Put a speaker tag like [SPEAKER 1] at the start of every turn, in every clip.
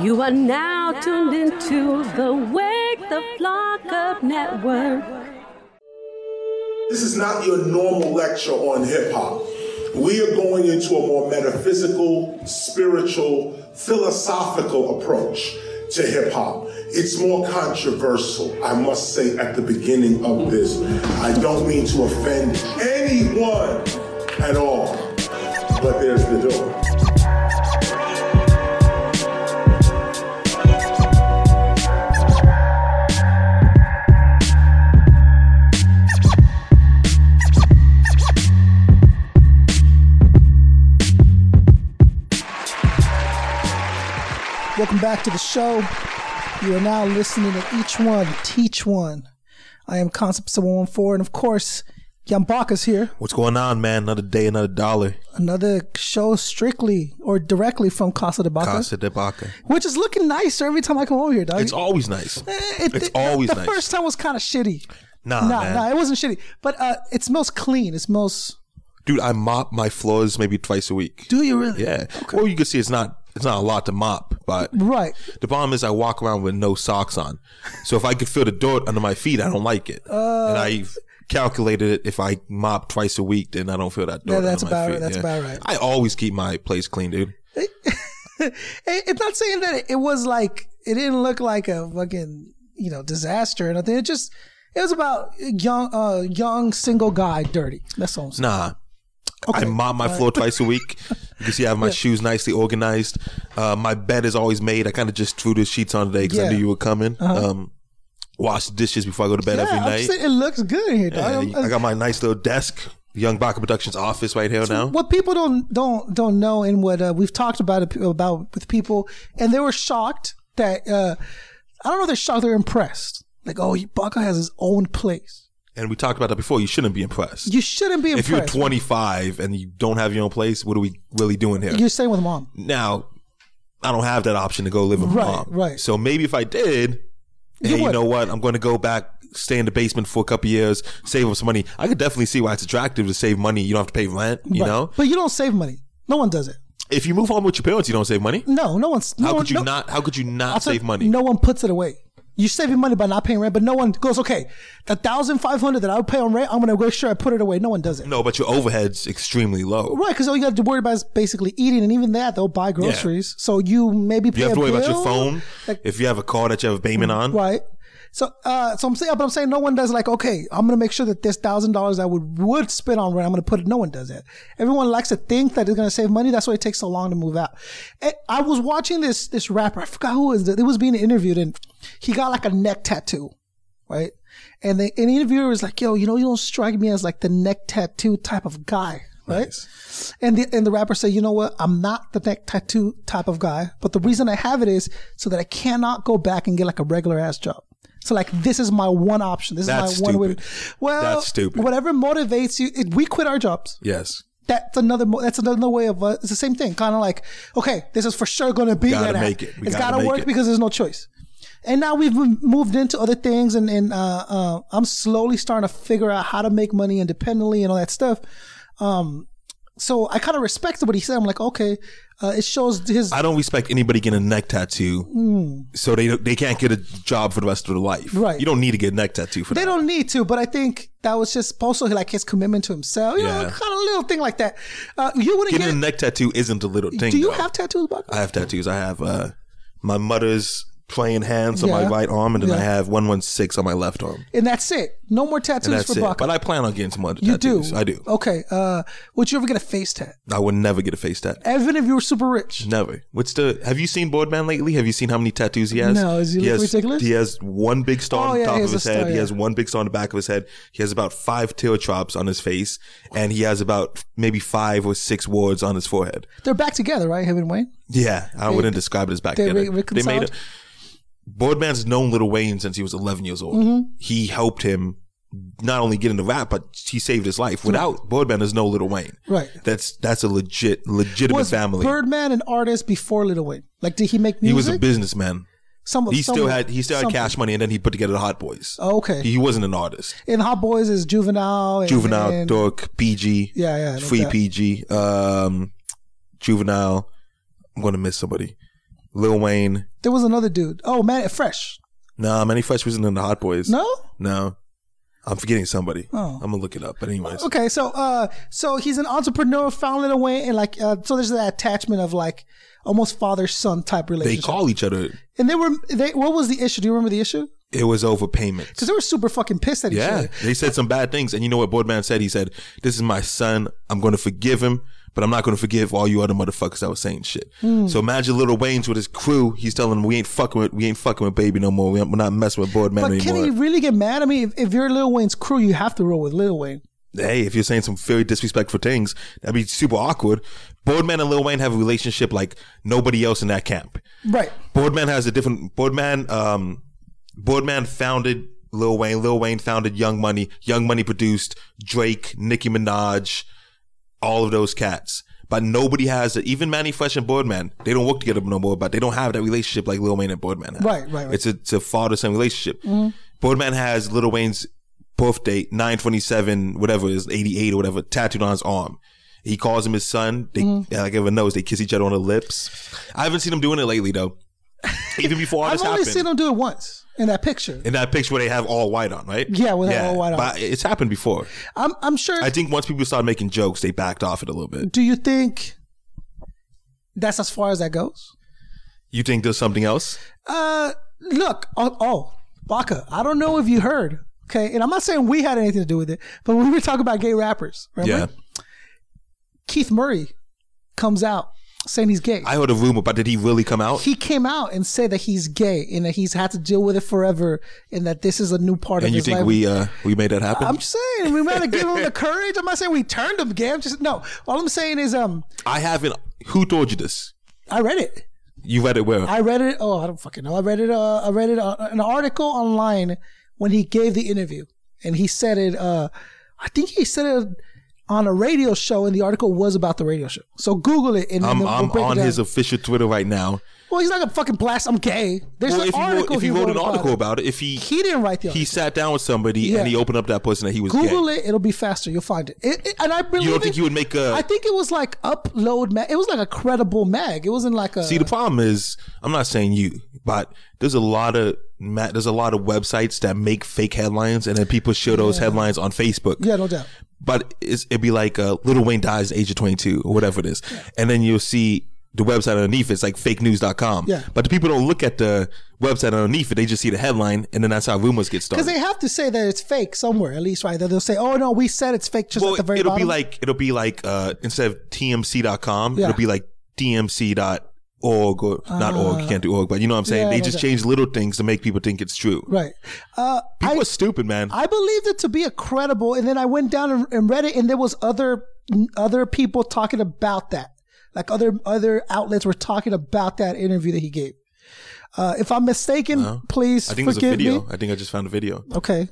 [SPEAKER 1] You are now tuned into the Wake the Flock Up Network.
[SPEAKER 2] This is not your normal lecture on hip hop. We are going into a more metaphysical, spiritual, philosophical approach to hip hop. It's more controversial, I must say, at the beginning of this. I don't mean to offend anyone at all, but there's the door.
[SPEAKER 3] Welcome back to the show. You are now listening to Each One, Teach One. I am Concept 714, and of course, Yambaka's here.
[SPEAKER 4] What's going on, man? Another day, another dollar.
[SPEAKER 3] Another show strictly or directly from Casa de Baca,
[SPEAKER 4] Casa de Baca.
[SPEAKER 3] which is looking nicer every time I come over here, dog.
[SPEAKER 4] It's always
[SPEAKER 3] Eh,
[SPEAKER 4] nice. it's always
[SPEAKER 3] the
[SPEAKER 4] nice.
[SPEAKER 3] first time was kind of shitty.
[SPEAKER 4] Nah,
[SPEAKER 3] nah,
[SPEAKER 4] man.
[SPEAKER 3] nah, it wasn't shitty. But uh, it's most clean. It's most.
[SPEAKER 4] Dude, I mop my floors maybe twice a week.
[SPEAKER 3] Do you really?
[SPEAKER 4] Yeah. Well, you can see it's not it's not a lot to mop, but
[SPEAKER 3] Right.
[SPEAKER 4] the problem is I walk around with no socks on. So if I could feel the dirt under my feet, I don't like it.
[SPEAKER 3] Uh,
[SPEAKER 4] and I've calculated it if I mop twice a week, then I don't feel that dirt
[SPEAKER 3] Yeah, that's
[SPEAKER 4] under my
[SPEAKER 3] about
[SPEAKER 4] feet.
[SPEAKER 3] right, that's about right.
[SPEAKER 4] I always keep my place clean, dude.
[SPEAKER 3] It, it's not saying that it, it was like it didn't look like a fucking you know disaster or nothing. It just it was about young uh young single guy dirty. That's all I'm saying.
[SPEAKER 4] Nah. I mop my floor twice a week. You can see I have my shoes nicely organized. Uh, my bed is always made. I kind of just threw the sheets on today because
[SPEAKER 3] Yeah. Uh-huh.
[SPEAKER 4] I knew you were coming. Um, wash the dishes before I go to bed every
[SPEAKER 3] yeah, I'm
[SPEAKER 4] night.
[SPEAKER 3] saying it looks good in here, dog.
[SPEAKER 4] Uh,
[SPEAKER 3] I'm-
[SPEAKER 4] I got my nice little desk, Young Baka Productions office right here now.
[SPEAKER 3] what people don't don't don't know and what uh, we've talked about it, about with people and they were shocked that uh I don't know if they're shocked they're impressed like oh Ibaka has his own place
[SPEAKER 4] And we talked about that before. You shouldn't be impressed.
[SPEAKER 3] you shouldn't be
[SPEAKER 4] if you're
[SPEAKER 3] impressed
[SPEAKER 4] 25 and you don't have your own place, what are we really doing here?
[SPEAKER 3] you're staying with mom
[SPEAKER 4] now, I don't have that option to go live with
[SPEAKER 3] Right,
[SPEAKER 4] mom.
[SPEAKER 3] right.
[SPEAKER 4] So maybe if I did, hey, you,
[SPEAKER 3] would.
[SPEAKER 4] know what? I'm going to go back, stay in the basement for a couple years, save up some money. I could definitely see why it's attractive to save money. You don't have to pay rent. You
[SPEAKER 3] Right.
[SPEAKER 4] know,
[SPEAKER 3] but you don't save money no one does it
[SPEAKER 4] if you move home with your parents, you don't save money.
[SPEAKER 3] no no one's no
[SPEAKER 4] How
[SPEAKER 3] one,
[SPEAKER 4] could you
[SPEAKER 3] no-
[SPEAKER 4] not? How could you
[SPEAKER 3] I'll
[SPEAKER 4] not
[SPEAKER 3] tell you,
[SPEAKER 4] save money?
[SPEAKER 3] no one puts it away you're saving money by not paying rent but no one goes okay the thousand five hundred that I would pay on rent I'm gonna make sure I put it away no one does it
[SPEAKER 4] No, but your overhead's extremely low.
[SPEAKER 3] Right, because all you got to worry about is basically eating, and even that they'll buy groceries. So you maybe pay
[SPEAKER 4] You have to
[SPEAKER 3] a
[SPEAKER 4] worry about
[SPEAKER 3] bill.
[SPEAKER 4] your phone.
[SPEAKER 3] like-
[SPEAKER 4] if you have a car that you have a payment on,
[SPEAKER 3] right? So, uh, so I'm saying, but I'm saying no one does like, okay, I'm gonna make sure that this thousand dollars I would would spend on rent, I'm gonna put it. No one does that. Everyone likes to think that it's gonna save money. That's why it takes so long to move out. And I was watching this this rapper. I forgot who it was. It was being interviewed, and he got like a neck tattoo, right? And the, and the interviewer was like, "Yo, you know, you don't strike me as like the neck tattoo type of guy, right?" And the and the rapper said, "You know what? I'm not the neck tattoo type of guy, but the reason I have it is so that I cannot go back and get like a regular ass job. So like this is my one option. This
[SPEAKER 4] That's
[SPEAKER 3] is my one way.
[SPEAKER 4] stupid.
[SPEAKER 3] Well,
[SPEAKER 4] That's stupid.
[SPEAKER 3] Whatever motivates you, it, we quit our jobs.
[SPEAKER 4] yes,
[SPEAKER 3] That's another. mo- That's another way of. Uh, it's the same thing. Kind of like, okay, this is for sure going to be.
[SPEAKER 4] Gotta
[SPEAKER 3] that
[SPEAKER 4] make it. We
[SPEAKER 3] It's got
[SPEAKER 4] gotta
[SPEAKER 3] to
[SPEAKER 4] make
[SPEAKER 3] work
[SPEAKER 4] it.
[SPEAKER 3] because there's no choice. And now we've m- moved into other things, and and uh, uh, I'm slowly starting to figure out how to make money independently and all that stuff. Um, so I kind of respected what he said. I'm like, okay, uh, it shows his.
[SPEAKER 4] I don't respect anybody getting a neck tattoo, so they don't- they can't get a job for the rest of their life.
[SPEAKER 3] Hmm. Right.
[SPEAKER 4] You don't need to get a neck tattoo for
[SPEAKER 3] they
[SPEAKER 4] that.
[SPEAKER 3] don't need to, but I think that was just also like his commitment to himself. You know,
[SPEAKER 4] Yeah.
[SPEAKER 3] kind of little thing like that. Uh, you wouldn't
[SPEAKER 4] Getting
[SPEAKER 3] get.
[SPEAKER 4] a neck tattoo isn't a little thing.
[SPEAKER 3] do you
[SPEAKER 4] though.
[SPEAKER 3] have tattoos, Buck?
[SPEAKER 4] I have tattoos. I have uh, my mother's playing hands on
[SPEAKER 3] Yeah.
[SPEAKER 4] my right arm, and then
[SPEAKER 3] Yeah.
[SPEAKER 4] I have one one six on my left arm.
[SPEAKER 3] and that's it. No more tattoos
[SPEAKER 4] And that's
[SPEAKER 3] for
[SPEAKER 4] it.
[SPEAKER 3] Buck.
[SPEAKER 4] But I plan on getting some other
[SPEAKER 3] You
[SPEAKER 4] tattoos.
[SPEAKER 3] do.
[SPEAKER 4] I do.
[SPEAKER 3] Okay. Uh, would you ever get a face tat?
[SPEAKER 4] I would never get a face tat.
[SPEAKER 3] Even if you were super rich.
[SPEAKER 4] Never. What's the? Have you seen Boardman lately? Have you seen how many tattoos he has?
[SPEAKER 3] No, does he look
[SPEAKER 4] has,
[SPEAKER 3] ridiculous?
[SPEAKER 4] He has one big star
[SPEAKER 3] Oh,
[SPEAKER 4] on
[SPEAKER 3] yeah,
[SPEAKER 4] top
[SPEAKER 3] he
[SPEAKER 4] of
[SPEAKER 3] has
[SPEAKER 4] his
[SPEAKER 3] a
[SPEAKER 4] head.
[SPEAKER 3] star,
[SPEAKER 4] He
[SPEAKER 3] yeah.
[SPEAKER 4] has one big star on the back of his head. He has about five tear drops on his face, and he has about maybe five or six wards on his forehead.
[SPEAKER 3] They're back together, right? Him and Wayne.
[SPEAKER 4] Yeah, I wouldn't describe it as back
[SPEAKER 3] they
[SPEAKER 4] together.
[SPEAKER 3] re- reconciled?
[SPEAKER 4] a- Boardman's known Little Wayne since he was 11 years old.
[SPEAKER 3] Mm-hmm.
[SPEAKER 4] He helped him not only get into rap, but he saved his life. Without Boardman, there's no Little Wayne.
[SPEAKER 3] Right.
[SPEAKER 4] That's that's a legit legitimate
[SPEAKER 3] Was
[SPEAKER 4] family.
[SPEAKER 3] Birdman an artist before Little Wayne? Like, did he make music?
[SPEAKER 4] he was a businessman.
[SPEAKER 3] Some,
[SPEAKER 4] He still
[SPEAKER 3] some-
[SPEAKER 4] had he still had
[SPEAKER 3] some-
[SPEAKER 4] cash money, and then he put together the Hot Boys.
[SPEAKER 3] Oh, okay.
[SPEAKER 4] He wasn't an artist.
[SPEAKER 3] And Hot Boys is Juvenile. And,
[SPEAKER 4] Juvenile,
[SPEAKER 3] and-
[SPEAKER 4] Dork, PG,
[SPEAKER 3] Yeah, yeah, I know
[SPEAKER 4] Free
[SPEAKER 3] that.
[SPEAKER 4] PG, um, Juvenile. I'm going to miss somebody. Lil Wayne.
[SPEAKER 3] There was another dude. Oh man, fresh.
[SPEAKER 4] Nah, Manny Fresh wasn't in the Hot Boys.
[SPEAKER 3] No.
[SPEAKER 4] No. I'm forgetting somebody.
[SPEAKER 3] Oh.
[SPEAKER 4] I'm gonna look it up. But anyways,
[SPEAKER 3] Okay, so uh, so he's an entrepreneur, founded a way, and like uh, so there's that attachment of like almost father son type
[SPEAKER 4] they
[SPEAKER 3] relationship.
[SPEAKER 4] call each other.
[SPEAKER 3] and they were they. What was the issue? Do you remember the issue?
[SPEAKER 4] It was over payments.
[SPEAKER 3] Because they were super fucking pissed at each
[SPEAKER 4] Yeah,
[SPEAKER 3] other.
[SPEAKER 4] they said some bad things, and you know what Boardman said? He said, "This is my son. I'm going to forgive him, but I'm not going to forgive all you other motherfuckers that was saying shit."
[SPEAKER 3] Hmm.
[SPEAKER 4] So imagine Little Wayne's with his crew. He's telling them, "We ain't fucking with, we ain't fucking with baby no more. We ain't- We're not messing with Boardman
[SPEAKER 3] But can he
[SPEAKER 4] anymore."
[SPEAKER 3] really get mad? I mean, if, if you're Lil Wayne's crew, you have to roll with Lil Wayne.
[SPEAKER 4] hey, if you're saying some very disrespectful things, that'd be super awkward. Boardman and Lil Wayne have a relationship like nobody else in that camp.
[SPEAKER 3] Right.
[SPEAKER 4] Boardman has a different Boardman. Um, Boardman founded Lil Wayne. Lil Wayne founded Young Money. Young Money produced Drake, Nicki Minaj, all of those cats. But nobody has it. Even Manny Fresh and Boardman, they don't work together no more. But they don't have that relationship like Lil Wayne and Boardman have.
[SPEAKER 3] Right, right, Mm-hmm. right.
[SPEAKER 4] It's a, it's a father son relationship. Boardman has Lil Wayne's birth date, nine twenty seven, whatever it is, eighty eight or whatever, tattooed on his arm. He calls him his son. They,
[SPEAKER 3] Mm-hmm.
[SPEAKER 4] like everyone knows, they kiss each other on the lips. I haven't seen him doing it lately though even before all
[SPEAKER 3] I've
[SPEAKER 4] this
[SPEAKER 3] only
[SPEAKER 4] happened.
[SPEAKER 3] seen him do it once in that picture.
[SPEAKER 4] in that picture where they have all white on, right?
[SPEAKER 3] Yeah, with all white on.
[SPEAKER 4] But it's happened before.
[SPEAKER 3] I'm I'm sure.
[SPEAKER 4] I think once people started making jokes, they backed off it a little bit.
[SPEAKER 3] do you think that's as far as that goes?
[SPEAKER 4] You think there's something else?
[SPEAKER 3] Uh, look, oh, oh, Baka, I don't know if you heard. Okay, and I'm not saying we had anything to do with it, but when we were talking about gay rappers, remember?
[SPEAKER 4] Yeah.
[SPEAKER 3] Keith Murray comes out saying he's gay.
[SPEAKER 4] I heard a rumor, but did he really come out?
[SPEAKER 3] he came out and said that he's gay and that he's had to deal with it forever and that this is a new part of
[SPEAKER 4] and you
[SPEAKER 3] his
[SPEAKER 4] think
[SPEAKER 3] life.
[SPEAKER 4] we uh, we made that happen?
[SPEAKER 3] I'm just saying we might have given him the courage. I'm not saying we turned him gay. I'm just no. All I'm saying is um,
[SPEAKER 4] I haven't. Who told you this?
[SPEAKER 3] I read it.
[SPEAKER 4] You read it where?
[SPEAKER 3] I read it. Oh, I don't fucking know. I read it. Uh, I read it uh, an article online when he gave the interview, and he said it. Uh, I think he said it on a radio show, and the article was about the radio show. So Google it, and then
[SPEAKER 4] I'm,
[SPEAKER 3] we'll
[SPEAKER 4] I'm
[SPEAKER 3] break it
[SPEAKER 4] on
[SPEAKER 3] down.
[SPEAKER 4] his official Twitter right now.
[SPEAKER 3] Well, he's not gonna fucking blast. I'm gay. There's
[SPEAKER 4] Well,
[SPEAKER 3] an
[SPEAKER 4] if he wrote,
[SPEAKER 3] article.
[SPEAKER 4] if he wrote, an
[SPEAKER 3] about
[SPEAKER 4] article
[SPEAKER 3] it.
[SPEAKER 4] about it, if he
[SPEAKER 3] He didn't write the.
[SPEAKER 4] he
[SPEAKER 3] article.
[SPEAKER 4] sat down with somebody
[SPEAKER 3] Yeah.
[SPEAKER 4] and he opened up that person that he was
[SPEAKER 3] Google
[SPEAKER 4] gay.
[SPEAKER 3] it. It'll be faster. You'll find it. it, it- and I believe
[SPEAKER 4] You don't
[SPEAKER 3] it-
[SPEAKER 4] think you would make a?
[SPEAKER 3] I think it was like upload mag. It was like a credible mag. It wasn't like a.
[SPEAKER 4] See, the problem is, I'm not saying you, but there's a lot of ma- there's a lot of websites that make fake headlines, and then people share those headlines on Facebook.
[SPEAKER 3] yeah, no doubt.
[SPEAKER 4] But it's, it'd be like uh, Little Wayne dies at the age of 22 or whatever it is, and then you'll see the website underneath. It's like fakenews.com.
[SPEAKER 3] Yeah.
[SPEAKER 4] But the people don't look at the website underneath it; they just see the headline, and then that's how rumors get started.
[SPEAKER 3] Because they have to say that it's fake somewhere, at least, right? That They'll say, "Oh no, we said it's fake." Just at the very
[SPEAKER 4] it'll
[SPEAKER 3] bottom.
[SPEAKER 4] be like it'll be like uh instead of tmc.com
[SPEAKER 3] Yeah.
[SPEAKER 4] it'll be like dmc.org or not org you can't do org but you know what i'm saying
[SPEAKER 3] Uh, yeah,
[SPEAKER 4] they
[SPEAKER 3] no
[SPEAKER 4] just
[SPEAKER 3] doubt.
[SPEAKER 4] change little things to make people think it's true
[SPEAKER 3] right. Uh,
[SPEAKER 4] people are stupid man
[SPEAKER 3] I believed it to be a credible, and then I went down and, and read it, and there was other other people talking about that, like other other outlets were talking about that interview that he gave. Uh, if I'm mistaken, please
[SPEAKER 4] I think there's a
[SPEAKER 3] forgive
[SPEAKER 4] video
[SPEAKER 3] me.
[SPEAKER 4] i think i just found a video
[SPEAKER 3] Okay,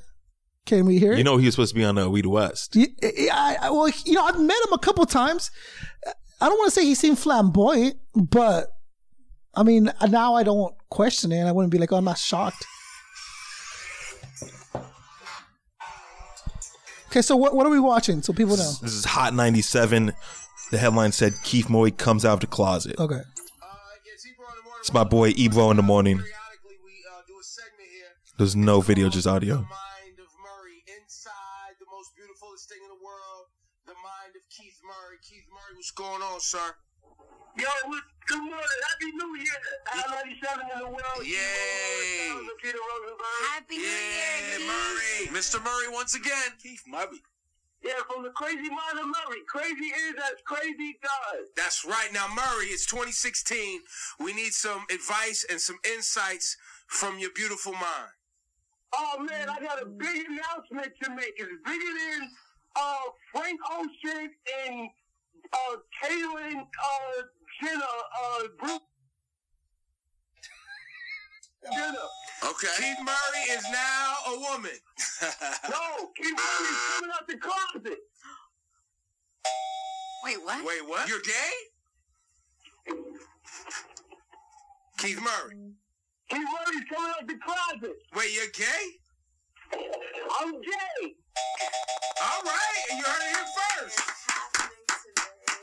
[SPEAKER 3] can we hear it?
[SPEAKER 4] you know he was supposed to be on uh, we the west
[SPEAKER 3] Y- y- eh, I, I- well, you know, I've met him a couple times. I don't want to say he seemed flamboyant, but I mean, now I don't question it. I wouldn't be like, oh, I'm not shocked. Okay, so what, what are we watching? So people know.
[SPEAKER 4] this is hot 97 the headline said keith moy comes out of the closet
[SPEAKER 3] Okay.
[SPEAKER 5] Uh,
[SPEAKER 4] it's my boy ebro in the morning
[SPEAKER 5] Periodically, we uh, do a segment here.
[SPEAKER 4] there's no video just audio
[SPEAKER 5] Mind of Murray inside the most beautifulest thing in the world. The mind of Keith Murray. Keith Murray, what's going on, sir?
[SPEAKER 6] Yo, what's good morning? Happy New Year. I'm 97 in the world.
[SPEAKER 5] Yay.
[SPEAKER 6] I'm Peter Rosenberg.
[SPEAKER 7] Happy New Year, Keith.
[SPEAKER 5] Murray. Mr. Murray, once again. Keith Murray.
[SPEAKER 6] Yeah, from the crazy mind of Murray. Crazy is as crazy does.
[SPEAKER 5] That's right. Now, Murray, it's 2016. We need some advice and some insights from your beautiful mind.
[SPEAKER 6] Oh man, I got a big announcement to make. It's bigger than uh, Frank Ocean and uh, Caitlyn uh, Jenner, uh, Bruce Jenner.
[SPEAKER 5] Okay. Keith Murray is now a woman.
[SPEAKER 6] No, keep keep coming out the closet.
[SPEAKER 7] Wait, what?
[SPEAKER 5] Wait, what? You're gay? Keith Murray.
[SPEAKER 6] Keep Murray's coming out the closet.
[SPEAKER 5] Wait, you're gay?
[SPEAKER 6] I'm gay.
[SPEAKER 5] All right, you heard it here first.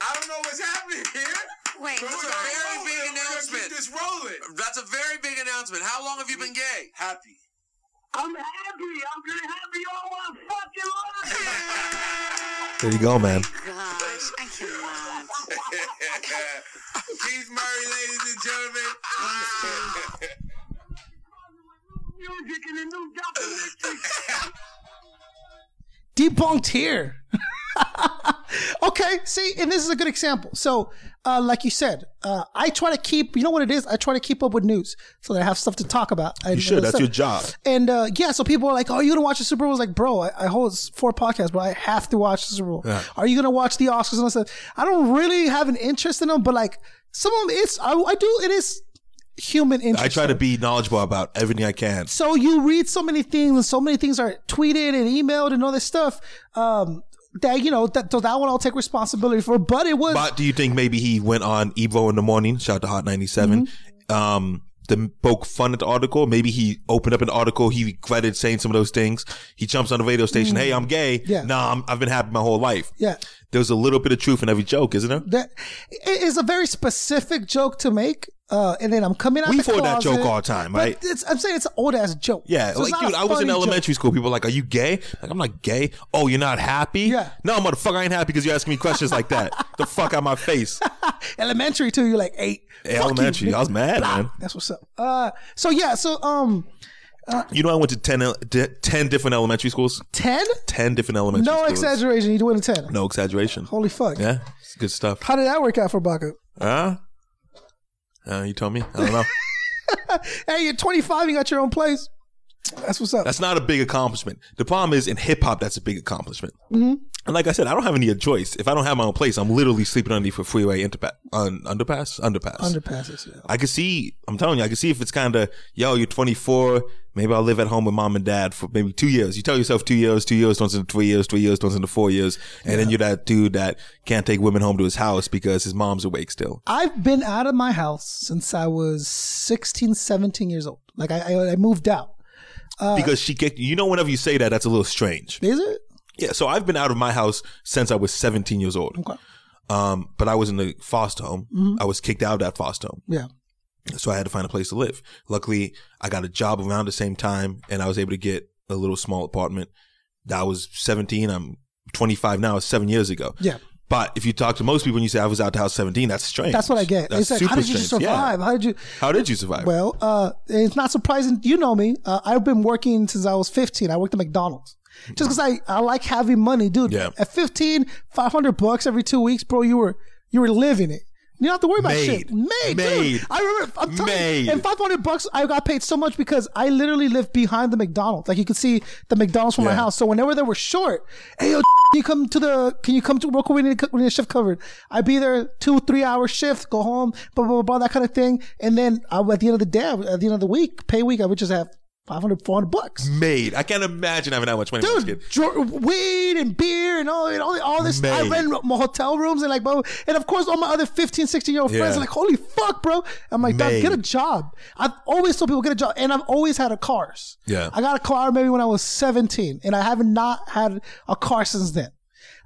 [SPEAKER 5] I don't know what's happening here.
[SPEAKER 7] Wait,
[SPEAKER 5] But
[SPEAKER 7] hold
[SPEAKER 5] it's a
[SPEAKER 7] on.
[SPEAKER 5] very big announcement. This rolling. Hold it. That's a very big announcement. How long have you been gay? Happy.
[SPEAKER 6] I'm happy. I'm gonna happy all my fucking life.
[SPEAKER 4] There you go, man.
[SPEAKER 7] Gosh, I cannot.
[SPEAKER 5] Keith Murray, ladies and gentlemen.
[SPEAKER 6] Music and a new documentary.
[SPEAKER 3] debunked here. okay, see, and this is a good example. So, uh, like you said, uh, I try to keep, you know what it is? I try to keep up with news so that I have stuff to talk about.
[SPEAKER 4] You should. That's your job.
[SPEAKER 3] And uh, yeah, so people are like, "Oh, you gonna watch the Super Bowl?" I was like, "Bro, I, I hold four podcasts, but I have to watch the Super Bowl." Are you gonna watch the Oscars? And I said, "I don't really have an interest in them, but like some of them, it's I, I do. It is human interest."
[SPEAKER 4] I try to be knowledgeable about everything I can.
[SPEAKER 3] so you read so many things and so many things are tweeted and emailed and all this stuff um that you know that so that one i'll take responsibility for but it was
[SPEAKER 4] But do you think maybe he went on Evo in the morning? Shout out to Hot 97.
[SPEAKER 3] Mm-hmm.
[SPEAKER 4] Um, the poke fun at the article. Maybe he opened up an article. He regretted saying some of those things. He jumps on the radio station. Hey, I'm gay.
[SPEAKER 3] Mm-hmm. Yeah.
[SPEAKER 4] Nah, I'm, I've been happy my whole life.
[SPEAKER 3] Yeah.
[SPEAKER 4] There's a little bit of truth in every joke, isn't there?
[SPEAKER 3] that it is a very specific joke to make uh and then i'm coming out
[SPEAKER 4] We
[SPEAKER 3] the
[SPEAKER 4] fold that
[SPEAKER 3] closet,
[SPEAKER 4] joke all the time,
[SPEAKER 3] but
[SPEAKER 4] right?
[SPEAKER 3] it's, i'm saying it's an old ass joke
[SPEAKER 4] Yeah,
[SPEAKER 3] So it's
[SPEAKER 4] like
[SPEAKER 3] not
[SPEAKER 4] dude,
[SPEAKER 3] a
[SPEAKER 4] I was
[SPEAKER 3] funny
[SPEAKER 4] in
[SPEAKER 3] joke.
[SPEAKER 4] elementary school. People were like, "Are you gay?" Like, I'm not gay. Oh, you're not happy?
[SPEAKER 3] Yeah.
[SPEAKER 4] No, motherfucker, I ain't happy because you're asking me questions like that. the fuck out my face.
[SPEAKER 3] elementary too you're like eight Fuck
[SPEAKER 4] Hey,
[SPEAKER 3] you,
[SPEAKER 4] elementary,
[SPEAKER 3] nigga.
[SPEAKER 4] I was mad, man.
[SPEAKER 3] that's what's up uh so yeah so um
[SPEAKER 4] You know, I went to 10, el- di- 10 different elementary schools.
[SPEAKER 3] 10
[SPEAKER 4] Ten different elementary.
[SPEAKER 3] no
[SPEAKER 4] schools.
[SPEAKER 3] exaggeration you doing a 10
[SPEAKER 4] No exaggeration.
[SPEAKER 3] holy fuck
[SPEAKER 4] Yeah, it's good stuff.
[SPEAKER 3] how did that work out for Baca?
[SPEAKER 4] Huh? Uh, you tell me. I don't know.
[SPEAKER 3] hey you're 25 you got your own place that's what's up
[SPEAKER 4] That's not a big accomplishment. The problem is in hip hop, that's a big accomplishment.
[SPEAKER 3] Mm-hmm.
[SPEAKER 4] And like I said, I don't have any choice. If I don't have my own place, I'm literally sleeping underneath a freeway interpa- un- underpass, underpass,
[SPEAKER 3] underpasses yeah.
[SPEAKER 4] I could see. I'm telling you, I could see if it's kind of yo, you're 24. Maybe I'll live at home with mom and dad for maybe two years. You tell yourself two years, two years, turns into three years, three years, turns into four years, and then you're that dude that can't take women home to his house because his mom's awake still.
[SPEAKER 3] I've been out of my house since I was 16, 17 years old. Like I, I, I moved out.
[SPEAKER 4] because she kicked. You know, whenever you say that, that's a little strange.
[SPEAKER 3] Is it?
[SPEAKER 4] Yeah, so I've been out of my house since I was 17 years old.
[SPEAKER 3] Okay. Mm-hmm.
[SPEAKER 4] Um, but I was in a foster home. I was kicked out of that foster home.
[SPEAKER 3] Yeah.
[SPEAKER 4] So I had to find a place to live. Luckily, I got a job around the same time and I was able to get a little small apartment. That was 17. I'm 25 now. It's seven years ago.
[SPEAKER 3] Yeah.
[SPEAKER 4] But if you talk to most people and you say, I was out the house 17, that's strange.
[SPEAKER 3] That's what I get.
[SPEAKER 4] That's
[SPEAKER 3] it's like, how
[SPEAKER 4] super
[SPEAKER 3] did you just
[SPEAKER 4] strange. Yeah.
[SPEAKER 3] survive? How did you?
[SPEAKER 4] How did you survive?
[SPEAKER 3] Well, uh, it's not surprising. You know me. Uh, I've been working since I was 15. I worked at McDonald's. Just because I, I like having money, dude.
[SPEAKER 4] Yeah.
[SPEAKER 3] At 15, 500 bucks every two weeks, bro, you were you were living it. You don't have to worry about
[SPEAKER 4] Made.
[SPEAKER 3] shit. Made.
[SPEAKER 4] Made.
[SPEAKER 3] Dude. I remember. I'm telling
[SPEAKER 4] Made.
[SPEAKER 3] you. And 500 bucks, I got paid so much because I literally lived behind the McDonald's. Like you could see the McDonald's from my
[SPEAKER 4] Yeah.
[SPEAKER 3] house. So whenever they were short, hey, yo, can you come to the, can you come to real quick? We need, to- we need a shift covered. I'd be there two, three hour shift, go home, blah, blah, blah, blah, that kind of thing. And then I, would- at the end of the day, I would- at the end of the week, pay week, I would just have 500, 400 bucks.
[SPEAKER 4] Made. I can't imagine having that much money. when I was a
[SPEAKER 3] Dude,
[SPEAKER 4] kid.
[SPEAKER 3] dr- weed and beer and all, and all, all this. I
[SPEAKER 4] Mate.
[SPEAKER 3] rent my hotel rooms and like, bro. And of course, all my other 15, 16 year old friends
[SPEAKER 4] Yeah.
[SPEAKER 3] are like, holy fuck, bro. I'm like, dog,
[SPEAKER 4] Mate.
[SPEAKER 3] get a job. I've always told people, get a job. And I've always had a cars.
[SPEAKER 4] Yeah.
[SPEAKER 3] I got a car maybe when I was 17, and I have not had a car since then.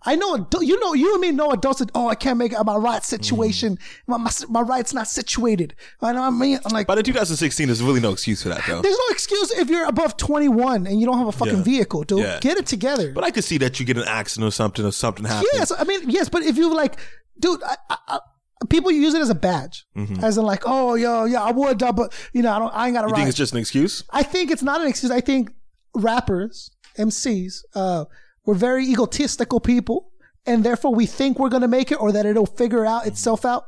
[SPEAKER 3] I know, adu- you know, you and me know adults that, oh, I can't make it my right
[SPEAKER 4] Mm-hmm.
[SPEAKER 3] situation. My, my, my right's not situated. I know what I mean? I'm like,
[SPEAKER 4] But in 2016, there's really no excuse for that, though.
[SPEAKER 3] there's no excuse if you're above 21 and you don't have a fucking
[SPEAKER 4] Yeah.
[SPEAKER 3] vehicle, dude.
[SPEAKER 4] Yeah.
[SPEAKER 3] Get it together.
[SPEAKER 4] But I could see that you get in an accident or something or something happens.
[SPEAKER 3] Yes, I mean yes, but if you like, dude, I, I, I, people use it as a badge, as in like, oh yo, yeah, I would, uh, but you know, I don't, I ain't got a
[SPEAKER 4] Mm-hmm. You
[SPEAKER 3] ride.
[SPEAKER 4] think it's just an excuse?
[SPEAKER 3] I think it's not an excuse. I think rappers, MCs, uh, we're very egotistical people, and therefore we think we're gonna make it or that it'll figure
[SPEAKER 4] Mm-hmm.
[SPEAKER 3] out itself out.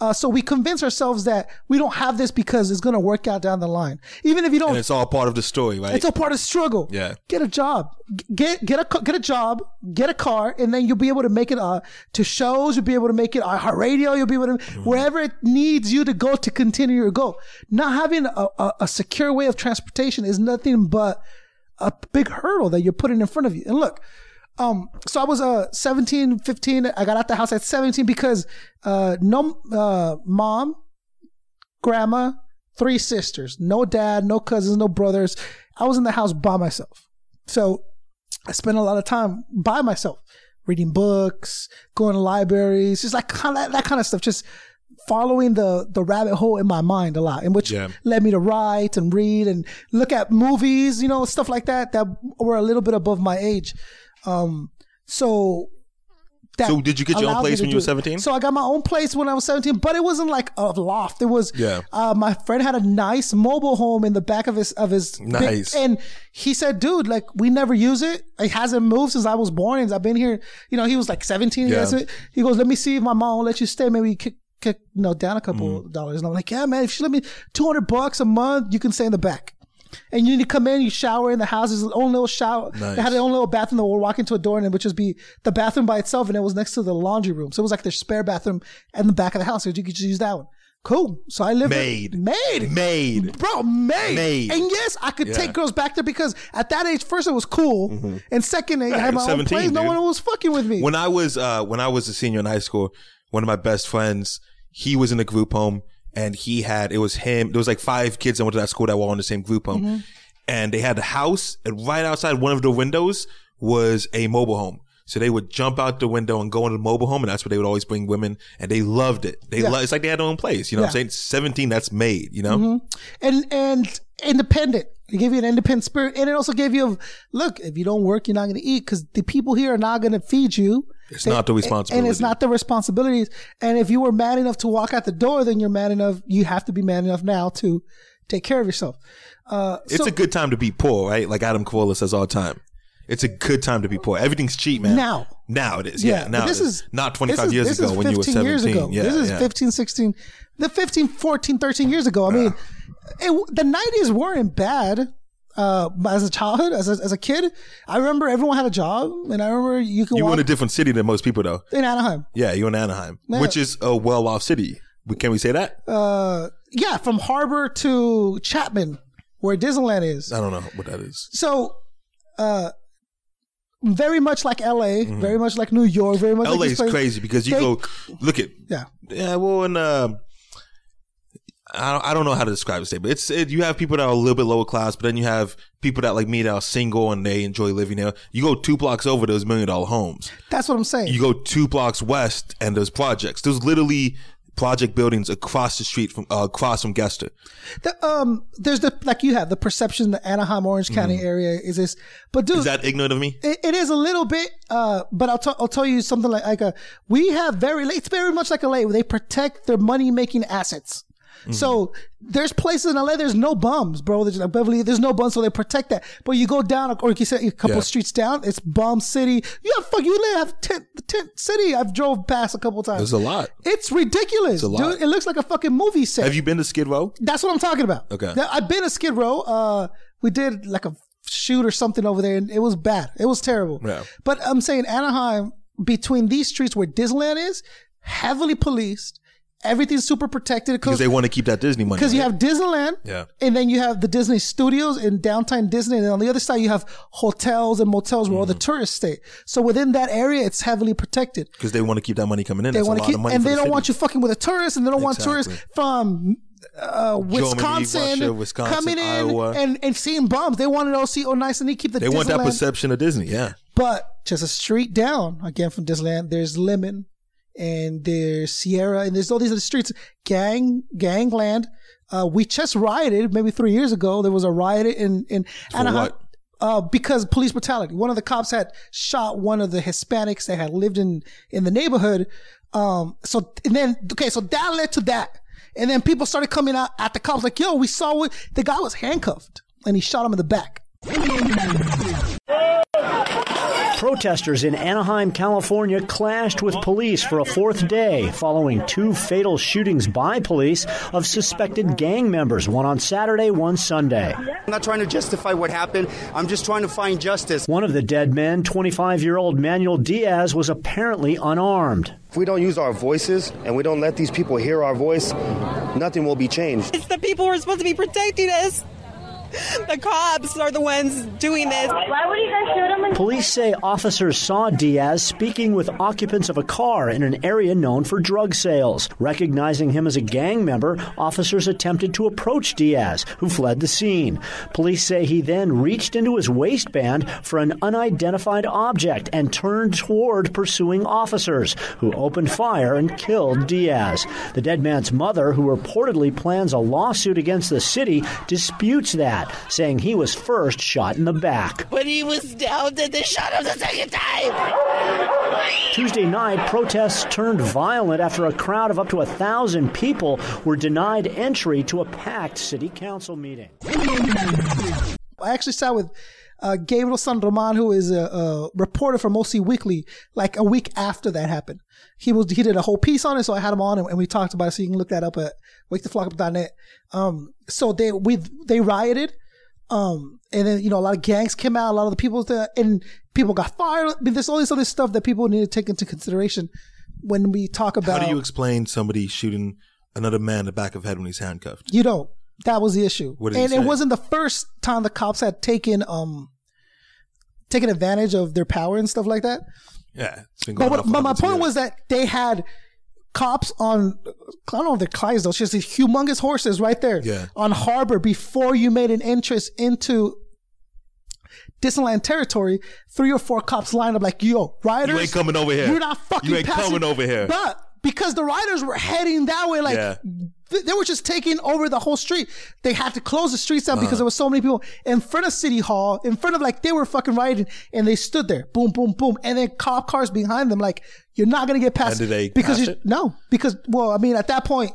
[SPEAKER 3] Uh, so we convince ourselves that we don't have this because it's gonna work out down the line, even if you don't
[SPEAKER 4] And it's all part of the story, right?
[SPEAKER 3] it's all part of the struggle.
[SPEAKER 4] Yeah.
[SPEAKER 3] Get a job. G- Get get a ca- get a job. Get a car, and then you'll be able to make it uh, to shows. You'll be able to make it uh, radio. You'll be able to wherever it needs you to go to continue your goal. Not having a, a, a secure way of transportation is nothing but a big hurdle that you're putting in front of you. And look, um, so I was uh 17, 15. I got out the house at 17 because uh no uh mom, grandma, three sisters, no dad, no cousins, no brothers. I was in the house by myself. So I spent a lot of time by myself, reading books, going to libraries, just like kind of that kind of stuff. Just following the the rabbit hole in my mind a lot, and which
[SPEAKER 4] Yeah.
[SPEAKER 3] led me to write and read and look at movies, you know, stuff like that that were a little bit above my age. Um, so. That
[SPEAKER 4] So did you get your own
[SPEAKER 3] allowed me
[SPEAKER 4] place
[SPEAKER 3] to
[SPEAKER 4] when you
[SPEAKER 3] do
[SPEAKER 4] were
[SPEAKER 3] it.
[SPEAKER 4] 17?
[SPEAKER 3] So I got my own place when I was 17, but it wasn't like a loft. It was
[SPEAKER 4] Yeah.
[SPEAKER 3] uh, my friend had a nice mobile home in the back of his of his big-
[SPEAKER 4] Nice.
[SPEAKER 3] and he said, "Dude, like we never use it. It hasn't moved since I was born. And I've been here. You know, he was like 17
[SPEAKER 4] Yeah.
[SPEAKER 3] years. old. He goes, "Let me see if my mom will let you stay. Maybe you kick kick you know, down a couple
[SPEAKER 4] Mm.
[SPEAKER 3] dollars." And I'm like, "Yeah, man. If she let me 200 bucks a month, you can stay in the back." And you need to come in, you shower in the house. There's an own little shower.
[SPEAKER 4] Nice.
[SPEAKER 3] They had their own little bathroom that would walk into a door and it would just be the bathroom by itself and it was next to the laundry room. So it was like their spare bathroom in the back of the house. So you could just use that one. Cool. So I lived
[SPEAKER 4] Made.
[SPEAKER 3] Made.
[SPEAKER 4] Made.
[SPEAKER 3] Bro, made.
[SPEAKER 4] Made.
[SPEAKER 3] And yes, I could
[SPEAKER 4] Yeah.
[SPEAKER 3] take girls back there because at that age, first it was cool. And second, I had my own
[SPEAKER 4] 17,
[SPEAKER 3] place. No
[SPEAKER 4] dude.
[SPEAKER 3] one was fucking with me.
[SPEAKER 4] When I was uh, when I was a senior in high school, one of my best friends, he was in a group home, and he had it was him. There was like five kids that went to that school that were all in the same group home,
[SPEAKER 3] Mm-hmm.
[SPEAKER 4] and they had a house, and right outside one of the windows was a mobile home. So they would jump out the window and go into the mobile home, and that's where they would always bring women, and they loved it. They
[SPEAKER 3] Yeah.
[SPEAKER 4] lo- it's like they had their own place. You know what I'm
[SPEAKER 3] Yeah. Mm-hmm.
[SPEAKER 4] saying? Seventeen, that's made. You know,
[SPEAKER 3] and and independent. It gave you an independent spirit, and it also gave you, a, look, if you don't work, you're not going to eat because the people here are not going to feed you.
[SPEAKER 4] it's not the responsibility.
[SPEAKER 3] And it's not the responsibilities. And if you were man enough to walk out the door, then you're man enough. You have to be man enough now to take care of yourself. Uh,
[SPEAKER 4] It's
[SPEAKER 3] so
[SPEAKER 4] a good time to be poor, right? Like Adam Carolla says all the time. It's a good time to be poor. Everything's cheap, man.
[SPEAKER 3] Now.
[SPEAKER 4] Now it is. Yeah.
[SPEAKER 3] but
[SPEAKER 4] now
[SPEAKER 3] this is
[SPEAKER 4] not
[SPEAKER 3] this
[SPEAKER 4] 25
[SPEAKER 3] is-
[SPEAKER 4] years
[SPEAKER 3] this
[SPEAKER 4] ago
[SPEAKER 3] is
[SPEAKER 4] when you were
[SPEAKER 3] 15
[SPEAKER 4] 17.
[SPEAKER 3] years ago.
[SPEAKER 4] Yeah,
[SPEAKER 3] this is
[SPEAKER 4] yeah.
[SPEAKER 3] 15, 16, the 15, 14, 13 years ago. I mean, it, the 90s weren't bad. Uh, as a childhood, as a, as a kid, I remember everyone had a job, and I remember you could
[SPEAKER 4] You were
[SPEAKER 3] walk
[SPEAKER 4] in a different city than most people, though.
[SPEAKER 3] in Anaheim.
[SPEAKER 4] Yeah, you're in Anaheim,
[SPEAKER 3] Yeah.
[SPEAKER 4] which is a well off city. We- Can we say that?
[SPEAKER 3] Uh, yeah, from Harbor to Chapman, where Disneyland is.
[SPEAKER 4] I don't know what that is.
[SPEAKER 3] So, uh, very much like LA, very much like New York, very much
[SPEAKER 4] LA
[SPEAKER 3] like these
[SPEAKER 4] Mm-hmm. is
[SPEAKER 3] places.
[SPEAKER 4] crazy because you
[SPEAKER 3] They-
[SPEAKER 4] go, look at,
[SPEAKER 3] Yeah.
[SPEAKER 4] yeah, well, and, um, I don't, I don't know how to describe this, but it's it, you have people that are a little bit lower class, but then you have people that like me that are single and they enjoy living there. You go two blocks over, there's million dollar homes.
[SPEAKER 3] That's what I'm saying.
[SPEAKER 4] you go two blocks west and there's projects. There's literally project buildings across the street from uh, across from Gester.
[SPEAKER 3] The, um, there's the like you have the perception that Anaheim, Orange County
[SPEAKER 4] Mm-hmm.
[SPEAKER 3] area is this, but dude,
[SPEAKER 4] Is that ignorant of me?
[SPEAKER 3] it, it is a little bit. Uh, but I'll t- I'll tell you something like like a we have very it's very much like LA where they protect their money making assets.
[SPEAKER 4] Mm-hmm.
[SPEAKER 3] So there's places in LA. There's no bums, bro. There's like Beverly. There's no bums, so they protect that. But you go down, or like you said, a couple
[SPEAKER 4] Yeah.
[SPEAKER 3] streets down, it's bum city. You have fuck. You live have tent tent city. I've drove past a couple times.
[SPEAKER 4] There's a lot.
[SPEAKER 3] It's ridiculous,
[SPEAKER 4] a lot.
[SPEAKER 3] dude. It looks like a fucking movie set.
[SPEAKER 4] Have you been to Skid Row?
[SPEAKER 3] That's what I'm talking about.
[SPEAKER 4] Okay.
[SPEAKER 3] Now, I've been to Skid Row. Uh, we did like a shoot or something over there, and it was bad. It was terrible.
[SPEAKER 4] Yeah.
[SPEAKER 3] But I'm saying Anaheim, between these streets where Disneyland is, heavily policed, everything's super protected
[SPEAKER 4] Because they want to keep that Disney money.
[SPEAKER 3] because you
[SPEAKER 4] right?
[SPEAKER 3] have Disneyland,
[SPEAKER 4] Yeah.
[SPEAKER 3] and then you have the Disney Studios in downtown Disney, and on the other side you have hotels and motels where all the
[SPEAKER 4] Mm-hmm.
[SPEAKER 3] tourists stay. So within that area, it's heavily protected.
[SPEAKER 4] 'Cause they want to keep that money coming in.
[SPEAKER 3] They
[SPEAKER 4] That's a
[SPEAKER 3] want
[SPEAKER 4] lot
[SPEAKER 3] to
[SPEAKER 4] of
[SPEAKER 3] keep,
[SPEAKER 4] money
[SPEAKER 3] and
[SPEAKER 4] for
[SPEAKER 3] they
[SPEAKER 4] the
[SPEAKER 3] don't
[SPEAKER 4] city.
[SPEAKER 3] want you fucking with a tourist, and they don't want tourists
[SPEAKER 4] Exactly.
[SPEAKER 3] from uh, Wisconsin,
[SPEAKER 4] Russia, Wisconsin,
[SPEAKER 3] coming in
[SPEAKER 4] Iowa.
[SPEAKER 3] and and seeing bums. They want it all see oh nice and neat, keep the
[SPEAKER 4] They
[SPEAKER 3] Disneyland.
[SPEAKER 4] want that perception of Disney. Yeah.
[SPEAKER 3] but just a street down again from Disneyland, there's Lemon, and there's Sierra, and there's all these other streets, gang gangland. Uh, we just rioted maybe three years ago. There was a riot in in Anaheim.
[SPEAKER 4] what?
[SPEAKER 3] Uh, because police brutality. One of the cops had shot one of the Hispanics that had lived in in the neighborhood. Um, so and then okay, so that led to that, and then people started coming out at the cops like, "Yo, we saw what the guy was handcuffed and he shot him in the back."
[SPEAKER 8] Protesters in Anaheim, California clashed with police for a fourth day following two fatal shootings by police of suspected gang members, one on Saturday, one Sunday.
[SPEAKER 9] I'm not trying to justify what happened. I'm just trying to find justice.
[SPEAKER 8] One of the dead men, 25 year old Manuel Diaz, was apparently unarmed.
[SPEAKER 9] If we don't use our voices and we don't let these people hear our voice, nothing will be changed.
[SPEAKER 10] It's the people who are supposed to be protecting us. The cops are the ones doing this. Why would you guys shoot him?
[SPEAKER 8] Police say officers saw Diaz speaking with occupants of a car in an area known for drug sales. Recognizing him as a gang member, officers attempted to approach Diaz, who fled the scene. Police say he then reached into his waistband for an unidentified object and turned toward pursuing officers, who opened fire and killed Diaz. The dead man's mother, who reportedly plans a lawsuit against the city, disputes that, saying he was first shot in the back.
[SPEAKER 11] When he was down, then they shot him the second time.
[SPEAKER 8] Tuesday night, protests turned violent after a crowd of up to a thousand people were denied entry to a packed city council meeting.
[SPEAKER 3] I actually sat with uh, Gabriel San Roman, who is a, a reporter from OC Weekly, like a week after that happened. He was he did a whole piece on it, so I had him on and, and we talked about it. So you can look that up at waketheflockup.net. Um, so they we they rioted, um, and then you know a lot of gangs came out, a lot of the people there, and people got fired. I mean, there's all this other stuff that people need to take into consideration when we talk about.
[SPEAKER 4] How do you explain somebody shooting another man in the back of the head when he's handcuffed?
[SPEAKER 3] You don't. That was the issue.
[SPEAKER 4] What did he
[SPEAKER 3] and it
[SPEAKER 4] say?
[SPEAKER 3] wasn't the first time the cops had taken um taken advantage of their power and stuff like that.
[SPEAKER 4] Yeah, it's been
[SPEAKER 3] But,
[SPEAKER 4] going
[SPEAKER 3] what,
[SPEAKER 4] on for
[SPEAKER 3] but my
[SPEAKER 4] hundreds of
[SPEAKER 3] point
[SPEAKER 4] years.
[SPEAKER 3] was that they had cops on I don't know if they're clients though, it's just these humongous horses right there
[SPEAKER 4] Yeah.
[SPEAKER 3] on harbor before you made an entrance into Disneyland territory, three or four cops lined up like, yo, riders.
[SPEAKER 4] You ain't coming over here.
[SPEAKER 3] You're not fucking
[SPEAKER 4] You ain't
[SPEAKER 3] passing."
[SPEAKER 4] coming over here.
[SPEAKER 3] But because the riders were heading that way, like
[SPEAKER 4] Yeah.
[SPEAKER 3] th- they were just taking over the whole street. They had to close the streets down
[SPEAKER 4] Uh-huh.
[SPEAKER 3] because there was so many people in front of City Hall, in front of like they were fucking rioting, and they stood there, boom, boom, boom, and then cop cars behind them, like you're not gonna get past.
[SPEAKER 4] And did they
[SPEAKER 3] because
[SPEAKER 4] pass
[SPEAKER 3] you-
[SPEAKER 4] it?
[SPEAKER 3] no, because well, I mean, at that point.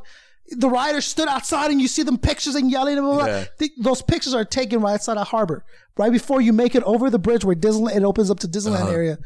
[SPEAKER 3] The riders stood outside, and you see them pictures and yelling and blah, blah, blah.
[SPEAKER 4] Yeah.
[SPEAKER 3] Th- those pictures are taken right outside of harbor, right before you make it over the bridge where Disneyland it opens up to Disneyland
[SPEAKER 4] Uh-huh.
[SPEAKER 3] area.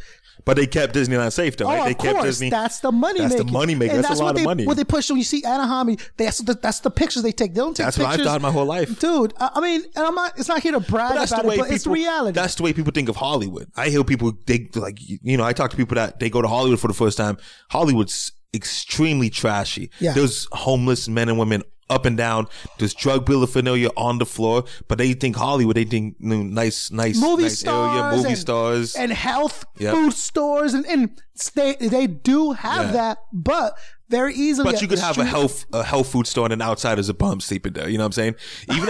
[SPEAKER 4] But they kept Disneyland safe though. right?
[SPEAKER 3] Oh,
[SPEAKER 4] They
[SPEAKER 3] of
[SPEAKER 4] kept
[SPEAKER 3] course.
[SPEAKER 4] Disney.
[SPEAKER 3] That's the money
[SPEAKER 4] That's
[SPEAKER 3] maker.
[SPEAKER 4] the money maker.
[SPEAKER 3] And
[SPEAKER 4] That's, a lot
[SPEAKER 3] what
[SPEAKER 4] of
[SPEAKER 3] they,
[SPEAKER 4] money.
[SPEAKER 3] What they push when you see Anaheim, that's the, that's the pictures they take. They don't take
[SPEAKER 4] That's what
[SPEAKER 3] pictures.
[SPEAKER 4] I've done my whole life.
[SPEAKER 3] dude. I, I mean, and I'm not. It's not here to brag
[SPEAKER 4] But that's
[SPEAKER 3] about
[SPEAKER 4] the way
[SPEAKER 3] it, but
[SPEAKER 4] people,
[SPEAKER 3] it's reality.
[SPEAKER 4] That's the way people think of Hollywood. I hear people they like you know, I talk to people that they go to Hollywood for the first time. Hollywood's extremely trashy.
[SPEAKER 3] Yeah.
[SPEAKER 4] There's homeless men and women up and down. There's drug paraphernalia on the floor, but they think Hollywood, they think you know, nice nice
[SPEAKER 3] movie
[SPEAKER 4] nice
[SPEAKER 3] stars,
[SPEAKER 4] area, movie
[SPEAKER 3] and,
[SPEAKER 4] stars.
[SPEAKER 3] and health
[SPEAKER 4] Yep.
[SPEAKER 3] food stores, and, and they they do have
[SPEAKER 4] Yeah.
[SPEAKER 3] that, but very easily.
[SPEAKER 4] But you could
[SPEAKER 3] the
[SPEAKER 4] have a
[SPEAKER 3] street-
[SPEAKER 4] health a health food store and an outsider's a bum sleeping there. You know what I'm saying? Even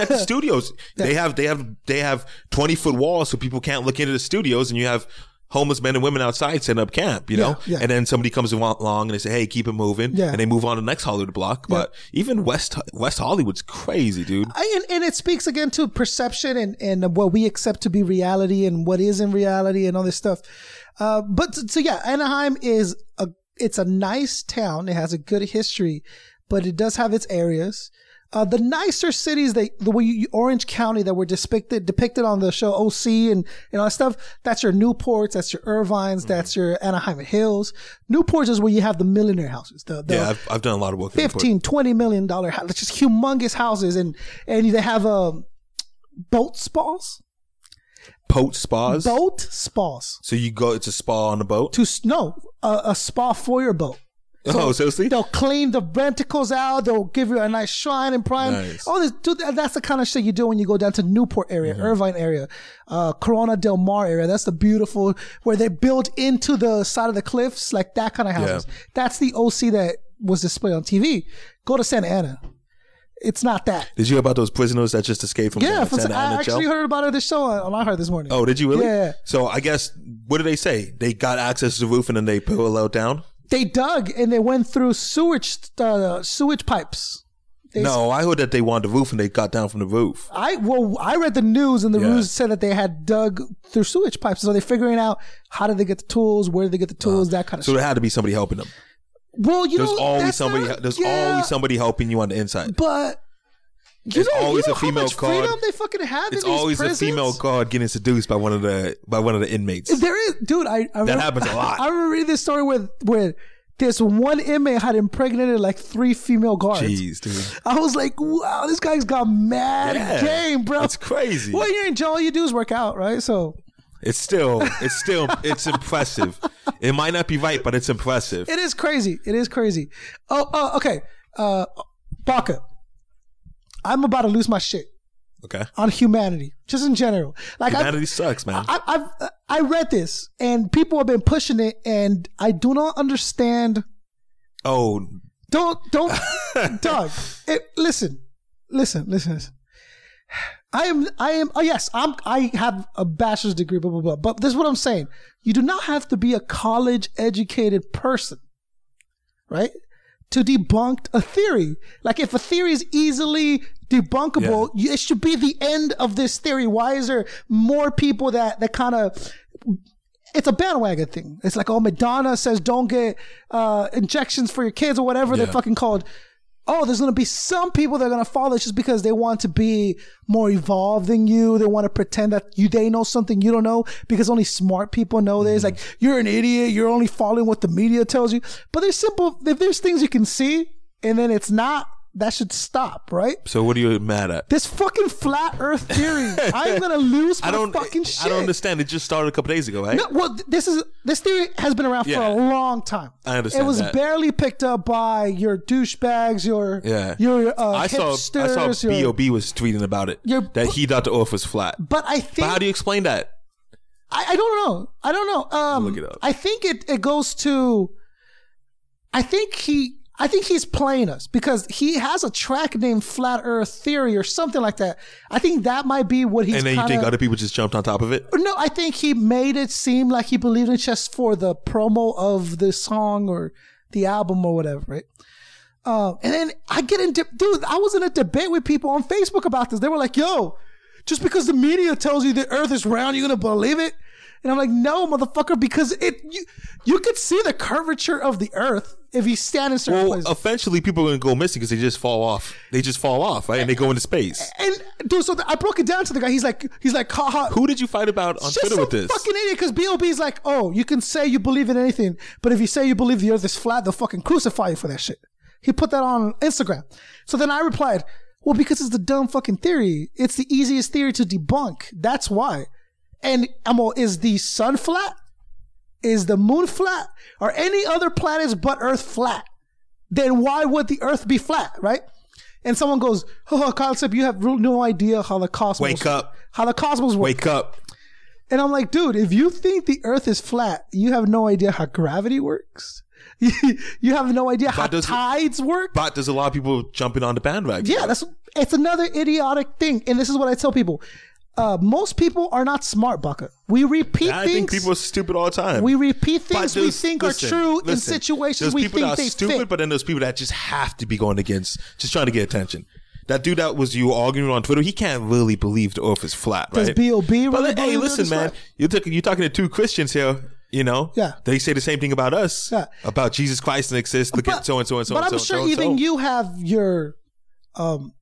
[SPEAKER 4] at the studios, they have they have they have 20 foot walls so people can't look into the studios, and you have homeless men and women outside setting up camp. You know,
[SPEAKER 3] Yeah, yeah.
[SPEAKER 4] and then somebody comes along and they say, "Hey, keep it moving,"
[SPEAKER 3] Yeah.
[SPEAKER 4] and they move on to the next Hollywood block. But even West West Hollywood's crazy, dude.
[SPEAKER 3] I, and, and it speaks again to perception and, and what we accept to be reality and what is in reality and all this stuff. Uh, but so, so yeah, Anaheim is a, it's a nice town. It has a good history, but it does have its areas. Uh, the nicer cities that the way you, Orange County that were depicted depicted on the show OC and, and all that stuff, that's your Newports, that's your Irvines, that's your Anaheim Hills. Newports is where you have the millionaire houses, the, the
[SPEAKER 4] yeah, I've, I've done a lot of work. in Newport.
[SPEAKER 3] 15 20 million dollar house just humongous houses and and they have um boat spas
[SPEAKER 4] boat spas.
[SPEAKER 3] boat spas
[SPEAKER 4] So you go, it's a spa on the boat.
[SPEAKER 3] to s- no a, a spa for your boat
[SPEAKER 4] oh, seriously?
[SPEAKER 3] they'll clean the ventricles out they'll give you a nice shrine and prime
[SPEAKER 4] Nice.
[SPEAKER 3] oh this, dude that- that's the kind of shit you do when you go down to newport area irvine area uh corona del mar area that's the beautiful where they built into the side of the cliffs like that kind of houses that's the oc that was displayed on tv go to santa ana it's not that
[SPEAKER 4] Did you hear about those prisoners that just escaped from
[SPEAKER 3] Yeah,
[SPEAKER 4] the
[SPEAKER 3] from,
[SPEAKER 4] Santa
[SPEAKER 3] I
[SPEAKER 4] Ana jail?
[SPEAKER 3] actually heard about it this show on I heard this morning.
[SPEAKER 4] Oh, did you really?
[SPEAKER 3] Yeah.
[SPEAKER 4] So I guess what did they say? They got access to the roof and then they paralleled down.
[SPEAKER 3] They dug and they went through sewage uh, sewage pipes. They-
[SPEAKER 4] no, I heard that they wanted the roof and they got down from the roof.
[SPEAKER 3] I well, I read the news and the
[SPEAKER 4] Yeah.
[SPEAKER 3] news said that they had dug through sewage pipes. So they're figuring out how did they get the tools, where did they get the tools, that kind of
[SPEAKER 4] Uh-huh. So
[SPEAKER 3] shit.
[SPEAKER 4] there had to be somebody helping them.
[SPEAKER 3] Well, you
[SPEAKER 4] There's
[SPEAKER 3] know,
[SPEAKER 4] always
[SPEAKER 3] that's
[SPEAKER 4] somebody.
[SPEAKER 3] not-
[SPEAKER 4] there's
[SPEAKER 3] yeah,
[SPEAKER 4] always somebody helping you on the inside.
[SPEAKER 3] But you
[SPEAKER 4] There's
[SPEAKER 3] know,
[SPEAKER 4] always
[SPEAKER 3] you know
[SPEAKER 4] a female
[SPEAKER 3] how much
[SPEAKER 4] guard.
[SPEAKER 3] freedom they fucking have
[SPEAKER 4] It's
[SPEAKER 3] in these
[SPEAKER 4] always
[SPEAKER 3] prisons?
[SPEAKER 4] a female guard getting seduced by one of the by one of the inmates.
[SPEAKER 3] There is, dude. I, I remember,
[SPEAKER 4] happens a lot.
[SPEAKER 3] I remember reading this story where where this one inmate had impregnated like three female guards.
[SPEAKER 4] Jeez, dude.
[SPEAKER 3] I was like, wow, this guy's got mad
[SPEAKER 4] Yeah,
[SPEAKER 3] game, bro.
[SPEAKER 4] it's crazy.
[SPEAKER 3] Well, you're in jail, all you do is work out, right? So
[SPEAKER 4] It's still, it's still, it's impressive. It might not be right, but it's impressive.
[SPEAKER 3] it is crazy. It is crazy. Oh, oh okay. Uh, Baka, I'm about to lose my shit.
[SPEAKER 4] Okay.
[SPEAKER 3] on humanity, just in general. Like I've-
[SPEAKER 4] Humanity sucks, man.
[SPEAKER 3] I, I've I read this, and people have been pushing it, and I do not understand.
[SPEAKER 4] oh,
[SPEAKER 3] Don't don't, Doug. It, listen, listen, listen. listen. I am I am. Oh yes, I'm. I have a bachelor's degree. Blah blah blah. But this is what I'm saying. You do not have to be a college educated person, right? To debunk a theory. Like if a theory is easily debunkable, you- it should be the end of this theory. Why is there more people that that kind of it's a bandwagon thing. It's like, oh, Madonna says don't get uh, injections for your kids or whatever they
[SPEAKER 4] Yeah.
[SPEAKER 3] fucking called. Oh, there's gonna be some people that are gonna follow this just because they want to be more evolved than you. They want to pretend that you they know something you don't know because only smart people know
[SPEAKER 4] Mm.
[SPEAKER 3] this. Like you're an idiot. You're only following what the media tells you. But there's simple. If there's things you can see and then it's not, that should stop, right?
[SPEAKER 4] so what are you mad at?
[SPEAKER 3] This fucking flat Earth theory. I'm gonna lose my
[SPEAKER 4] I don't
[SPEAKER 3] fucking shit.
[SPEAKER 4] I don't understand. It just started a couple days ago, right?
[SPEAKER 3] No, well, th- this is this theory has been around
[SPEAKER 4] Yeah.
[SPEAKER 3] for a long time.
[SPEAKER 4] I understand
[SPEAKER 3] It was
[SPEAKER 4] that.
[SPEAKER 3] barely picked up by your douchebags, your
[SPEAKER 4] Yeah.
[SPEAKER 3] your uh,
[SPEAKER 4] I saw
[SPEAKER 3] hipsters.
[SPEAKER 4] I saw
[SPEAKER 3] your-
[SPEAKER 4] B.O.B. was tweeting about it.
[SPEAKER 3] Your-
[SPEAKER 4] that he thought the earth was flat.
[SPEAKER 3] But I think
[SPEAKER 4] how do you explain that?
[SPEAKER 3] I, I don't know. I don't know. Um,
[SPEAKER 4] Look it up.
[SPEAKER 3] I think it, it goes to. I think he. I think he's playing us because he has a track named Flat Earth Theory or something like that. I think that might be what he's.
[SPEAKER 4] and then you
[SPEAKER 3] kinda-
[SPEAKER 4] think other people just jumped on top of it?
[SPEAKER 3] No, I think he made it seem like he believed in it just for the promo of the song or the album or whatever, right? Um, and then I get in, dip dude. I was in a debate with people on Facebook about this. They were like, "Yo, just because the media tells you the Earth is round, you're gonna believe it?" And I'm like, "No, motherfucker, because it you, you could see the curvature of the Earth if you stand in certain
[SPEAKER 4] Well,
[SPEAKER 3] places."
[SPEAKER 4] eventually people are gonna go missing because they just fall off. They just fall off, right? And they go into space.
[SPEAKER 3] and dude, so I broke it down to the guy. He's like, he's like, "Ha ha."
[SPEAKER 4] Who did you fight about on
[SPEAKER 3] just
[SPEAKER 4] Twitter
[SPEAKER 3] some
[SPEAKER 4] with this?
[SPEAKER 3] fucking idiot because Bob is like, oh, you can say you believe in anything, but if you say you believe the earth is flat, they'll fucking crucify you for that shit. He put that on Instagram. So then I replied, well, because it's the dumb fucking theory. It's the easiest theory to debunk. That's why. And I'm all, is the sun flat? Is the moon flat? Are any other planets but Earth flat? Then why would the Earth be flat, right? And someone goes, oh, Kyle Tip, you have no idea how the cosmos
[SPEAKER 4] Wake up.
[SPEAKER 3] how the cosmos works.
[SPEAKER 4] Wake up.
[SPEAKER 3] And I'm like, dude, if you think the earth is flat, you have no idea how gravity works. you have no idea how
[SPEAKER 4] But does-
[SPEAKER 3] tides work.
[SPEAKER 4] But there's a lot of people jumping on the bandwagon.
[SPEAKER 3] Yeah, that's it's another idiotic thing. And this is what I tell people. Uh, most people are not smart, Bucka. We repeat
[SPEAKER 4] I
[SPEAKER 3] things.
[SPEAKER 4] think people are stupid all the time.
[SPEAKER 3] we repeat
[SPEAKER 4] But
[SPEAKER 3] things we
[SPEAKER 4] there's-
[SPEAKER 3] think
[SPEAKER 4] listen,
[SPEAKER 3] are true in
[SPEAKER 4] listen,
[SPEAKER 3] situations
[SPEAKER 4] there's
[SPEAKER 3] we
[SPEAKER 4] people
[SPEAKER 3] think
[SPEAKER 4] that are
[SPEAKER 3] they
[SPEAKER 4] stupid,
[SPEAKER 3] fit.
[SPEAKER 4] but then there's people that just have to be going against, just trying to get attention. That dude that was you arguing on Twitter, he can't really believe the earth is flat,
[SPEAKER 3] Does
[SPEAKER 4] right?
[SPEAKER 3] B.O.B. really
[SPEAKER 4] But
[SPEAKER 3] believe
[SPEAKER 4] hey,
[SPEAKER 3] the Earth
[SPEAKER 4] listen,
[SPEAKER 3] is
[SPEAKER 4] man,
[SPEAKER 3] flat?
[SPEAKER 4] you're, talking you're talking to two Christians here. You know,
[SPEAKER 3] Yeah.
[SPEAKER 4] they say the same thing about us,
[SPEAKER 3] Yeah.
[SPEAKER 4] about Jesus Christ and exists. Look at so and so and so.
[SPEAKER 3] But
[SPEAKER 4] and
[SPEAKER 3] I'm
[SPEAKER 4] so and
[SPEAKER 3] sure
[SPEAKER 4] so and
[SPEAKER 3] even
[SPEAKER 4] so.
[SPEAKER 3] you have your um,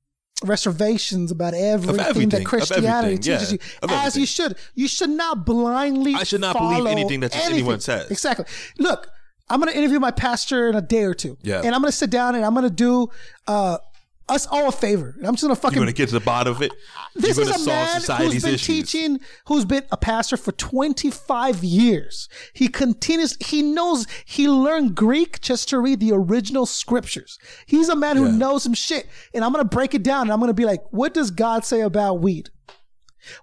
[SPEAKER 3] reservations about everything,
[SPEAKER 4] everything,
[SPEAKER 3] that
[SPEAKER 4] of
[SPEAKER 3] Christianity
[SPEAKER 4] everything, yeah,
[SPEAKER 3] teaches you,
[SPEAKER 4] of
[SPEAKER 3] as
[SPEAKER 4] everything.
[SPEAKER 3] you should. You should not blindly.
[SPEAKER 4] I should not believe
[SPEAKER 3] follow
[SPEAKER 4] anything that just
[SPEAKER 3] anything.
[SPEAKER 4] anyone says.
[SPEAKER 3] Exactly. Look, I'm going to interview my pastor in a day or two.
[SPEAKER 4] Yeah.
[SPEAKER 3] And I'm going to sit down and I'm going to do uh, us all a favor. I'm just going to
[SPEAKER 4] you're
[SPEAKER 3] fucking
[SPEAKER 4] gonna get to the bottom of it.
[SPEAKER 3] this
[SPEAKER 4] you're
[SPEAKER 3] is
[SPEAKER 4] gonna
[SPEAKER 3] a
[SPEAKER 4] solve
[SPEAKER 3] man who's
[SPEAKER 4] society's
[SPEAKER 3] been
[SPEAKER 4] issues.
[SPEAKER 3] teaching, who's been a pastor for 25 years. He continues, he knows, he learned Greek just to read the original scriptures. He's a man who knows some shit. And I'm going to break it down and I'm going to be like, what does God say about weed?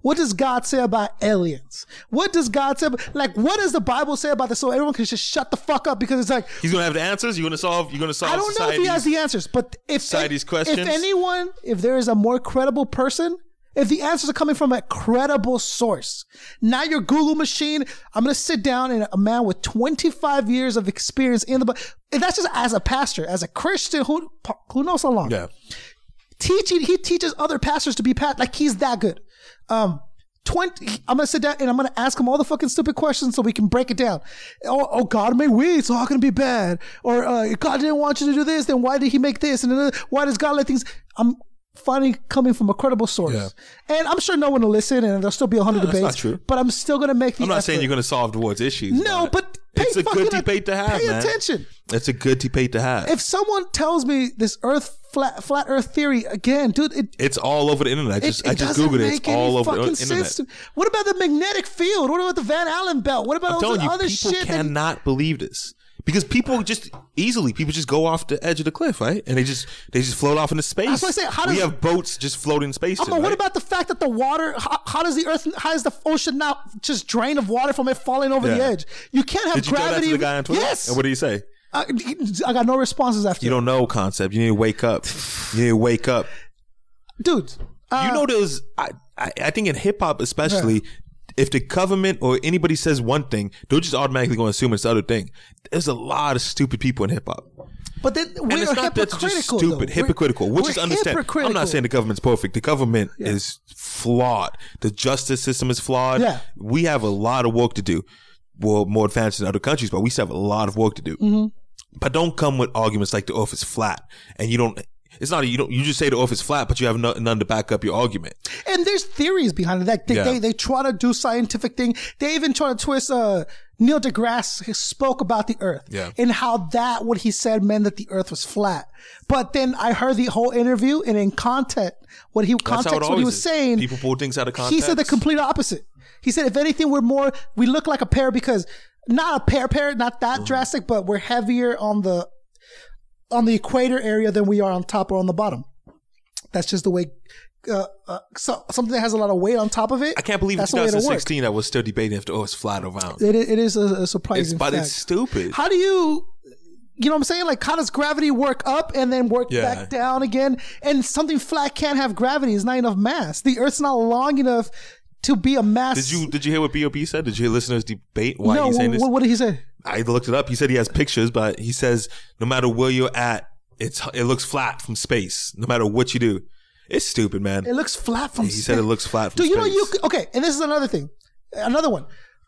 [SPEAKER 3] What does God say about aliens? What does God say? About, like, what does the Bible say about this? So everyone can just shut the fuck up because it's like,
[SPEAKER 4] He's gonna have the answers. You're gonna solve. You're gonna solve.
[SPEAKER 3] I don't know if he
[SPEAKER 4] society's-
[SPEAKER 3] has the answers, but if
[SPEAKER 4] society's
[SPEAKER 3] if,
[SPEAKER 4] questions.
[SPEAKER 3] if anyone, if there is a more credible person, if the answers are coming from a credible source, not your Google machine, I'm gonna sit down and a man with 25 years of experience in the, Bi- and that's just as a pastor, as a Christian who who knows how long
[SPEAKER 4] Yeah,
[SPEAKER 3] teaching he teaches other pastors to be past like he's that good um 20 i'm gonna sit down and i'm gonna ask him all the fucking stupid questions so we can break it down oh, oh god made weed so how can it be bad or uh, if god didn't want you to do this then why did he make this and then, why does god let things i'm finally coming from a credible source
[SPEAKER 4] Yeah.
[SPEAKER 3] and i'm sure no one will listen and there'll still be 100
[SPEAKER 4] No, that's
[SPEAKER 3] debates
[SPEAKER 4] not true.
[SPEAKER 3] but i'm still gonna make the
[SPEAKER 4] I'm not saying
[SPEAKER 3] effort.
[SPEAKER 4] you're gonna solve the world's issues.
[SPEAKER 3] no but pay
[SPEAKER 4] it's a good
[SPEAKER 3] fucking-
[SPEAKER 4] debate to have.
[SPEAKER 3] pay
[SPEAKER 4] man.
[SPEAKER 3] attention
[SPEAKER 4] It's a good debate to have.
[SPEAKER 3] if someone tells me this earth flat flat earth theory again dude it
[SPEAKER 4] it's all over the internet. I just
[SPEAKER 3] it, it
[SPEAKER 4] I just
[SPEAKER 3] doesn't
[SPEAKER 4] googled it.
[SPEAKER 3] make
[SPEAKER 4] It's
[SPEAKER 3] any
[SPEAKER 4] all over the
[SPEAKER 3] fucking
[SPEAKER 4] internet.
[SPEAKER 3] sense to- What about the magnetic field? What about the Van Allen belt? What about
[SPEAKER 4] I'm
[SPEAKER 3] all
[SPEAKER 4] telling
[SPEAKER 3] the
[SPEAKER 4] you,
[SPEAKER 3] other
[SPEAKER 4] people
[SPEAKER 3] shit? that-
[SPEAKER 4] cannot believe this. because people just easily people just go off the edge of the cliff, right? And they just they just float off into space.
[SPEAKER 3] That's what I say, how
[SPEAKER 4] we
[SPEAKER 3] does-
[SPEAKER 4] have boats just floating in space.
[SPEAKER 3] Oh, but what about the fact that the water? How, how does the earth? How does the ocean now just drain of water from it falling over the
[SPEAKER 4] Yeah.
[SPEAKER 3] edge? You can't have
[SPEAKER 4] Did you tell that
[SPEAKER 3] gravity.
[SPEAKER 4] to the guy on Twitter?
[SPEAKER 3] Yes.
[SPEAKER 4] And what did he say?
[SPEAKER 3] I, I got no responses after.
[SPEAKER 4] You don't know concept. You need to wake up. You need to wake up,
[SPEAKER 3] dude. Uh,
[SPEAKER 4] you know, there's I I, I think in hip hop especially. If the government or anybody says one thing, they're just automatically going to assume it's the other thing. There's a lot of stupid people in hip hop.
[SPEAKER 3] But then we're
[SPEAKER 4] and it's not that's
[SPEAKER 3] hypocritical.
[SPEAKER 4] just
[SPEAKER 3] though.
[SPEAKER 4] stupid,
[SPEAKER 3] We're-
[SPEAKER 4] hypocritical, which
[SPEAKER 3] we're
[SPEAKER 4] is understandable. I'm
[SPEAKER 3] hypocritical.
[SPEAKER 4] not saying the government's perfect. The government is flawed. The justice system is flawed.
[SPEAKER 3] Yeah.
[SPEAKER 4] We have a lot of work to do. Well, more advanced than other countries, but we still have a lot of work to do.
[SPEAKER 3] Mhm.
[SPEAKER 4] But don't come with arguments like the earth is flat and you don't. It's not you don't. You just say the earth is flat, but you have no, none to back up your argument.
[SPEAKER 3] And there's theories behind it. Like they,
[SPEAKER 4] Yeah.
[SPEAKER 3] they, they try to do scientific thing. They even try to twist. Uh, Neil deGrasse spoke about the Earth
[SPEAKER 4] Yeah.
[SPEAKER 3] and how that what he said meant that the Earth was flat. But then I heard the whole interview and in content what he
[SPEAKER 4] That's how it
[SPEAKER 3] context what he
[SPEAKER 4] always
[SPEAKER 3] was
[SPEAKER 4] is.
[SPEAKER 3] saying.
[SPEAKER 4] People pull things out of context.
[SPEAKER 3] He said the complete opposite. He said, if anything, we're more, we look like a pair because not a pair, pair, not that
[SPEAKER 4] Mm-hmm.
[SPEAKER 3] drastic, but we're heavier on the, on the equator area than we are on top or on the bottom. That's just the way, uh, uh, so, something that has a lot of weight on top of it.
[SPEAKER 4] I can't believe in
[SPEAKER 3] that's the way it'll work.
[SPEAKER 4] 2016 I was still debating if the earth is flat or round.
[SPEAKER 3] It, i- it is a, a
[SPEAKER 4] It's,
[SPEAKER 3] surprising
[SPEAKER 4] but
[SPEAKER 3] fact.
[SPEAKER 4] it's stupid.
[SPEAKER 3] how do you, you know what I'm saying? Like, how does gravity work up and then work
[SPEAKER 4] Yeah.
[SPEAKER 3] back down again? And something flat can't have gravity. It's not enough mass. The Earth's not long enough to be a mass.
[SPEAKER 4] Did you did you hear what Bob said? Did you hear listeners debate why
[SPEAKER 3] no,
[SPEAKER 4] he's saying
[SPEAKER 3] wh-
[SPEAKER 4] this?
[SPEAKER 3] what, what did he say?
[SPEAKER 4] I looked it up. He said he has pictures, but he says no matter where you're at, it's it looks flat from space. No matter what you do, it's stupid, man.
[SPEAKER 3] It looks flat from
[SPEAKER 4] he said it looks flat from
[SPEAKER 3] Do you know
[SPEAKER 4] space.
[SPEAKER 3] you c- okay? And this is another thing, another one.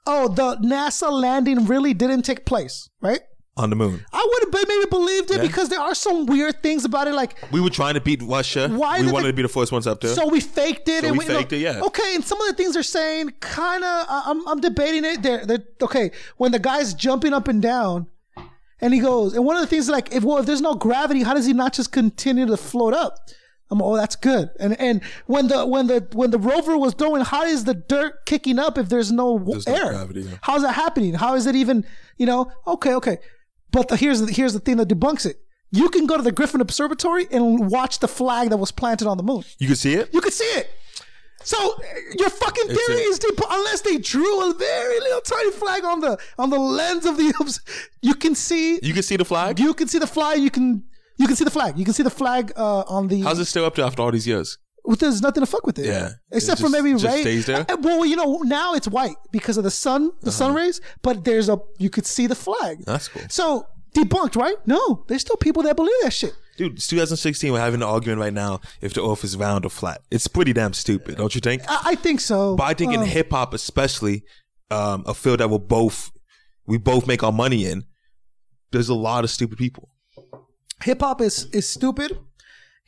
[SPEAKER 3] Oh, the NASA landing really didn't take place, right?
[SPEAKER 4] on the moon.
[SPEAKER 3] I would have be- maybe believed it
[SPEAKER 4] Yeah.
[SPEAKER 3] because there are some weird things about it, like
[SPEAKER 4] We were trying to beat Russia.
[SPEAKER 3] Why
[SPEAKER 4] we
[SPEAKER 3] did
[SPEAKER 4] wanted
[SPEAKER 3] the-
[SPEAKER 4] to be the first ones up there.
[SPEAKER 3] so we faked it.
[SPEAKER 4] So
[SPEAKER 3] and
[SPEAKER 4] we faked it, yeah.
[SPEAKER 3] Okay, and some of the things they're saying, kind of, I'm, I'm debating it. They're, they're okay when the guy's jumping up and down, and he goes, and one of the things like, if well, if there's no gravity, how does he not just continue to float up? I'm oh, that's good. And and when the when the when the rover was going, how is the dirt kicking up if there's no w-
[SPEAKER 4] no
[SPEAKER 3] air?
[SPEAKER 4] gravity, yeah.
[SPEAKER 3] How's that happening? How is it even? You know, okay, okay. But the, here's the, here's the thing that debunks it. You can go to the Griffin Observatory and watch the flag that was planted on the moon.
[SPEAKER 4] you could see it.
[SPEAKER 3] You could see it. So uh, your fucking
[SPEAKER 4] It's
[SPEAKER 3] theory
[SPEAKER 4] a-
[SPEAKER 3] is deep, unless they drew a very little tiny flag on the on the lens of the obs- you can see
[SPEAKER 4] You could see the flag.
[SPEAKER 3] you can see the flag you can you can see the flag you can see the flag uh, on the
[SPEAKER 4] How's it still up there after all these years?
[SPEAKER 3] well, there's nothing to fuck with it
[SPEAKER 4] Yeah.
[SPEAKER 3] except
[SPEAKER 4] It
[SPEAKER 3] for
[SPEAKER 4] just-
[SPEAKER 3] maybe
[SPEAKER 4] just
[SPEAKER 3] ray
[SPEAKER 4] stays there? Uh-huh.
[SPEAKER 3] Uh, well you know now it's white because of the sun the sun rays but there's a you could see the flag
[SPEAKER 4] That's cool,
[SPEAKER 3] so debunked right no there's still people that believe that shit
[SPEAKER 4] dude. It's 2016. We're having an argument right now if the Earth is round or flat. It's pretty damn stupid, don't you think?
[SPEAKER 3] I, I think so
[SPEAKER 4] But I think in
[SPEAKER 3] Um,
[SPEAKER 4] hip hop, especially, um, a field that we both we both make our money in, there's a lot of stupid people.
[SPEAKER 3] hip hop is is stupid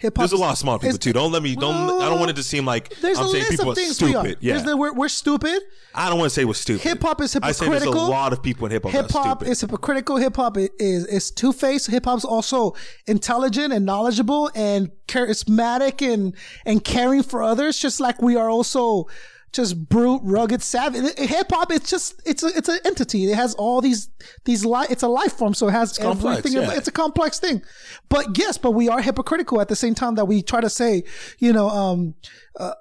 [SPEAKER 3] hip hop
[SPEAKER 4] There's a lot of smart people
[SPEAKER 3] is-
[SPEAKER 4] too. Don't let me. Don't. I don't want it to seem like
[SPEAKER 3] There's
[SPEAKER 4] I'm
[SPEAKER 3] a
[SPEAKER 4] saying
[SPEAKER 3] list
[SPEAKER 4] people
[SPEAKER 3] of things
[SPEAKER 4] are
[SPEAKER 3] we are.
[SPEAKER 4] stupid. Yeah,
[SPEAKER 3] There's the- we're, we're stupid.
[SPEAKER 4] I don't want to say we're stupid.
[SPEAKER 3] Hip hop is
[SPEAKER 4] I say there's a
[SPEAKER 3] hypocritical.
[SPEAKER 4] lot of people in hip hop.
[SPEAKER 3] Hip hop is hypocritical. Hip hop i- is is two faced. Hip hop's also intelligent and knowledgeable and charismatic and and caring for others. Just like we are also just brute, rugged, savage. Hip hop it's just it's a, it's an entity. It has all these these li- It's a life form, so it has
[SPEAKER 4] complex,
[SPEAKER 3] everything.
[SPEAKER 4] yeah.
[SPEAKER 3] It's a complex thing. But yes, but we are hypocritical at the same time that we try to say, you know, um, uh,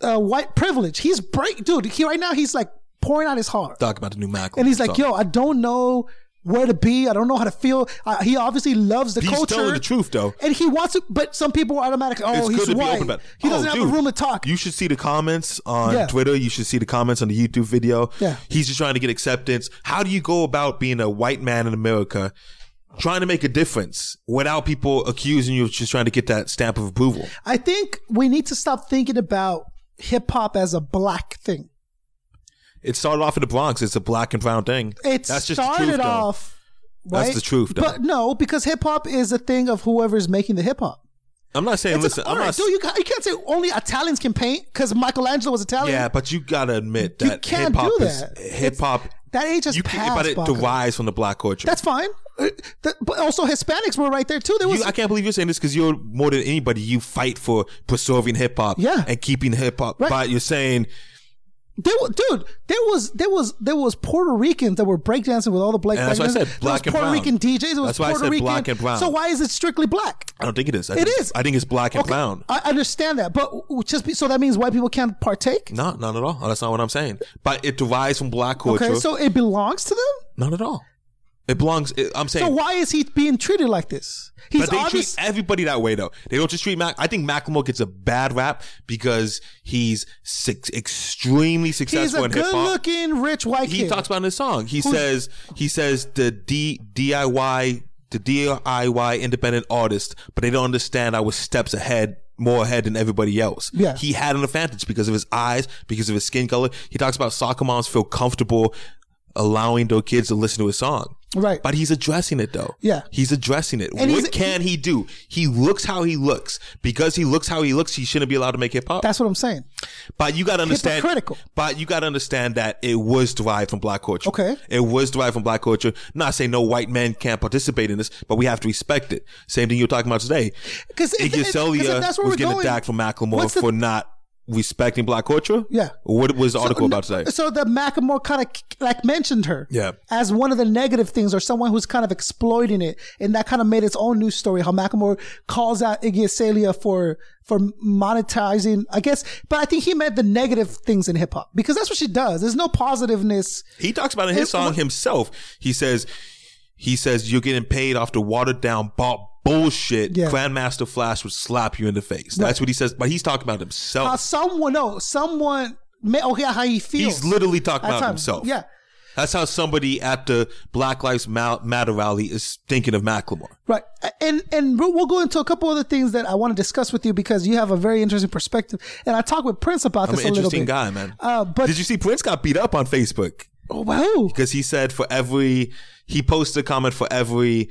[SPEAKER 3] uh, white privilege. He's break, dude. He right now he's like pouring out his heart.
[SPEAKER 4] Talking about the new Mac,
[SPEAKER 3] And he's like, yo, I don't know where to be. I don't know how to feel. I, he obviously loves the
[SPEAKER 4] he's
[SPEAKER 3] culture.
[SPEAKER 4] telling the truth though.
[SPEAKER 3] And he wants to, but some people are automatically, oh,
[SPEAKER 4] it's
[SPEAKER 3] he's
[SPEAKER 4] good to
[SPEAKER 3] white.
[SPEAKER 4] be open about. It.
[SPEAKER 3] He
[SPEAKER 4] Oh,
[SPEAKER 3] doesn't have
[SPEAKER 4] dude,
[SPEAKER 3] a room to talk.
[SPEAKER 4] You should see the comments on
[SPEAKER 3] Yeah.
[SPEAKER 4] Twitter. You should see the comments on the YouTube video.
[SPEAKER 3] Yeah.
[SPEAKER 4] he's just trying to get acceptance. How do you go about being a white man in America? Trying to make a difference without people accusing you of just trying to get that stamp of approval.
[SPEAKER 3] I think we need to stop thinking about hip hop as a black thing.
[SPEAKER 4] It started off in the Bronx. It's a black and brown thing.
[SPEAKER 3] It
[SPEAKER 4] That's just the
[SPEAKER 3] started
[SPEAKER 4] truth, though.
[SPEAKER 3] off. Right?
[SPEAKER 4] That's the truth, though.
[SPEAKER 3] But no, because hip hop is a thing of whoever's making the hip hop.
[SPEAKER 4] I'm not saying.
[SPEAKER 3] It's
[SPEAKER 4] listen,
[SPEAKER 3] an
[SPEAKER 4] I'm
[SPEAKER 3] art,
[SPEAKER 4] not.
[SPEAKER 3] dude. You, ca- you can't say only Italians can paint because Michelangelo was Italian.
[SPEAKER 4] yeah, but you gotta admit
[SPEAKER 3] You
[SPEAKER 4] that
[SPEAKER 3] can't
[SPEAKER 4] hip hop
[SPEAKER 3] do
[SPEAKER 4] is
[SPEAKER 3] that.
[SPEAKER 4] hip hop.
[SPEAKER 3] that age has
[SPEAKER 4] You can't,
[SPEAKER 3] passed.
[SPEAKER 4] but it
[SPEAKER 3] Baco.
[SPEAKER 4] derives from the black culture.
[SPEAKER 3] That's fine. Uh, th- But also Hispanics were right there too. There was
[SPEAKER 4] You, I can't believe you're saying this because you're more than anybody. You fight for preserving hip hop,
[SPEAKER 3] Yeah.
[SPEAKER 4] and keeping hip hop.
[SPEAKER 3] Right.
[SPEAKER 4] But you're saying
[SPEAKER 3] There, wa- dude, there was there was there was Puerto Ricans that were breakdancing with all the black.
[SPEAKER 4] And that's
[SPEAKER 3] breakdancers.
[SPEAKER 4] why I said
[SPEAKER 3] There
[SPEAKER 4] black
[SPEAKER 3] was
[SPEAKER 4] and
[SPEAKER 3] Puerto
[SPEAKER 4] brown.
[SPEAKER 3] Rican DJs. It was
[SPEAKER 4] That's why I
[SPEAKER 3] Puerto
[SPEAKER 4] said
[SPEAKER 3] Rican.
[SPEAKER 4] black and brown.
[SPEAKER 3] So why is it strictly black?
[SPEAKER 4] I don't think it is. I
[SPEAKER 3] It
[SPEAKER 4] think, it's-
[SPEAKER 3] is.
[SPEAKER 4] I think it's black and brown.
[SPEAKER 3] I understand that, but w- just be, so that means white people can't partake.
[SPEAKER 4] No, not at all. That's not what I'm saying. But it derives from black culture.
[SPEAKER 3] Okay, so it belongs to them.
[SPEAKER 4] not at all. It belongs. It, I'm saying.
[SPEAKER 3] So why is he being treated like this? He's
[SPEAKER 4] but they
[SPEAKER 3] obvious.
[SPEAKER 4] treat everybody that way though. They don't just treat Mac. I think Macklemore gets a bad rap because he's six, extremely
[SPEAKER 3] He's
[SPEAKER 4] successful
[SPEAKER 3] a
[SPEAKER 4] in hip hop.
[SPEAKER 3] good-looking rich white
[SPEAKER 4] He
[SPEAKER 3] kid.
[SPEAKER 4] talks about in his song. He
[SPEAKER 3] Who's-
[SPEAKER 4] says he says the D, DIY the DIY independent artist, but they don't understand I was steps ahead, more ahead than everybody else.
[SPEAKER 3] Yeah.
[SPEAKER 4] he had an advantage because of his eyes, because of his skin color. He talks about soccer moms feel comfortable allowing their kids to listen to his song.
[SPEAKER 3] Right.
[SPEAKER 4] But he's addressing it though.
[SPEAKER 3] Yeah.
[SPEAKER 4] He's addressing it.
[SPEAKER 3] And he's-
[SPEAKER 4] what can he do? He looks how he looks. Because he looks how he looks, he shouldn't be allowed to make hip hop.
[SPEAKER 3] That's what I'm saying.
[SPEAKER 4] But you gotta understand
[SPEAKER 3] hypocritical.
[SPEAKER 4] But you gotta understand that it was derived from black culture.
[SPEAKER 3] Okay.
[SPEAKER 4] It was derived from black culture. Not saying no white man can't participate in this, but we have to respect it. Same thing you were talking about today.
[SPEAKER 3] 'Cause if-
[SPEAKER 4] Iggy
[SPEAKER 3] if- 'cause if
[SPEAKER 4] Azalea
[SPEAKER 3] that's where
[SPEAKER 4] was
[SPEAKER 3] we're
[SPEAKER 4] getting
[SPEAKER 3] going,
[SPEAKER 4] attacked from Macklemore
[SPEAKER 3] what's the-
[SPEAKER 4] for not respecting black culture.
[SPEAKER 3] Yeah.
[SPEAKER 4] What was the
[SPEAKER 3] So-
[SPEAKER 4] article about today?
[SPEAKER 3] So the Macklemore kind of like mentioned her,
[SPEAKER 4] Yeah.
[SPEAKER 3] as one of the negative things, or someone who's kind of exploiting it, and that kind of made its own news story. How Macklemore calls out Iggy Azalea for for monetizing, I guess, but I think he meant the negative things in hip hop because that's what she does. There's no positiveness.
[SPEAKER 4] He talks about in his
[SPEAKER 3] It-
[SPEAKER 4] song himself. He says, he says you're getting paid off the watered down bought bullshit.
[SPEAKER 3] Yeah.
[SPEAKER 4] Grandmaster Flash would slap you in the face. That's
[SPEAKER 3] Right.
[SPEAKER 4] what he says. But he's talking about himself.
[SPEAKER 3] How Uh, someone, no, someone. may- Oh yeah, how he feels.
[SPEAKER 4] Oh. he's literally talking
[SPEAKER 3] At
[SPEAKER 4] about
[SPEAKER 3] times.
[SPEAKER 4] himself.
[SPEAKER 3] Yeah,
[SPEAKER 4] That's how somebody at the Black Lives Ma- Matter rally is thinking of Macklemore.
[SPEAKER 3] Right. And and we'll we'll go into a couple other things that I want to discuss with you because you have a very interesting perspective. And I talked with Prince about
[SPEAKER 4] I'm
[SPEAKER 3] this
[SPEAKER 4] an
[SPEAKER 3] a little
[SPEAKER 4] interesting
[SPEAKER 3] bit.
[SPEAKER 4] guy, man.
[SPEAKER 3] Uh, but
[SPEAKER 4] Did you see Prince got beat up on Facebook?
[SPEAKER 3] oh, wow.
[SPEAKER 4] because he said for every he posted a comment for every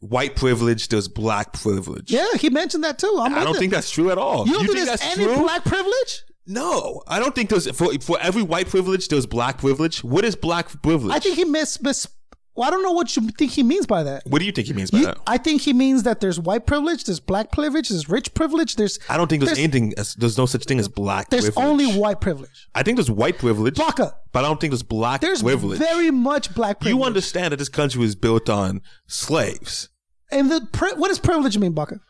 [SPEAKER 4] white privilege there's black privilege.
[SPEAKER 3] Yeah, he mentioned that too. I'm
[SPEAKER 4] I don't
[SPEAKER 3] with it.
[SPEAKER 4] think that's true at all.
[SPEAKER 3] You don't
[SPEAKER 4] You
[SPEAKER 3] think,
[SPEAKER 4] think
[SPEAKER 3] there's
[SPEAKER 4] that's
[SPEAKER 3] any
[SPEAKER 4] true?
[SPEAKER 3] black privilege?
[SPEAKER 4] No, I don't think there's for for every white privilege there's black privilege. What is black privilege?
[SPEAKER 3] I think he mis mis. Well, I don't know what you think he means by that.
[SPEAKER 4] what do you think he means by
[SPEAKER 3] You-
[SPEAKER 4] that?
[SPEAKER 3] I think he means that there's white privilege, there's black privilege, there's rich privilege, there's
[SPEAKER 4] I don't think there's,
[SPEAKER 3] there's-
[SPEAKER 4] anything. As, there's no such thing as black.
[SPEAKER 3] there's
[SPEAKER 4] privilege.
[SPEAKER 3] only white privilege.
[SPEAKER 4] I think there's white privilege,
[SPEAKER 3] Baka.
[SPEAKER 4] but I don't think there's black
[SPEAKER 3] There's
[SPEAKER 4] privilege.
[SPEAKER 3] very much black privilege.
[SPEAKER 4] you understand that this country was built on slaves.
[SPEAKER 3] And the pri- what does privilege mean, Baka?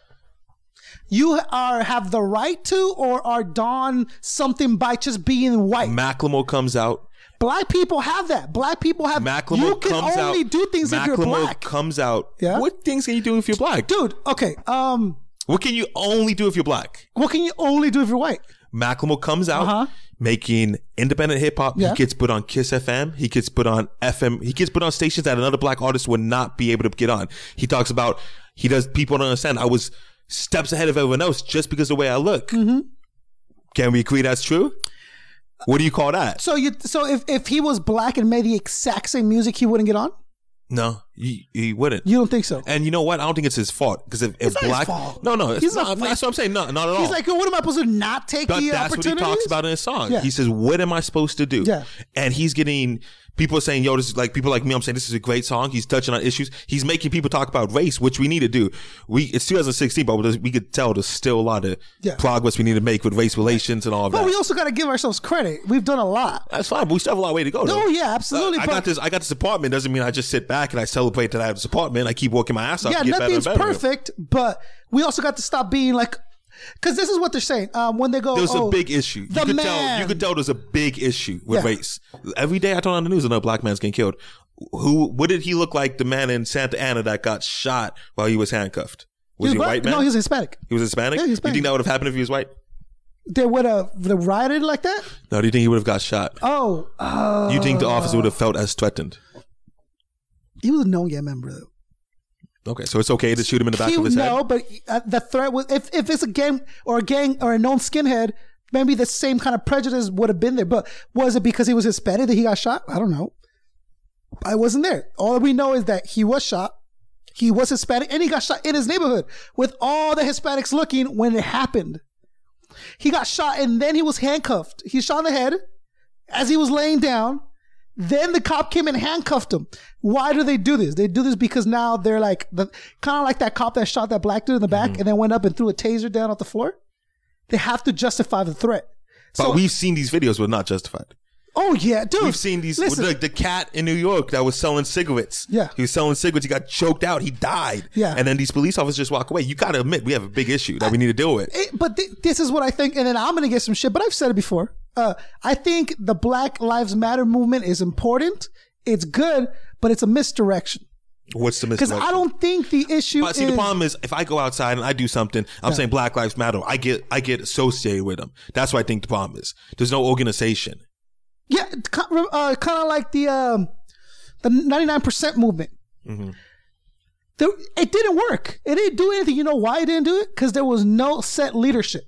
[SPEAKER 3] You are have the right to, or are don something by just being white.
[SPEAKER 4] Macklemore comes out.
[SPEAKER 3] black people have that. Black people have.
[SPEAKER 4] Macklemore
[SPEAKER 3] you can
[SPEAKER 4] comes
[SPEAKER 3] only
[SPEAKER 4] out.
[SPEAKER 3] do things if you're
[SPEAKER 4] Macklemore
[SPEAKER 3] black,
[SPEAKER 4] comes out.
[SPEAKER 3] Yeah.
[SPEAKER 4] What things can you do if you're black?
[SPEAKER 3] dude. Okay. Um,
[SPEAKER 4] What can you only do if you're black?
[SPEAKER 3] what can you only do if you're white?
[SPEAKER 4] Macklemore comes out
[SPEAKER 3] Uh-huh.
[SPEAKER 4] making independent hip hop.
[SPEAKER 3] Yeah.
[SPEAKER 4] He gets put on Kiss FM. He gets put on FM. He gets put on stations that another black artist would not be able to get on. He talks about he does. People don't understand. I was steps ahead of everyone else just because of the way I look.
[SPEAKER 3] Mm-hmm.
[SPEAKER 4] Can we agree that's true? What do you call that?
[SPEAKER 3] So you, so if if he was black and made the exact same music, he wouldn't get on.
[SPEAKER 4] No, he, he wouldn't.
[SPEAKER 3] You don't think so?
[SPEAKER 4] and you know what? I don't think it's his fault because if, if
[SPEAKER 3] It's not his
[SPEAKER 4] black,
[SPEAKER 3] fault.
[SPEAKER 4] no, no, it's
[SPEAKER 3] He's
[SPEAKER 4] not.
[SPEAKER 3] not-
[SPEAKER 4] that's what I'm saying. No, not at all.
[SPEAKER 3] He's like, what am I supposed to not take
[SPEAKER 4] But
[SPEAKER 3] the
[SPEAKER 4] that's what he
[SPEAKER 3] opportunities?
[SPEAKER 4] talks about in his song.
[SPEAKER 3] Yeah.
[SPEAKER 4] He says, "What am I supposed to do?"
[SPEAKER 3] Yeah.
[SPEAKER 4] And he's getting people are saying, "Yo, this is like people like me." I'm saying this is a great song. He's touching on issues. He's making people talk about race, which we need to do. We it's 2016, but we could tell there's still a lot of
[SPEAKER 3] Yeah.
[SPEAKER 4] progress we need to make with race relations and all of
[SPEAKER 3] But
[SPEAKER 4] that.
[SPEAKER 3] we also got to give ourselves credit. We've done a lot.
[SPEAKER 4] that's fine. But we still have a long way to go.
[SPEAKER 3] No,
[SPEAKER 4] though. Uh,
[SPEAKER 3] yeah, absolutely,
[SPEAKER 4] I, I
[SPEAKER 3] but-
[SPEAKER 4] got this. I got this apartment. Doesn't mean I just sit back and I celebrate that I have this apartment. I keep working my ass off.
[SPEAKER 3] yeah,
[SPEAKER 4] to get better and
[SPEAKER 3] nothing's
[SPEAKER 4] better.
[SPEAKER 3] perfect, but we also got to stop being like, because this is what they're saying. Um, when they go,
[SPEAKER 4] There's
[SPEAKER 3] oh,
[SPEAKER 4] a big issue.
[SPEAKER 3] The
[SPEAKER 4] you could
[SPEAKER 3] man.
[SPEAKER 4] tell you could tell there's a big issue with
[SPEAKER 3] Yeah.
[SPEAKER 4] race. Every day I turn on the news another black man's getting killed. Who what did he look like the man in Santa Ana that got shot while he was handcuffed? Was he,
[SPEAKER 3] He's
[SPEAKER 4] a
[SPEAKER 3] black-
[SPEAKER 4] white man?
[SPEAKER 3] No, he's Hispanic.
[SPEAKER 4] he was Hispanic?
[SPEAKER 3] Yeah, he's
[SPEAKER 4] You
[SPEAKER 3] Hispanic.
[SPEAKER 4] think that would have happened if he was white?
[SPEAKER 3] They would have they rioted like that.
[SPEAKER 4] No, do you think he would have got shot?
[SPEAKER 3] Oh, uh,
[SPEAKER 4] you think the officer would have felt as threatened?
[SPEAKER 3] he was a known gang member though.
[SPEAKER 4] Okay, so it's okay to shoot him in the back
[SPEAKER 3] He-
[SPEAKER 4] of his
[SPEAKER 3] no,
[SPEAKER 4] head.
[SPEAKER 3] but uh, the threat was if, if it's a gang or a gang or a known skinhead, maybe the same kind of prejudice would have been there. But was it because he was Hispanic that he got shot? I don't know. I wasn't there. All we know is that he was shot. He was Hispanic and he got shot in his neighborhood with all the Hispanics looking when it happened. He got shot and then he was handcuffed. He shot in the head as he was laying down. Then the cop came and handcuffed him. Why do they do this? They do this because now they're like the kind of like that cop that shot
[SPEAKER 4] Mm-hmm.
[SPEAKER 3] that black dude in the back and then went up and threw a taser down off the floor. They have to justify the threat.
[SPEAKER 4] But we've seen these videos were not justified.
[SPEAKER 3] Oh yeah, dude.
[SPEAKER 4] We've seen these
[SPEAKER 3] Listen.
[SPEAKER 4] the, the cat in New York that was selling cigarettes.
[SPEAKER 3] Yeah.
[SPEAKER 4] He was selling cigarettes, he got choked out, he died.
[SPEAKER 3] Yeah.
[SPEAKER 4] And then these police officers just walk away. You gotta admit we have a big issue that we need to deal with.
[SPEAKER 3] it- but thi- this is what I think, and then I'm gonna get some shit. But I've said it before. Uh, I think the Black Lives Matter movement is important. It's good, but it's a misdirection
[SPEAKER 4] What's the
[SPEAKER 3] because
[SPEAKER 4] misdirection?
[SPEAKER 3] I don't think the issue
[SPEAKER 4] But see,
[SPEAKER 3] is.
[SPEAKER 4] the problem is if I go outside and I do something, I'm saying Black Lives Matter. I get I get associated with them. That's what I think the problem is. There's no organization.
[SPEAKER 3] yeah, kind uh, kind of like the um, the 99% movement.
[SPEAKER 4] Mm-hmm.
[SPEAKER 3] There, it didn't work. It didn't do anything. You know why it didn't do it? Because there was no set leadership.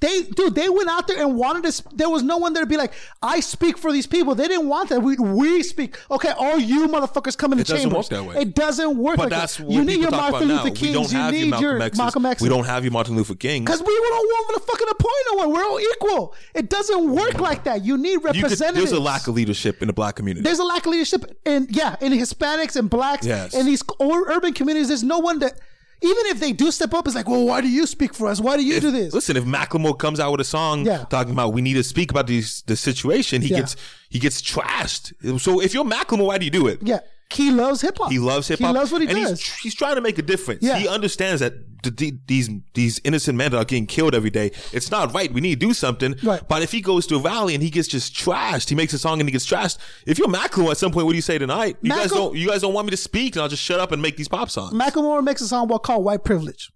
[SPEAKER 3] They, dude, they went out there and wanted to. sp- There was no one there to be like, I speak for these people. They didn't want that. We we speak. Okay, all you motherfuckers come in
[SPEAKER 4] It
[SPEAKER 3] the
[SPEAKER 4] doesn't
[SPEAKER 3] chamber.
[SPEAKER 4] work that way.
[SPEAKER 3] It doesn't work. like
[SPEAKER 4] But that's
[SPEAKER 3] that.
[SPEAKER 4] what
[SPEAKER 3] you need
[SPEAKER 4] people
[SPEAKER 3] your
[SPEAKER 4] talk
[SPEAKER 3] Martin
[SPEAKER 4] about
[SPEAKER 3] Luther
[SPEAKER 4] now.
[SPEAKER 3] Kings.
[SPEAKER 4] We don't
[SPEAKER 3] you
[SPEAKER 4] have
[SPEAKER 3] need
[SPEAKER 4] your Malcolm
[SPEAKER 3] your
[SPEAKER 4] X's.
[SPEAKER 3] Malcolm X's.
[SPEAKER 4] We don't have your Martin Luther King.
[SPEAKER 3] Because we don't want to fucking appoint no one. We're all equal. It doesn't work like that. You need
[SPEAKER 4] Mm-hmm. You could-
[SPEAKER 3] representatives.
[SPEAKER 4] there's a lack of leadership in the black community.
[SPEAKER 3] There's a lack of leadership in yeah in Hispanics and blacks
[SPEAKER 4] Yes.
[SPEAKER 3] in these or urban communities. There's no one that even if they do step up, it's like, well, why do you speak for us? Why do you do this?
[SPEAKER 4] Listen, if Macklemore comes out with a song
[SPEAKER 3] Yeah.
[SPEAKER 4] talking about we need to speak about these the situation, he
[SPEAKER 3] Yeah.
[SPEAKER 4] gets he gets trashed. So if you're Macklemore, why do you do it?
[SPEAKER 3] Yeah, he loves hip hop.
[SPEAKER 4] He loves hip
[SPEAKER 3] He
[SPEAKER 4] hop.
[SPEAKER 3] loves what he
[SPEAKER 4] and
[SPEAKER 3] does.
[SPEAKER 4] He's, tr- he's trying to make a difference.
[SPEAKER 3] Yeah.
[SPEAKER 4] He understands that th- th- these these innocent men that are getting killed every day. It's not right. We need to do something.
[SPEAKER 3] Right.
[SPEAKER 4] But if he goes to a rally and he gets just trashed, he makes a song and he gets trashed. If you're Macklemore, at some point, what do you say tonight? You guys
[SPEAKER 3] Mackle-
[SPEAKER 4] don't you guys don't want me to speak, and I'll just shut up and make these pop songs.
[SPEAKER 3] Macklemore makes a song called "White Privilege."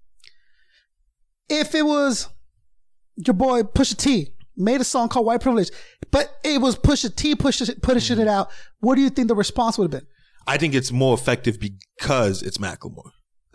[SPEAKER 3] If it was your boy Pusha T made a song called "White Privilege," but it was Pusha T pushing pushing
[SPEAKER 4] Mm-hmm.
[SPEAKER 3] it out, what do you think the response would have been?
[SPEAKER 4] I think it's more effective because it's Macklemore.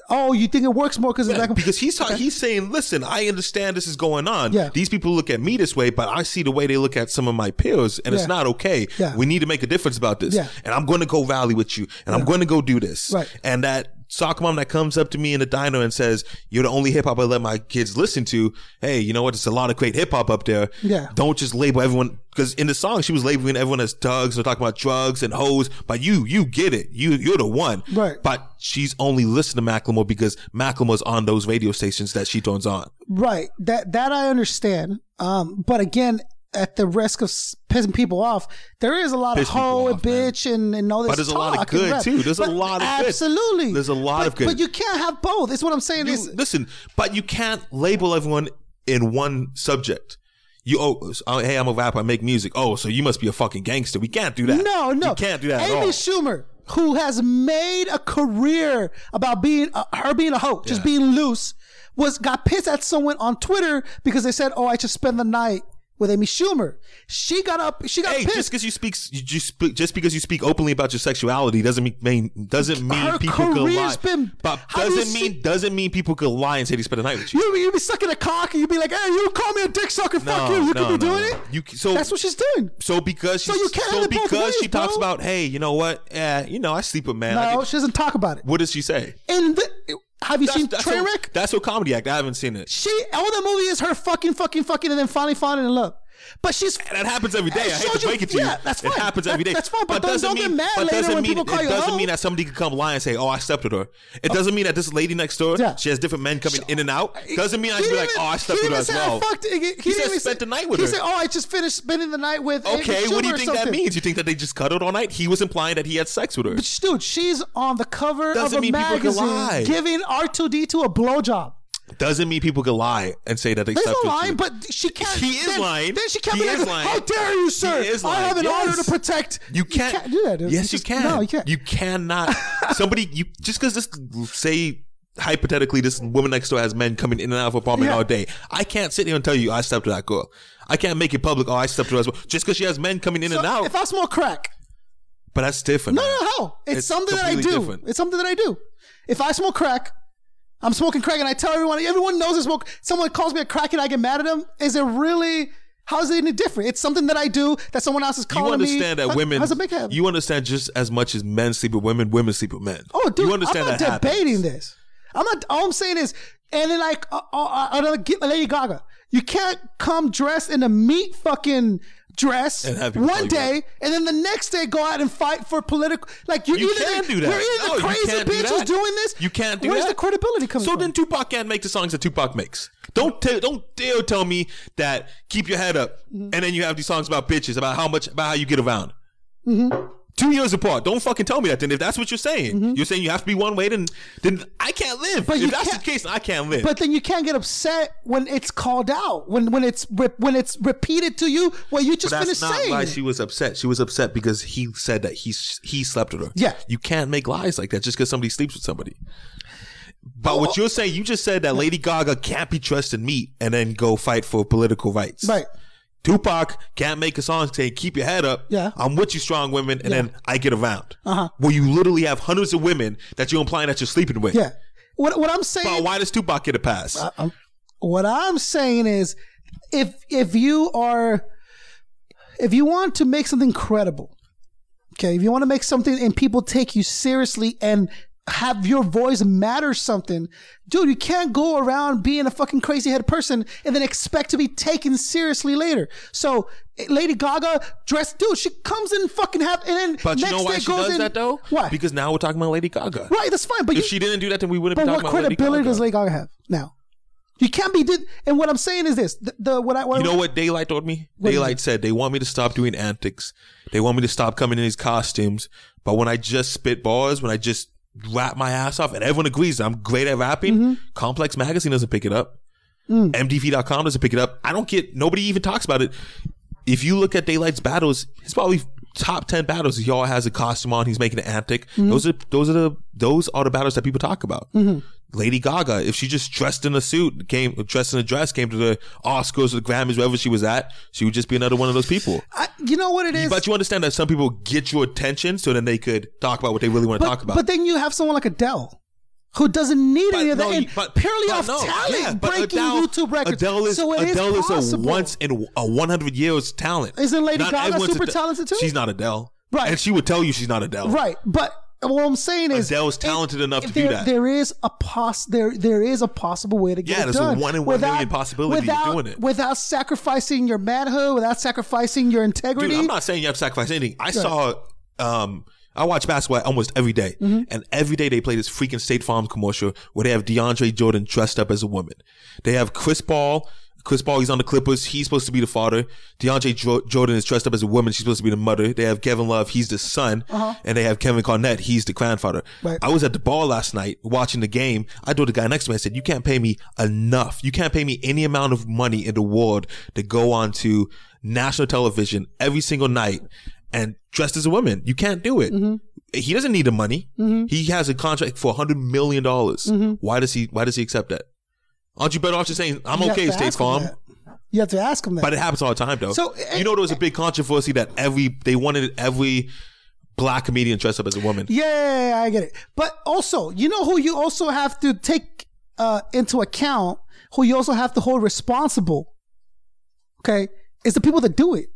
[SPEAKER 3] Oh, you think it works more because it's like
[SPEAKER 4] because he's ta- he's saying, listen, I understand this is going on.
[SPEAKER 3] Yeah.
[SPEAKER 4] These people look at me this way, but I see the way they look at some of my peers, and
[SPEAKER 3] Yeah.
[SPEAKER 4] it's not okay.
[SPEAKER 3] Yeah.
[SPEAKER 4] We need to make a difference about this.
[SPEAKER 3] Yeah.
[SPEAKER 4] And I'm going to go rally with you, and I'm going to go do this.
[SPEAKER 3] Right.
[SPEAKER 4] And that soccer mom that comes up to me in the diner and says, "You're the only hip hop I let my kids listen to." Hey, you know what? There's a lot of great hip hop up there.
[SPEAKER 3] Yeah.
[SPEAKER 4] Don't just label everyone because in the song she was labeling everyone as thugs. They're talking about drugs and hoes, but you, you get it. You, you're the one.
[SPEAKER 3] Right.
[SPEAKER 4] But she's only listening to Macklemore because Macklemore's on those radio stations that she turns on.
[SPEAKER 3] Right. That that I understand. Um, but again, at the risk of s- pissing people off, there is a lot
[SPEAKER 4] Piss
[SPEAKER 3] of
[SPEAKER 4] people
[SPEAKER 3] hoe and bitch and, and all this.
[SPEAKER 4] But there's a lot of
[SPEAKER 3] talk and
[SPEAKER 4] good,
[SPEAKER 3] rap.
[SPEAKER 4] too. There's a
[SPEAKER 3] But
[SPEAKER 4] lot of good.
[SPEAKER 3] absolutely.
[SPEAKER 4] There's a lot
[SPEAKER 3] But-
[SPEAKER 4] of good.
[SPEAKER 3] But you can't have both. It's what I'm saying.
[SPEAKER 4] You-
[SPEAKER 3] is
[SPEAKER 4] listen, but you can't label everyone in one subject. You oh, so, oh, hey, I'm a rapper. I make music. Oh, so you must be a fucking gangster. We can't do that.
[SPEAKER 3] no, no,
[SPEAKER 4] you can't do that
[SPEAKER 3] Amy
[SPEAKER 4] at all.
[SPEAKER 3] Schumer, who has made a career about being uh, her being a hoe, just
[SPEAKER 4] Yeah.
[SPEAKER 3] being loose, was got pissed at someone on Twitter because they said, "Oh, I just spent the night." With Amy Schumer, she got up. She got
[SPEAKER 4] Hey,
[SPEAKER 3] pissed.
[SPEAKER 4] just because you speak, you just speak, just because you speak openly about your sexuality doesn't mean- mean doesn't mean
[SPEAKER 3] Her
[SPEAKER 4] people could lie.
[SPEAKER 3] career's been-
[SPEAKER 4] but
[SPEAKER 3] How do you
[SPEAKER 4] doesn't mean
[SPEAKER 3] see-
[SPEAKER 4] doesn't mean people could lie and say they spent the night with you.
[SPEAKER 3] You you be sucking a cock and you be like, "Hey, you call me a dick sucker? Fuck
[SPEAKER 4] No,
[SPEAKER 3] you! You
[SPEAKER 4] no,
[SPEAKER 3] could be
[SPEAKER 4] no,
[SPEAKER 3] doing
[SPEAKER 4] no.
[SPEAKER 3] it."
[SPEAKER 4] You c- so-
[SPEAKER 3] that's what she's doing.
[SPEAKER 4] So because she,
[SPEAKER 3] So
[SPEAKER 4] so,
[SPEAKER 3] you can't have it both
[SPEAKER 4] because
[SPEAKER 3] ways,
[SPEAKER 4] she
[SPEAKER 3] bro.
[SPEAKER 4] talks about, hey, you know what? Eh, you know, I sleep with man. I
[SPEAKER 3] No,
[SPEAKER 4] did-
[SPEAKER 3] she doesn't talk about it.
[SPEAKER 4] what does she say?
[SPEAKER 3] And the, have you seen
[SPEAKER 4] that's
[SPEAKER 3] Trainwreck?
[SPEAKER 4] her- that's her comedy act. I haven't seen it.
[SPEAKER 3] she all the movie is her fucking, fucking, fucking, and then finally falling in love. But she's
[SPEAKER 4] That happens every day. I hate
[SPEAKER 3] showed
[SPEAKER 4] to
[SPEAKER 3] you-
[SPEAKER 4] make it to you.
[SPEAKER 3] yeah, that's
[SPEAKER 4] It
[SPEAKER 3] fine.
[SPEAKER 4] happens every
[SPEAKER 3] That-
[SPEAKER 4] day.
[SPEAKER 3] that's fine, but don't-
[SPEAKER 4] doesn't
[SPEAKER 3] don't get
[SPEAKER 4] mean-
[SPEAKER 3] mad
[SPEAKER 4] but
[SPEAKER 3] later
[SPEAKER 4] doesn't
[SPEAKER 3] when
[SPEAKER 4] mean-
[SPEAKER 3] people call
[SPEAKER 4] It
[SPEAKER 3] you
[SPEAKER 4] doesn't
[SPEAKER 3] hoe.
[SPEAKER 4] mean that somebody could come lie and say, "Oh, I slept with her." It doesn't mean that this lady next door,
[SPEAKER 3] Yeah.
[SPEAKER 4] she has different men coming in and out. Doesn't mean I
[SPEAKER 3] He
[SPEAKER 4] should be
[SPEAKER 3] didn't
[SPEAKER 4] like,
[SPEAKER 3] even-
[SPEAKER 4] "Oh, I slept
[SPEAKER 3] he
[SPEAKER 4] with
[SPEAKER 3] didn't
[SPEAKER 4] her as
[SPEAKER 3] even say,
[SPEAKER 4] well."
[SPEAKER 3] I fucked, he, he
[SPEAKER 4] He
[SPEAKER 3] didn't
[SPEAKER 4] said
[SPEAKER 3] even
[SPEAKER 4] spent
[SPEAKER 3] say-
[SPEAKER 4] the night with
[SPEAKER 3] he
[SPEAKER 4] her.
[SPEAKER 3] said, "Oh, I just finished spending the night with." Amy
[SPEAKER 4] Okay, what
[SPEAKER 3] Schumer
[SPEAKER 4] do you
[SPEAKER 3] or
[SPEAKER 4] think that
[SPEAKER 3] something."
[SPEAKER 4] means? You think that they just cuddled all night? He was implying that he had sex with her.
[SPEAKER 3] But sh- dude, she's on the cover of
[SPEAKER 4] Doesn't
[SPEAKER 3] a
[SPEAKER 4] mean people can lie.
[SPEAKER 3] magazine giving R two D two a blowjob.
[SPEAKER 4] Doesn't mean people could lie and say that they
[SPEAKER 3] There's
[SPEAKER 4] slept
[SPEAKER 3] no
[SPEAKER 4] with
[SPEAKER 3] lying,
[SPEAKER 4] you.
[SPEAKER 3] but she can't.
[SPEAKER 4] He is
[SPEAKER 3] then,
[SPEAKER 4] lying.
[SPEAKER 3] Then she can't
[SPEAKER 4] He
[SPEAKER 3] be
[SPEAKER 4] is
[SPEAKER 3] like,
[SPEAKER 4] lying.
[SPEAKER 3] "How dare you, sir?
[SPEAKER 4] He is
[SPEAKER 3] I
[SPEAKER 4] lying.
[SPEAKER 3] have an
[SPEAKER 4] Yes.
[SPEAKER 3] honor to protect."
[SPEAKER 4] You can't,
[SPEAKER 3] you can't do that. Dude.
[SPEAKER 4] Yes, you
[SPEAKER 3] just-
[SPEAKER 4] can.
[SPEAKER 3] No, you can't.
[SPEAKER 4] cannot. Somebody, you just because this say hypothetically, this woman next door has men coming in and out of her apartment
[SPEAKER 3] Yeah.
[SPEAKER 4] all day. I can't sit here and tell you I slept with that girl. I can't make it public. Oh, I slept with her as well. Just because she has men coming in
[SPEAKER 3] So
[SPEAKER 4] and out,
[SPEAKER 3] If I smoke crack,
[SPEAKER 4] but that's different.
[SPEAKER 3] no,
[SPEAKER 4] man.
[SPEAKER 3] no, how? It's,
[SPEAKER 4] It's
[SPEAKER 3] something that I do.
[SPEAKER 4] completely different.
[SPEAKER 3] It's something that I do. If I smoke crack, I'm smoking crack, and I tell everyone. Everyone knows I smoke. Someone calls me a crack, and I get mad at them. Is it really? How is it any different? It's something that I do that someone else is calling
[SPEAKER 4] You
[SPEAKER 3] me.
[SPEAKER 4] understand that
[SPEAKER 3] How-
[SPEAKER 4] women,
[SPEAKER 3] How's it make it?
[SPEAKER 4] you understand just as much as men sleep with women, women sleep with men.
[SPEAKER 3] Oh, dude,
[SPEAKER 4] you understand
[SPEAKER 3] I'm not
[SPEAKER 4] that happens.
[SPEAKER 3] debating this. I'm not. All I'm saying is, And then like uh, uh, another get Lady Gaga, you can't come dressed in a meat fucking dress
[SPEAKER 4] And have people call
[SPEAKER 3] one
[SPEAKER 4] you
[SPEAKER 3] day and then the next day go out and fight for political like you're
[SPEAKER 4] You
[SPEAKER 3] either
[SPEAKER 4] can't
[SPEAKER 3] the-
[SPEAKER 4] do that.
[SPEAKER 3] You're either
[SPEAKER 4] No,
[SPEAKER 3] the
[SPEAKER 4] you
[SPEAKER 3] crazy
[SPEAKER 4] can't do
[SPEAKER 3] bitch
[SPEAKER 4] that.
[SPEAKER 3] who's doing this.
[SPEAKER 4] You can't do
[SPEAKER 3] Where's
[SPEAKER 4] that.
[SPEAKER 3] the credibility coming
[SPEAKER 4] so
[SPEAKER 3] from?
[SPEAKER 4] then Tupac can't make the songs that Tupac makes. Don't tell, don't dare tell me that keep your head up,
[SPEAKER 3] Mm-hmm.
[SPEAKER 4] and then you have these songs about bitches, about how much, about how you get around.
[SPEAKER 3] Mm-hmm.
[SPEAKER 4] Two years apart. Don't fucking tell me that. Then if that's what you're saying, you're saying you have to be one way. Then, then I can't live.
[SPEAKER 3] But you
[SPEAKER 4] if that's
[SPEAKER 3] can't-
[SPEAKER 4] the case, then I can't live.
[SPEAKER 3] But then you can't get upset when it's called out, when when it's re- when it's repeated to you, what you just
[SPEAKER 4] But
[SPEAKER 3] finished
[SPEAKER 4] that's not
[SPEAKER 3] saying.
[SPEAKER 4] why
[SPEAKER 3] it.
[SPEAKER 4] she was upset. She was upset because he said that he he slept with her.
[SPEAKER 3] Yeah.
[SPEAKER 4] you can't make lies like that just because somebody sleeps with somebody. But
[SPEAKER 3] uh,
[SPEAKER 4] what you're saying, you just said that Lady Gaga can't be trusted meat and then go fight for political rights.
[SPEAKER 3] Right.
[SPEAKER 4] Tupac can't make a song saying "Keep your head up."
[SPEAKER 3] Yeah.
[SPEAKER 4] I'm with you, strong women, and
[SPEAKER 3] Yeah.
[SPEAKER 4] then I get around.
[SPEAKER 3] Uh-huh.
[SPEAKER 4] Where you literally have hundreds of women that you're implying that you're sleeping with.
[SPEAKER 3] Yeah. Uh, um, What what I'm
[SPEAKER 4] But
[SPEAKER 3] saying
[SPEAKER 4] why does Tupac get a pass?
[SPEAKER 3] what I'm saying is if if you are if you want to make something credible, okay, if you want to make something and people take you seriously and have your voice matter something, dude, you can't go around being a fucking crazy head person and then expect to be taken seriously later. So eh, Lady Gaga dressed dude, she comes in fucking have and then
[SPEAKER 4] but you
[SPEAKER 3] next
[SPEAKER 4] know why
[SPEAKER 3] day
[SPEAKER 4] she
[SPEAKER 3] goes
[SPEAKER 4] does
[SPEAKER 3] in,
[SPEAKER 4] that though?
[SPEAKER 3] Why?
[SPEAKER 4] Because now we're talking about Lady Gaga.
[SPEAKER 3] right, that's fine, but
[SPEAKER 4] if
[SPEAKER 3] you,
[SPEAKER 4] she didn't do that, then we wouldn't
[SPEAKER 3] but
[SPEAKER 4] be
[SPEAKER 3] what
[SPEAKER 4] talking about Lady
[SPEAKER 3] credibility
[SPEAKER 4] Gaga.
[SPEAKER 3] does Lady Gaga have now? You can't be did, and what I'm saying is this: the, the what I what
[SPEAKER 4] You
[SPEAKER 3] I-
[SPEAKER 4] know what Daylight told me?
[SPEAKER 3] What is
[SPEAKER 4] Daylight said they want me to stop doing antics. They want me to stop coming in these costumes. But when I just spit bars, when I just rap my ass off, and everyone agrees that I'm great at rapping,
[SPEAKER 3] Mm-hmm.
[SPEAKER 4] Complex Magazine doesn't pick it up. MDV.com doesn't pick it up. I don't get, nobody even talks about it. If you look at Daylight's battles, it's probably top 10 battles. He all has a costume on. He's making an antic.
[SPEAKER 3] Mm-hmm.
[SPEAKER 4] Those are, those are the, those are the battles that people talk about. Lady Gaga, if she just dressed in a suit, came dressed in a dress, came to the Oscars or the Grammys, wherever she was at, she would just be another one of those people.
[SPEAKER 3] I, you know what it is.
[SPEAKER 4] But you understand that some people get your attention so then they could talk about what they really want to
[SPEAKER 3] but,
[SPEAKER 4] talk about.
[SPEAKER 3] but then you have someone like Adele, who doesn't need any of that,
[SPEAKER 4] no,
[SPEAKER 3] and
[SPEAKER 4] you- but-
[SPEAKER 3] purely
[SPEAKER 4] but
[SPEAKER 3] off
[SPEAKER 4] no.
[SPEAKER 3] talent,
[SPEAKER 4] Yeah, but
[SPEAKER 3] breaking
[SPEAKER 4] Adele-
[SPEAKER 3] YouTube records.
[SPEAKER 4] Adele is,
[SPEAKER 3] so it is
[SPEAKER 4] Adele is, a
[SPEAKER 3] possible.
[SPEAKER 4] once in a 100 years talent.
[SPEAKER 3] Isn't Lady
[SPEAKER 4] Not
[SPEAKER 3] Gaga
[SPEAKER 4] everyone's
[SPEAKER 3] super talented too?
[SPEAKER 4] She's not Adele.
[SPEAKER 3] Right.
[SPEAKER 4] And she would tell you she's not Adele.
[SPEAKER 3] right, but what I'm saying is
[SPEAKER 4] Adele's talented enough to
[SPEAKER 3] there,
[SPEAKER 4] do that.
[SPEAKER 3] There is a pos- there there is a possible way to get
[SPEAKER 4] Yeah,
[SPEAKER 3] it
[SPEAKER 4] there's a
[SPEAKER 3] done.
[SPEAKER 4] one in one
[SPEAKER 3] without-
[SPEAKER 4] million possibility of
[SPEAKER 3] without,
[SPEAKER 4] doing it.
[SPEAKER 3] without sacrificing your manhood, without sacrificing your integrity.
[SPEAKER 4] Dude, I'm not saying you have to sacrifice anything. I saw, um, I watch basketball almost every day.
[SPEAKER 3] Mm-hmm.
[SPEAKER 4] and every day they play this freaking State Farm commercial where they have DeAndre Jordan dressed up as a woman. They have Chris Paul. Chris Paul, he's on the Clippers. He's supposed to be the father. DeAndre jo- Jordan is dressed up as a woman. She's supposed to be the mother. They have Kevin Love. He's the son. And they have Kevin Garnett. He's the grandfather.
[SPEAKER 3] Uh-huh. Right.
[SPEAKER 4] I was at the bar last night watching the game. I told the guy next to me, I said, you can't pay me enough. You can't pay me any amount of money in the world to go on to national television every single night and dressed as a woman. You can't do it.
[SPEAKER 3] Mm-hmm.
[SPEAKER 4] He doesn't need the money. He has a contract for hundred million dollars.
[SPEAKER 3] Mm-hmm.
[SPEAKER 4] Why does he? Why does he accept that? Aren't you better off just saying I'm
[SPEAKER 3] You have
[SPEAKER 4] okay,
[SPEAKER 3] to
[SPEAKER 4] State
[SPEAKER 3] ask him
[SPEAKER 4] Farm?
[SPEAKER 3] that. You have to ask him that.
[SPEAKER 4] But it happens all the time, though.
[SPEAKER 3] So, eh,
[SPEAKER 4] you know, there was a big controversy that every they wanted every black comedian dressed up as a woman.
[SPEAKER 3] Yeah, I get it. But also, you know who you also have to take uh, into account, who you also have to hold responsible. Okay, is the people that do it.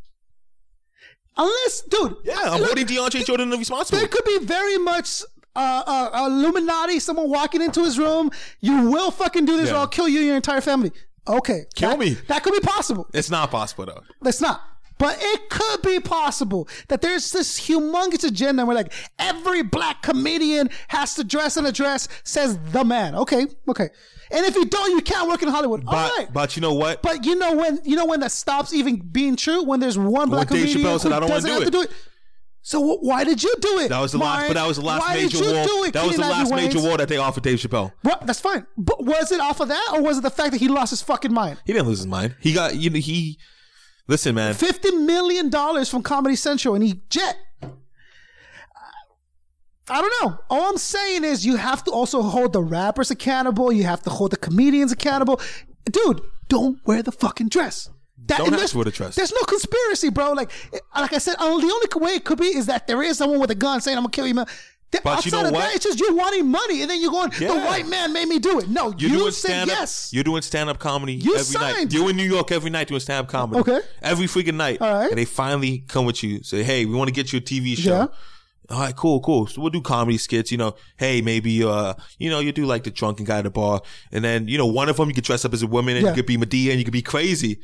[SPEAKER 3] Unless, dude,
[SPEAKER 4] Yeah, I'm
[SPEAKER 3] look,
[SPEAKER 4] holding DeAndre Jordan responsible.
[SPEAKER 3] there could be very much. Uh, uh, Illuminati, someone walking into his room, you will fucking do this, or
[SPEAKER 4] Yeah.
[SPEAKER 3] I'll kill you and your entire family. Okay,
[SPEAKER 4] Kill
[SPEAKER 3] that-
[SPEAKER 4] me.
[SPEAKER 3] That could be possible.
[SPEAKER 4] It's not possible, though.
[SPEAKER 3] That's not. But it could be possible that there's this humongous agenda where like every black comedian has to dress in a dress says the man. Okay, okay. And if you don't, you can't work in Hollywood.
[SPEAKER 4] But
[SPEAKER 3] All right. But,
[SPEAKER 4] but you know what?
[SPEAKER 3] you know when you know when that stops even being true when there's one black
[SPEAKER 4] Dave
[SPEAKER 3] comedian
[SPEAKER 4] Chappelle
[SPEAKER 3] who
[SPEAKER 4] said, "I don't wanna
[SPEAKER 3] doesn't
[SPEAKER 4] do
[SPEAKER 3] have to do it. So wh- why did you do it?
[SPEAKER 4] that was the last.
[SPEAKER 3] Mark?
[SPEAKER 4] But that was the last
[SPEAKER 3] why
[SPEAKER 4] major
[SPEAKER 3] did you
[SPEAKER 4] war.
[SPEAKER 3] Do it,
[SPEAKER 4] that was the
[SPEAKER 3] Keenan Ivory
[SPEAKER 4] last major
[SPEAKER 3] Wayans?
[SPEAKER 4] war that they offered Dave Chappelle.
[SPEAKER 3] Well, that's fine. But was it off of that, or was it the fact that he lost his fucking mind?
[SPEAKER 4] He didn't lose his mind. He got you know he. Listen, man.
[SPEAKER 3] fifty million dollars from Comedy Central and he jet. I don't know. All I'm saying is you have to also hold the rappers accountable. You have to hold the comedians accountable. Dude, don't wear the fucking dress. That,
[SPEAKER 4] Don't
[SPEAKER 3] and
[SPEAKER 4] have
[SPEAKER 3] there's-
[SPEAKER 4] to wear the dress.
[SPEAKER 3] There's no conspiracy, bro. Like, like I said, uh, the only way it could be is that there is someone with a gun saying, "I'm gonna kill you, man." Th-
[SPEAKER 4] But
[SPEAKER 3] outside
[SPEAKER 4] you know
[SPEAKER 3] of
[SPEAKER 4] what?
[SPEAKER 3] that, it's just you wanting money, and then you're going, "The
[SPEAKER 4] Yeah.
[SPEAKER 3] white man made me do it." No,
[SPEAKER 4] You're
[SPEAKER 3] you
[SPEAKER 4] doing
[SPEAKER 3] said
[SPEAKER 4] stand up.
[SPEAKER 3] yes.
[SPEAKER 4] You're doing stand up comedy
[SPEAKER 3] You
[SPEAKER 4] every
[SPEAKER 3] signed.
[SPEAKER 4] night. You're in New York every night doing stand up comedy.
[SPEAKER 3] Okay.
[SPEAKER 4] Every freaking night.
[SPEAKER 3] All right.
[SPEAKER 4] And they finally come with you, say, hey, we want to get you a TV show.
[SPEAKER 3] Yeah.
[SPEAKER 4] all right, cool, cool. So we'll do comedy skits, you know. Hey, maybe uh, you know, you do like the drunken guy at the bar, and then you know, one of them you could dress up as a woman, and
[SPEAKER 3] Yeah.
[SPEAKER 4] you could be Medea, and you could be crazy.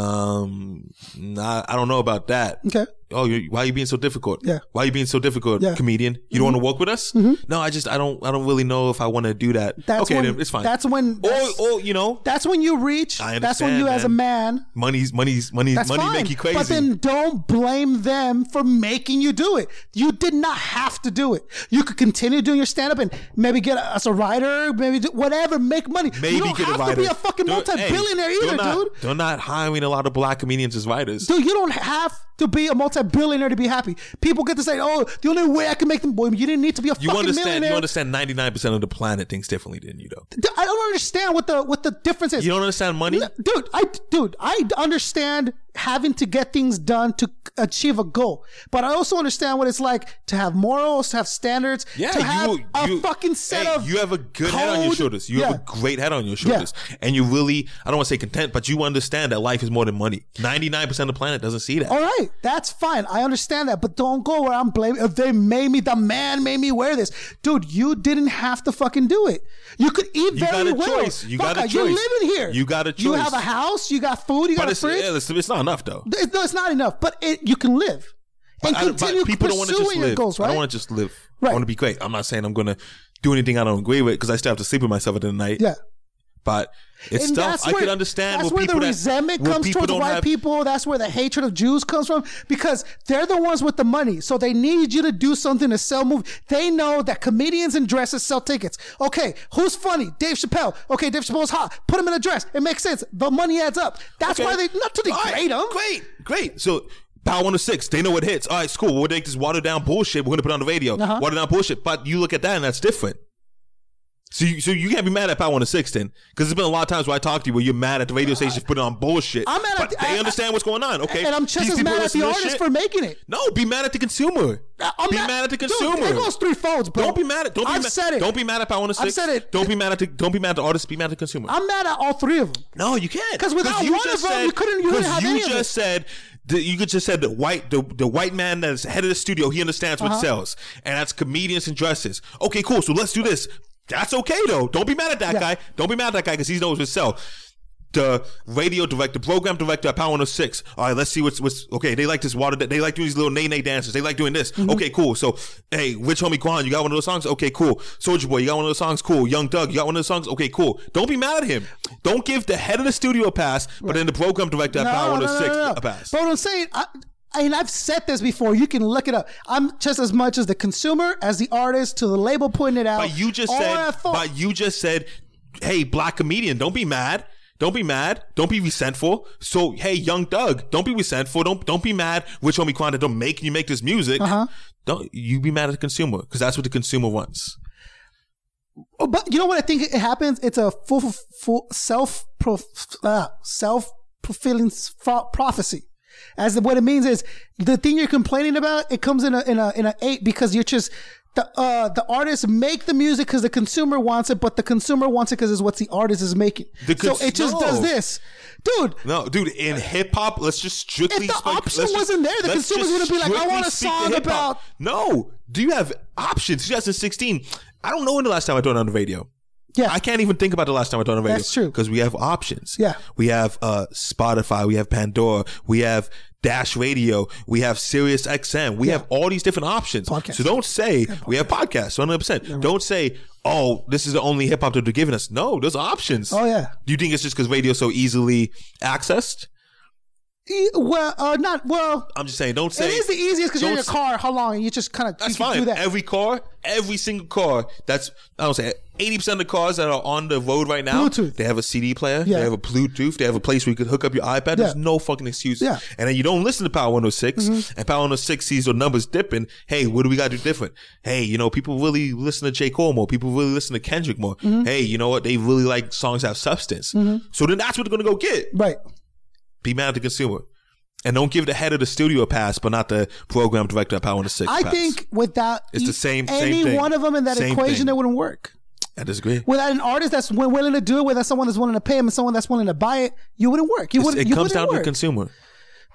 [SPEAKER 4] Um, nah, I don't know about that.
[SPEAKER 3] Okay.
[SPEAKER 4] Oh, you, why are you being so difficult?
[SPEAKER 3] Yeah.
[SPEAKER 4] Why are you being so difficult,
[SPEAKER 3] Yeah.
[SPEAKER 4] comedian? You don't want to work with us?
[SPEAKER 3] Mhm.
[SPEAKER 4] No, I just I don't I don't really know if I want to do that.
[SPEAKER 3] That's
[SPEAKER 4] okay,
[SPEAKER 3] when,
[SPEAKER 4] then it's fine.
[SPEAKER 3] That's when. That's,
[SPEAKER 4] or you know.
[SPEAKER 3] That's when you reach.
[SPEAKER 4] I
[SPEAKER 3] That's when
[SPEAKER 4] understand,
[SPEAKER 3] you, as a man,
[SPEAKER 4] money's money's money's
[SPEAKER 3] that's
[SPEAKER 4] money
[SPEAKER 3] fine.
[SPEAKER 4] make you crazy.
[SPEAKER 3] But then don't blame them for making you do it. You did not have to do it. You could continue doing your stand up and maybe get us a writer, maybe do whatever, make money.
[SPEAKER 4] Maybe
[SPEAKER 3] you don't
[SPEAKER 4] get
[SPEAKER 3] have
[SPEAKER 4] a writer.
[SPEAKER 3] to be a fucking
[SPEAKER 4] They're-
[SPEAKER 3] multi billionaire
[SPEAKER 4] hey,
[SPEAKER 3] either,
[SPEAKER 4] they're not,
[SPEAKER 3] dude.
[SPEAKER 4] They're not hiring a lot of black comedians as writers.
[SPEAKER 3] Dude, you don't have to be a multi-billionaire to be happy. People get to say, "Oh, the only way I can make them." Boy, you didn't need to be a
[SPEAKER 4] You
[SPEAKER 3] fucking
[SPEAKER 4] understand?
[SPEAKER 3] millionaire.
[SPEAKER 4] You understand? Ninety nine percent of the planet thinks differently than you, though.
[SPEAKER 3] Dude, I don't understand what the what the difference is.
[SPEAKER 4] You don't understand money.
[SPEAKER 3] No, dude, I dude, I understand having to get things done to achieve a goal, but I also understand what it's like to have morals, to have standards,
[SPEAKER 4] Yeah,
[SPEAKER 3] to have
[SPEAKER 4] you,
[SPEAKER 3] a
[SPEAKER 4] you-
[SPEAKER 3] fucking set
[SPEAKER 4] hey,
[SPEAKER 3] of
[SPEAKER 4] You have a good head on your
[SPEAKER 3] code.
[SPEAKER 4] shoulders. You have a great head on your
[SPEAKER 3] Yeah.
[SPEAKER 4] shoulders, and you really I don't want to say content, but you understand that life is more than money. Ninety nine percent of the planet doesn't see that.
[SPEAKER 3] All right, that's fine. I understand that, but don't go where I'm blaming. If they made me, the man made me wear this, dude. You didn't have to fucking do it. You could eat
[SPEAKER 4] You
[SPEAKER 3] very
[SPEAKER 4] got a
[SPEAKER 3] well.
[SPEAKER 4] choice. You
[SPEAKER 3] Fuck
[SPEAKER 4] got a
[SPEAKER 3] it, You're
[SPEAKER 4] choice.
[SPEAKER 3] living here.
[SPEAKER 4] You got a
[SPEAKER 3] You
[SPEAKER 4] choice.
[SPEAKER 3] have a house. You got food. You
[SPEAKER 4] but
[SPEAKER 3] got a
[SPEAKER 4] it's, uh,
[SPEAKER 3] fridge.
[SPEAKER 4] yeah, it's, it's not enough though.
[SPEAKER 3] It's- no, it's not enough. But it, you can live and
[SPEAKER 4] I- but
[SPEAKER 3] continue
[SPEAKER 4] people
[SPEAKER 3] pursuing
[SPEAKER 4] don't want to just
[SPEAKER 3] your
[SPEAKER 4] live.
[SPEAKER 3] goals. Right?
[SPEAKER 4] I don't want to just live.
[SPEAKER 3] Right.
[SPEAKER 4] I want to be great. I'm not saying I'm going to do anything I don't agree with because I still have to sleep with myself at the night.
[SPEAKER 3] Yeah.
[SPEAKER 4] But it's
[SPEAKER 3] And
[SPEAKER 4] stuff
[SPEAKER 3] that's
[SPEAKER 4] I
[SPEAKER 3] where-
[SPEAKER 4] could understand.
[SPEAKER 3] That's
[SPEAKER 4] with
[SPEAKER 3] where
[SPEAKER 4] people
[SPEAKER 3] the
[SPEAKER 4] that-
[SPEAKER 3] resentment
[SPEAKER 4] where
[SPEAKER 3] comes
[SPEAKER 4] people
[SPEAKER 3] towards
[SPEAKER 4] don't
[SPEAKER 3] white
[SPEAKER 4] have-
[SPEAKER 3] people. That's where the hatred of Jews comes from because they're the ones with the money. So they need you to do something to sell movies. They know that comedians in dresses sell tickets. Okay, who's funny? Dave Chappelle. Okay, Dave Chappelle's hot. Put him in a dress. It makes sense. The money adds up. That's why they not to degrade them.
[SPEAKER 4] Great, great. So Power 106, they know what hits. All right, it's cool. We'll take this watered down bullshit. We're going to put it on the radio.
[SPEAKER 3] Uh-huh.
[SPEAKER 4] Watered down bullshit. But you look at that and that's different. So you, so you can't be mad at Power 106 then. Because there's been a lot of times where I talk to you where you're mad at the radio station for putting on bullshit.
[SPEAKER 3] I'm mad at
[SPEAKER 4] but
[SPEAKER 3] the-
[SPEAKER 4] they
[SPEAKER 3] I-
[SPEAKER 4] understand what's going on. Okay.
[SPEAKER 3] And I'm just
[SPEAKER 4] These
[SPEAKER 3] as
[SPEAKER 4] people
[SPEAKER 3] mad at
[SPEAKER 4] listen
[SPEAKER 3] the
[SPEAKER 4] to this
[SPEAKER 3] artist
[SPEAKER 4] shit.
[SPEAKER 3] for making it.
[SPEAKER 4] No, be mad at the consumer.
[SPEAKER 3] Uh, I'm
[SPEAKER 4] be
[SPEAKER 3] not-
[SPEAKER 4] mad at the
[SPEAKER 3] Dude,
[SPEAKER 4] consumer.
[SPEAKER 3] there goes three folds, bro.
[SPEAKER 4] Don't be mad at. Don't be
[SPEAKER 3] I've
[SPEAKER 4] mad.
[SPEAKER 3] said it.
[SPEAKER 4] Don't be mad at Power 106.
[SPEAKER 3] I've said it.
[SPEAKER 4] Don't be mad at. The, don't be mad at the artist. Be mad at the consumer.
[SPEAKER 3] I'm mad at all three of them.
[SPEAKER 4] No, you can't.
[SPEAKER 3] 'Cause without
[SPEAKER 4] you
[SPEAKER 3] one
[SPEAKER 4] just
[SPEAKER 3] of 'em, you couldn't- you wouldn't
[SPEAKER 4] 'cause
[SPEAKER 3] have
[SPEAKER 4] you
[SPEAKER 3] any of
[SPEAKER 4] just
[SPEAKER 3] it.
[SPEAKER 4] said that you could just said the white the, the white man that's head of the studio he understands what
[SPEAKER 3] Uh-huh.
[SPEAKER 4] sells and that's comedians and dresses. Okay, cool. So let's do this. That's okay though. Don't be mad at that
[SPEAKER 3] Yeah.
[SPEAKER 4] guy. Don't be mad at that guy because he knows what sells. The radio director, program director at Power 106. All right, let's see what's what's okay. They like this water. They like doing these little nay nay dances. They like doing this. Okay, cool. So, hey, Rich Homie Quan, you got one of those songs? Okay, cool. Soldier Boy, you got one of those songs? Cool. Young Doug, you got one of those songs? Okay, cool. Don't be mad at him. Don't give the head of the studio a pass, but then the program director at Power 106 a pass.
[SPEAKER 3] But what I'm saying, I, I- and I've said this before, you can look it up. I'm just as much as the consumer, as the artist, to the label putting it out.
[SPEAKER 4] But you just
[SPEAKER 3] Oh, All
[SPEAKER 4] said.
[SPEAKER 3] at fault.
[SPEAKER 4] But you just said, hey, black comedian, don't be mad. Don't be mad. Don't be resentful. So hey, young Doug, don't be resentful. Don't don't be mad. Which homie Quanda don't make you make this music.
[SPEAKER 3] Uh-huh.
[SPEAKER 4] Don't you be mad at the consumer because that's what the consumer wants.
[SPEAKER 3] Oh, but you know what I think it happens? It's a full, full self uh, self fulfilling prophecy. As the, what it means is the thing you're complaining about, it comes in a in a in a eight because you're just the uh the artists make the music because the consumer wants it, but the consumer wants it because it's what the artist is making.
[SPEAKER 4] The
[SPEAKER 3] so
[SPEAKER 4] cons-
[SPEAKER 3] it just
[SPEAKER 4] no.
[SPEAKER 3] does this, dude.
[SPEAKER 4] No, dude, in hip hop, let's just strictly.
[SPEAKER 3] If the
[SPEAKER 4] speak- let's
[SPEAKER 3] option wasn't there, the
[SPEAKER 4] let's
[SPEAKER 3] consumer's
[SPEAKER 4] just
[SPEAKER 3] gonna be like, I
[SPEAKER 4] strictly
[SPEAKER 3] want a
[SPEAKER 4] speak to
[SPEAKER 3] song
[SPEAKER 4] hip-hop.
[SPEAKER 3] about-
[SPEAKER 4] No, do you have options? 2016. I don't know when the last time I turned on the radio.
[SPEAKER 3] Yeah.
[SPEAKER 4] I can't even think about the last time I turned on the radio.
[SPEAKER 3] That's true.
[SPEAKER 4] Because we have options.
[SPEAKER 3] Yeah.
[SPEAKER 4] We have uh, Spotify. We have Pandora. We have Dash Radio. We have Sirius XM. We have all these different options.
[SPEAKER 3] Podcast.
[SPEAKER 4] So don't say we have podcasts. 100. percent Don't say, oh, this is the only hip hop that they're giving us. No, there's options.
[SPEAKER 3] Oh yeah.
[SPEAKER 4] Do you think it's just because radio's so easily accessed?
[SPEAKER 3] E- Well, uh, not well.
[SPEAKER 4] I'm just saying, don't say
[SPEAKER 3] It is the easiest because you're in
[SPEAKER 4] don't
[SPEAKER 3] your
[SPEAKER 4] s-
[SPEAKER 3] car. How long? And you just kind of
[SPEAKER 4] That's
[SPEAKER 3] you can
[SPEAKER 4] fine.
[SPEAKER 3] do that.
[SPEAKER 4] Every car, every single car. That's I don't say eighty percent of the cars that are on the road right now.
[SPEAKER 3] Bluetooth.
[SPEAKER 4] They have a CD player.
[SPEAKER 3] Yeah.
[SPEAKER 4] They have a Bluetooth. They have a place where you could hook up your iPad.
[SPEAKER 3] Yeah.
[SPEAKER 4] There's no fucking excuse.
[SPEAKER 3] Yeah. Mm-hmm.
[SPEAKER 4] And then you don't listen to Power 106, and Power 106 sees your numbers dipping. Hey, what do we got to do different? Hey, you know, people really listen to J Cole more. People really listen to Kendrick more.
[SPEAKER 3] Mm-hmm.
[SPEAKER 4] Hey, you know what? They really like songs that have substance. So then that's what they're gonna go get.
[SPEAKER 3] right.
[SPEAKER 4] Be mad at the consumer. And don't give the head of the studio a pass, but not the program director at Power 106.
[SPEAKER 3] I
[SPEAKER 4] pass.
[SPEAKER 3] think without
[SPEAKER 4] It's the same- same
[SPEAKER 3] any
[SPEAKER 4] thing.
[SPEAKER 3] one of them in that
[SPEAKER 4] Same
[SPEAKER 3] equation,
[SPEAKER 4] thing.
[SPEAKER 3] it wouldn't work.
[SPEAKER 4] I disagree.
[SPEAKER 3] Without an artist that's wi- willing to do it, without someone that's willing to pay him, and someone that's willing to buy it, you wouldn't work. You
[SPEAKER 4] It's-
[SPEAKER 3] wouldn't.
[SPEAKER 4] it
[SPEAKER 3] you
[SPEAKER 4] comes
[SPEAKER 3] wouldn't
[SPEAKER 4] down to
[SPEAKER 3] work.
[SPEAKER 4] the consumer.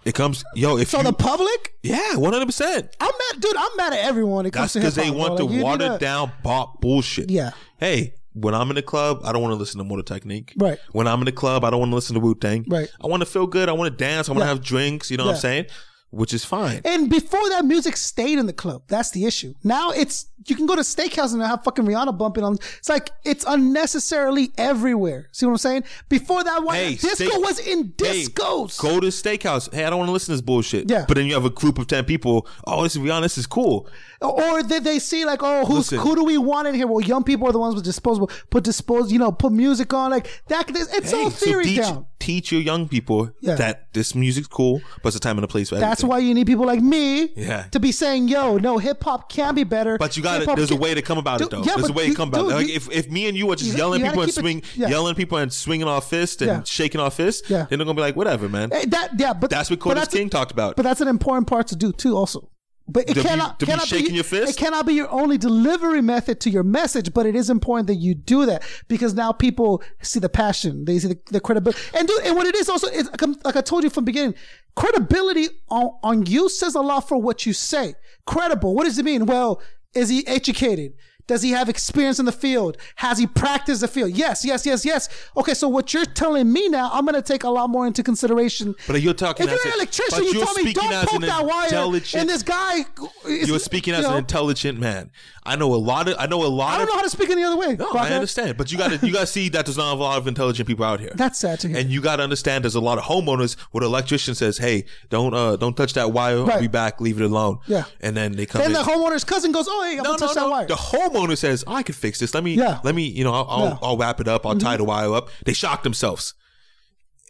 [SPEAKER 4] It comes, yo. If
[SPEAKER 3] so,
[SPEAKER 4] you-
[SPEAKER 3] the public.
[SPEAKER 4] yeah, one hundred percent.
[SPEAKER 3] I'm mad, dude. I'm mad at everyone. When it comes
[SPEAKER 4] That's
[SPEAKER 3] to
[SPEAKER 4] because they
[SPEAKER 3] hip-hop,
[SPEAKER 4] want
[SPEAKER 3] bro. Like, you need
[SPEAKER 4] the watered
[SPEAKER 3] to-
[SPEAKER 4] down pop bullshit.
[SPEAKER 3] Yeah.
[SPEAKER 4] Hey, when I'm in the club, I don't want to listen to Motor Technique.
[SPEAKER 3] Right.
[SPEAKER 4] When I'm in the club, I don't want to listen to Wu Tang.
[SPEAKER 3] Right.
[SPEAKER 4] I want to feel good. I want to dance. I want to
[SPEAKER 3] Yeah.
[SPEAKER 4] have drinks. You know what I'm
[SPEAKER 3] Yeah.
[SPEAKER 4] saying? Which is fine.
[SPEAKER 3] And before that music stayed in the club. That's the issue. Now it's you can go to steakhouse and have fucking Rihanna bumping on. It's like it's unnecessarily everywhere. See what I'm saying? Before that one,
[SPEAKER 4] Hey,
[SPEAKER 3] disco
[SPEAKER 4] steak-
[SPEAKER 3] was in
[SPEAKER 4] Hey,
[SPEAKER 3] discos.
[SPEAKER 4] go to steakhouse. Hey, I don't want to listen to this bullshit.
[SPEAKER 3] Yeah.
[SPEAKER 4] But then you have a group of ten people. Oh, this is Rihanna. This is cool.
[SPEAKER 3] or did they see like, oh, who's
[SPEAKER 4] Listen.
[SPEAKER 3] who do we want in here? Well, young people are the ones with disposable. Put dispose, you know, put music on like that. It's all
[SPEAKER 4] Hey, so
[SPEAKER 3] theory
[SPEAKER 4] teach,
[SPEAKER 3] down.
[SPEAKER 4] teach your young people
[SPEAKER 3] Yeah.
[SPEAKER 4] that this music's cool, but it's a time and a place for
[SPEAKER 3] That's
[SPEAKER 4] everything.
[SPEAKER 3] why you need people like me
[SPEAKER 4] Yeah.
[SPEAKER 3] to be saying, yo, no, hip hop can be better.
[SPEAKER 4] But you got it.
[SPEAKER 3] Hip-hop
[SPEAKER 4] There's a
[SPEAKER 3] can-
[SPEAKER 4] way to come about it
[SPEAKER 3] Dude,
[SPEAKER 4] though.
[SPEAKER 3] yeah,
[SPEAKER 4] There's a
[SPEAKER 3] but
[SPEAKER 4] way
[SPEAKER 3] you-
[SPEAKER 4] to come about
[SPEAKER 3] dude,
[SPEAKER 4] it. Like,
[SPEAKER 3] you-
[SPEAKER 4] if if me and you are just
[SPEAKER 3] you-
[SPEAKER 4] yelling
[SPEAKER 3] you gotta
[SPEAKER 4] people and
[SPEAKER 3] keep it-
[SPEAKER 4] swing,
[SPEAKER 3] yeah.
[SPEAKER 4] yelling people and swinging our fist and
[SPEAKER 3] Yeah.
[SPEAKER 4] shaking our fist,
[SPEAKER 3] Yeah.
[SPEAKER 4] then they're gonna be like, whatever, man.
[SPEAKER 3] Eh, That yeah, but
[SPEAKER 4] that's what
[SPEAKER 3] but
[SPEAKER 4] Curtis King talked about.
[SPEAKER 3] But that's an important part to do too, also. But it
[SPEAKER 4] To be-
[SPEAKER 3] cannot
[SPEAKER 4] to be
[SPEAKER 3] cannot
[SPEAKER 4] shaking your fist?
[SPEAKER 3] It cannot be your only delivery method to your message, but it is important that you do that because now people see the passion, they see the, the credibility, and dude, and what it is also, it's, like I'm- like I told you from the beginning, credibility on on you says a lot for what you say. Credible, what does it mean? Well, is he educated? Does he have experience in the field? Has he practiced the field? Yes, yes, yes, yes. Okay, so what you're telling me now, I'm gonna take a lot more into consideration
[SPEAKER 4] but you're talking.
[SPEAKER 3] if you're
[SPEAKER 4] as
[SPEAKER 3] an
[SPEAKER 4] a-
[SPEAKER 3] electrician,
[SPEAKER 4] but
[SPEAKER 3] you
[SPEAKER 4] you're
[SPEAKER 3] told me
[SPEAKER 4] speaking
[SPEAKER 3] don't
[SPEAKER 4] as
[SPEAKER 3] poke
[SPEAKER 4] an
[SPEAKER 3] that wire,
[SPEAKER 4] intelligent-
[SPEAKER 3] and this guy. is-
[SPEAKER 4] You're speaking as
[SPEAKER 3] you
[SPEAKER 4] an
[SPEAKER 3] know,
[SPEAKER 4] intelligent man. I know a lot of. I know a
[SPEAKER 3] I
[SPEAKER 4] lot of.
[SPEAKER 3] don't know how to speak any other way.
[SPEAKER 4] No,
[SPEAKER 3] Baka.
[SPEAKER 4] I understand, but you got to you got to see that there's not a lot of intelligent people out here.
[SPEAKER 3] That's sad to hear.
[SPEAKER 4] and you got to understand there's a lot of homeowners where the electrician says, "Hey, don't uh don't touch that wire. I'll
[SPEAKER 3] Right.
[SPEAKER 4] be back. Leave it alone."
[SPEAKER 3] Yeah.
[SPEAKER 4] and then they come.
[SPEAKER 3] Then
[SPEAKER 4] in.
[SPEAKER 3] the homeowner's cousin goes, "Oh, hey, I'm
[SPEAKER 4] no,
[SPEAKER 3] gonna touch
[SPEAKER 4] no,
[SPEAKER 3] that
[SPEAKER 4] no.
[SPEAKER 3] wire."
[SPEAKER 4] The homeowner says, "I can fix this. Let me,
[SPEAKER 3] Yeah.
[SPEAKER 4] let me, you know, I'll, I'll,
[SPEAKER 3] Yeah. Mm-hmm.
[SPEAKER 4] I'll wrap it up. I'll tie the wire up." They shock themselves.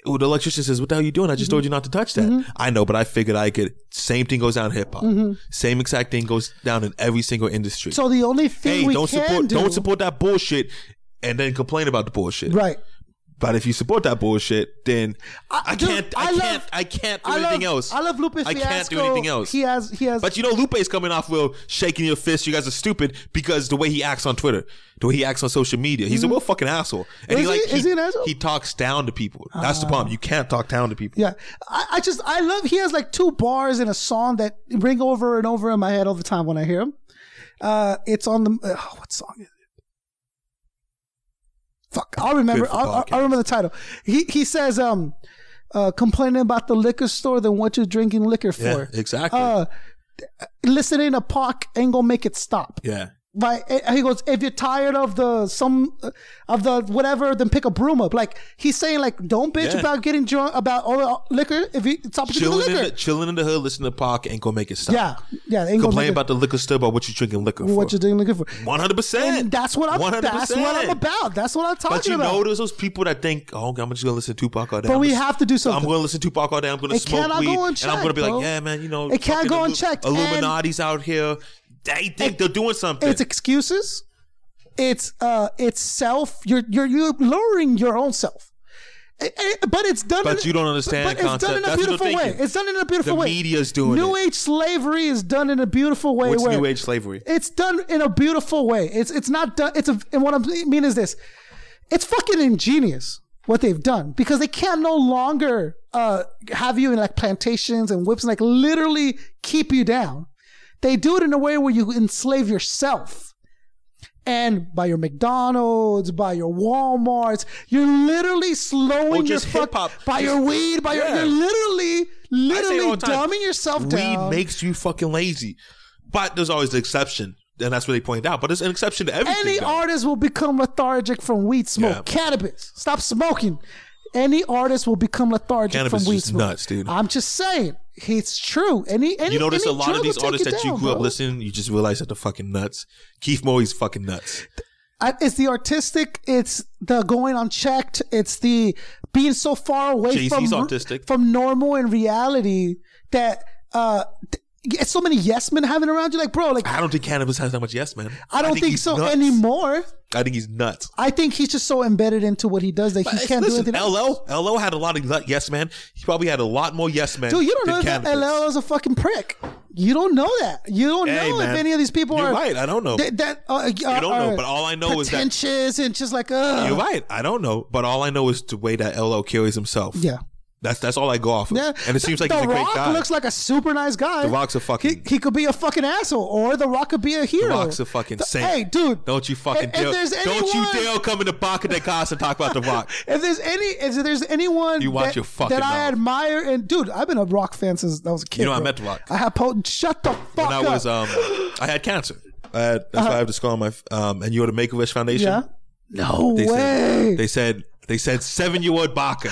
[SPEAKER 4] Ooh, the electrician says, "What the hell you doing? I just
[SPEAKER 3] Mm-hmm.
[SPEAKER 4] told you not to touch that." I know, but I figured I could. Same thing goes down in hip hop. Same exact thing goes down in every single industry.
[SPEAKER 3] Mm-hmm. So the only thing
[SPEAKER 4] hey,
[SPEAKER 3] we
[SPEAKER 4] don't
[SPEAKER 3] can
[SPEAKER 4] support,
[SPEAKER 3] do,
[SPEAKER 4] don't support that bullshit, and then complain about the bullshit.
[SPEAKER 3] right?
[SPEAKER 4] But if you support that bullshit, then I,
[SPEAKER 3] dude,
[SPEAKER 4] can't, I,
[SPEAKER 3] I love-
[SPEAKER 4] can't, I can't do
[SPEAKER 3] I love-
[SPEAKER 4] anything else.
[SPEAKER 3] I love Lupe
[SPEAKER 4] I can't do
[SPEAKER 3] Fiasco.
[SPEAKER 4] anything else.
[SPEAKER 3] He has, he has.
[SPEAKER 4] But you know, Lupe's coming off with shaking your fist. You guys are stupid because the way he acts on Twitter, the way he acts on social media, he's a real fucking asshole. And
[SPEAKER 3] Mm-hmm. Is
[SPEAKER 4] he like
[SPEAKER 3] he- is he an asshole? Ah.
[SPEAKER 4] he talks down to people. That's the problem. You can't talk down to people.
[SPEAKER 3] Yeah, I, I just I love. He has like two bars in a song that ring over and over in my head all the time when I hear him. Uh, it's on the uh, what song is it? Fuck, I'll remember.
[SPEAKER 4] for
[SPEAKER 3] I'll, I'll-
[SPEAKER 4] podcast.
[SPEAKER 3] I'll remember the title. He he says um, uh, complaining about the liquor store than what you're drinking liquor for.
[SPEAKER 4] Yeah, exactly.
[SPEAKER 3] Uh, listening to Pac ain't gonna make it stop.
[SPEAKER 4] yeah.
[SPEAKER 3] Like eh, he goes, if you're tired of the some uh, of the whatever, then pick a broom up. Like he's saying, like don't bitch
[SPEAKER 4] Yeah.
[SPEAKER 3] about getting drunk about all the liquor. If you stop drinking the
[SPEAKER 4] Chilling in
[SPEAKER 3] liquor,
[SPEAKER 4] the, chilling in the hood, listening to Pac, ain't gonna make it stop.
[SPEAKER 3] yeah, yeah, they ain't gonna
[SPEAKER 4] Complain
[SPEAKER 3] make
[SPEAKER 4] about the liquor store, about what you drinking liquor
[SPEAKER 3] it- what
[SPEAKER 4] for.
[SPEAKER 3] you're doing liquor for.
[SPEAKER 4] One hundred percent.
[SPEAKER 3] And that's what I'm. That's what I'm about. That's what I'm talking
[SPEAKER 4] But you
[SPEAKER 3] about.
[SPEAKER 4] know, there's those people that think, "Oh, I'm just gonna listen to Tupac all day."
[SPEAKER 3] But
[SPEAKER 4] I'm
[SPEAKER 3] we
[SPEAKER 4] gonna-
[SPEAKER 3] have to do something.
[SPEAKER 4] I'm gonna listen to Tupac all day. I'm gonna
[SPEAKER 3] It
[SPEAKER 4] smoke
[SPEAKER 3] cannot
[SPEAKER 4] weed,
[SPEAKER 3] go
[SPEAKER 4] and I'm gonna be
[SPEAKER 3] unchecked,
[SPEAKER 4] like,
[SPEAKER 3] bro.
[SPEAKER 4] "Yeah, man, you know,
[SPEAKER 3] It can't
[SPEAKER 4] fucking
[SPEAKER 3] go
[SPEAKER 4] Illu-
[SPEAKER 3] unchecked, and-
[SPEAKER 4] Illuminati's out here. They think they're doing something.
[SPEAKER 3] it's excuses. It's uh, it's self. You're you're you're lowering your own self. Eh, eh, But it's done.
[SPEAKER 4] But
[SPEAKER 3] in,
[SPEAKER 4] you don't understand
[SPEAKER 3] But
[SPEAKER 4] the
[SPEAKER 3] it's done in a
[SPEAKER 4] concept. That's what
[SPEAKER 3] beautiful
[SPEAKER 4] they're
[SPEAKER 3] way.
[SPEAKER 4] thinking.
[SPEAKER 3] It's done in a beautiful
[SPEAKER 4] The
[SPEAKER 3] way.
[SPEAKER 4] media's doing
[SPEAKER 3] New
[SPEAKER 4] it.
[SPEAKER 3] age slavery is done in a beautiful way.
[SPEAKER 4] What's
[SPEAKER 3] where
[SPEAKER 4] new age slavery?
[SPEAKER 3] It's done in a beautiful way. It's it's not done. It's a. And what I mean is this: it's fucking ingenious what they've done because they can no longer uh, have you in like plantations and whips and like literally keep you down. They do it in a way where you enslave yourself. And by your McDonald's, by your Walmart's, you're literally slowing
[SPEAKER 4] Or just
[SPEAKER 3] your fuck-
[SPEAKER 4] hip-hop.
[SPEAKER 3] by your
[SPEAKER 4] Just-
[SPEAKER 3] weed, by
[SPEAKER 4] Yeah.
[SPEAKER 3] your you're literally,
[SPEAKER 4] I say it all
[SPEAKER 3] literally
[SPEAKER 4] the time.
[SPEAKER 3] dumbing yourself down.
[SPEAKER 4] Weed makes you fucking lazy, but there's always the exception, and that's what they point out. But there's an exception to everything.
[SPEAKER 3] any
[SPEAKER 4] though.
[SPEAKER 3] artist will become lethargic from weed smoke.
[SPEAKER 4] Yeah.
[SPEAKER 3] Cannabis. Stop smoking. Any artist will become lethargic
[SPEAKER 4] Cannabis
[SPEAKER 3] from weed
[SPEAKER 4] is
[SPEAKER 3] smoke.
[SPEAKER 4] nuts, dude.
[SPEAKER 3] I'm just saying, it's true. Any, any
[SPEAKER 4] you notice
[SPEAKER 3] any
[SPEAKER 4] a lot
[SPEAKER 3] drug
[SPEAKER 4] of
[SPEAKER 3] will
[SPEAKER 4] these
[SPEAKER 3] take
[SPEAKER 4] artists that you
[SPEAKER 3] down,
[SPEAKER 4] grew up
[SPEAKER 3] bro.
[SPEAKER 4] listening, you just realize that they're fucking nuts. Keith Moe's fucking nuts.
[SPEAKER 3] I, it's the artistic. It's the going unchecked. It's the being so far away
[SPEAKER 4] Jay-Z's
[SPEAKER 3] from
[SPEAKER 4] autistic.
[SPEAKER 3] from normal and reality that uh, th- it's so many yes men having around you. Like, bro, like I,
[SPEAKER 4] I don't think cannabis has that much yes, man.
[SPEAKER 3] don't think,
[SPEAKER 4] he's
[SPEAKER 3] so
[SPEAKER 4] nuts.
[SPEAKER 3] anymore.
[SPEAKER 4] I think he's nuts.
[SPEAKER 3] I think he's just so embedded into what he does that he
[SPEAKER 4] Hey,
[SPEAKER 3] can't
[SPEAKER 4] listen,
[SPEAKER 3] do anything. else.
[SPEAKER 4] LO, LO had a lot of le- yes man. He probably had a lot more yes men.
[SPEAKER 3] Dude, you don't
[SPEAKER 4] than
[SPEAKER 3] know that
[SPEAKER 4] cannabis.
[SPEAKER 3] LL is a fucking prick. You don't know that. You don't
[SPEAKER 4] Hey,
[SPEAKER 3] know
[SPEAKER 4] man.
[SPEAKER 3] if any of these people
[SPEAKER 4] You're
[SPEAKER 3] are
[SPEAKER 4] right, I don't know.
[SPEAKER 3] Th- that uh, you
[SPEAKER 4] don't know, but all I know is that-
[SPEAKER 3] pretentious and just like uh
[SPEAKER 4] You're right. I don't know, but all I know is the way that LO carries himself.
[SPEAKER 3] Yeah.
[SPEAKER 4] That's that's all I go off of.
[SPEAKER 3] Yeah,
[SPEAKER 4] and it seems like
[SPEAKER 3] the
[SPEAKER 4] he's a great
[SPEAKER 3] Rock
[SPEAKER 4] guy.
[SPEAKER 3] looks like a super nice guy.
[SPEAKER 4] The Rock's a fucking-
[SPEAKER 3] He, he could be a fucking asshole, or The Rock could be a hero.
[SPEAKER 4] the Rock's a fucking
[SPEAKER 3] The-
[SPEAKER 4] saint.
[SPEAKER 3] Hey, dude,
[SPEAKER 4] Don't you fucking
[SPEAKER 3] if- if
[SPEAKER 4] dare.
[SPEAKER 3] there's
[SPEAKER 4] don't you
[SPEAKER 3] anyone-
[SPEAKER 4] dare come into Baca de Casa and talk about The Rock.
[SPEAKER 3] If there's any, if there's anyone
[SPEAKER 4] You watch
[SPEAKER 3] that,
[SPEAKER 4] your fucking
[SPEAKER 3] that I
[SPEAKER 4] mouth.
[SPEAKER 3] admire, and dude, I've been a rock fan since I was a kid.
[SPEAKER 4] You know, I
[SPEAKER 3] bro.
[SPEAKER 4] met The Rock.
[SPEAKER 3] I have potent. Shut the fuck
[SPEAKER 4] when I
[SPEAKER 3] up.
[SPEAKER 4] was um, I had cancer. I had, that's why I have the scar on my f- um. And you were the Make a Wish Foundation.
[SPEAKER 3] Uh-huh. Yeah. No
[SPEAKER 4] they
[SPEAKER 3] way.
[SPEAKER 4] Said, they said they said seven year old Baca.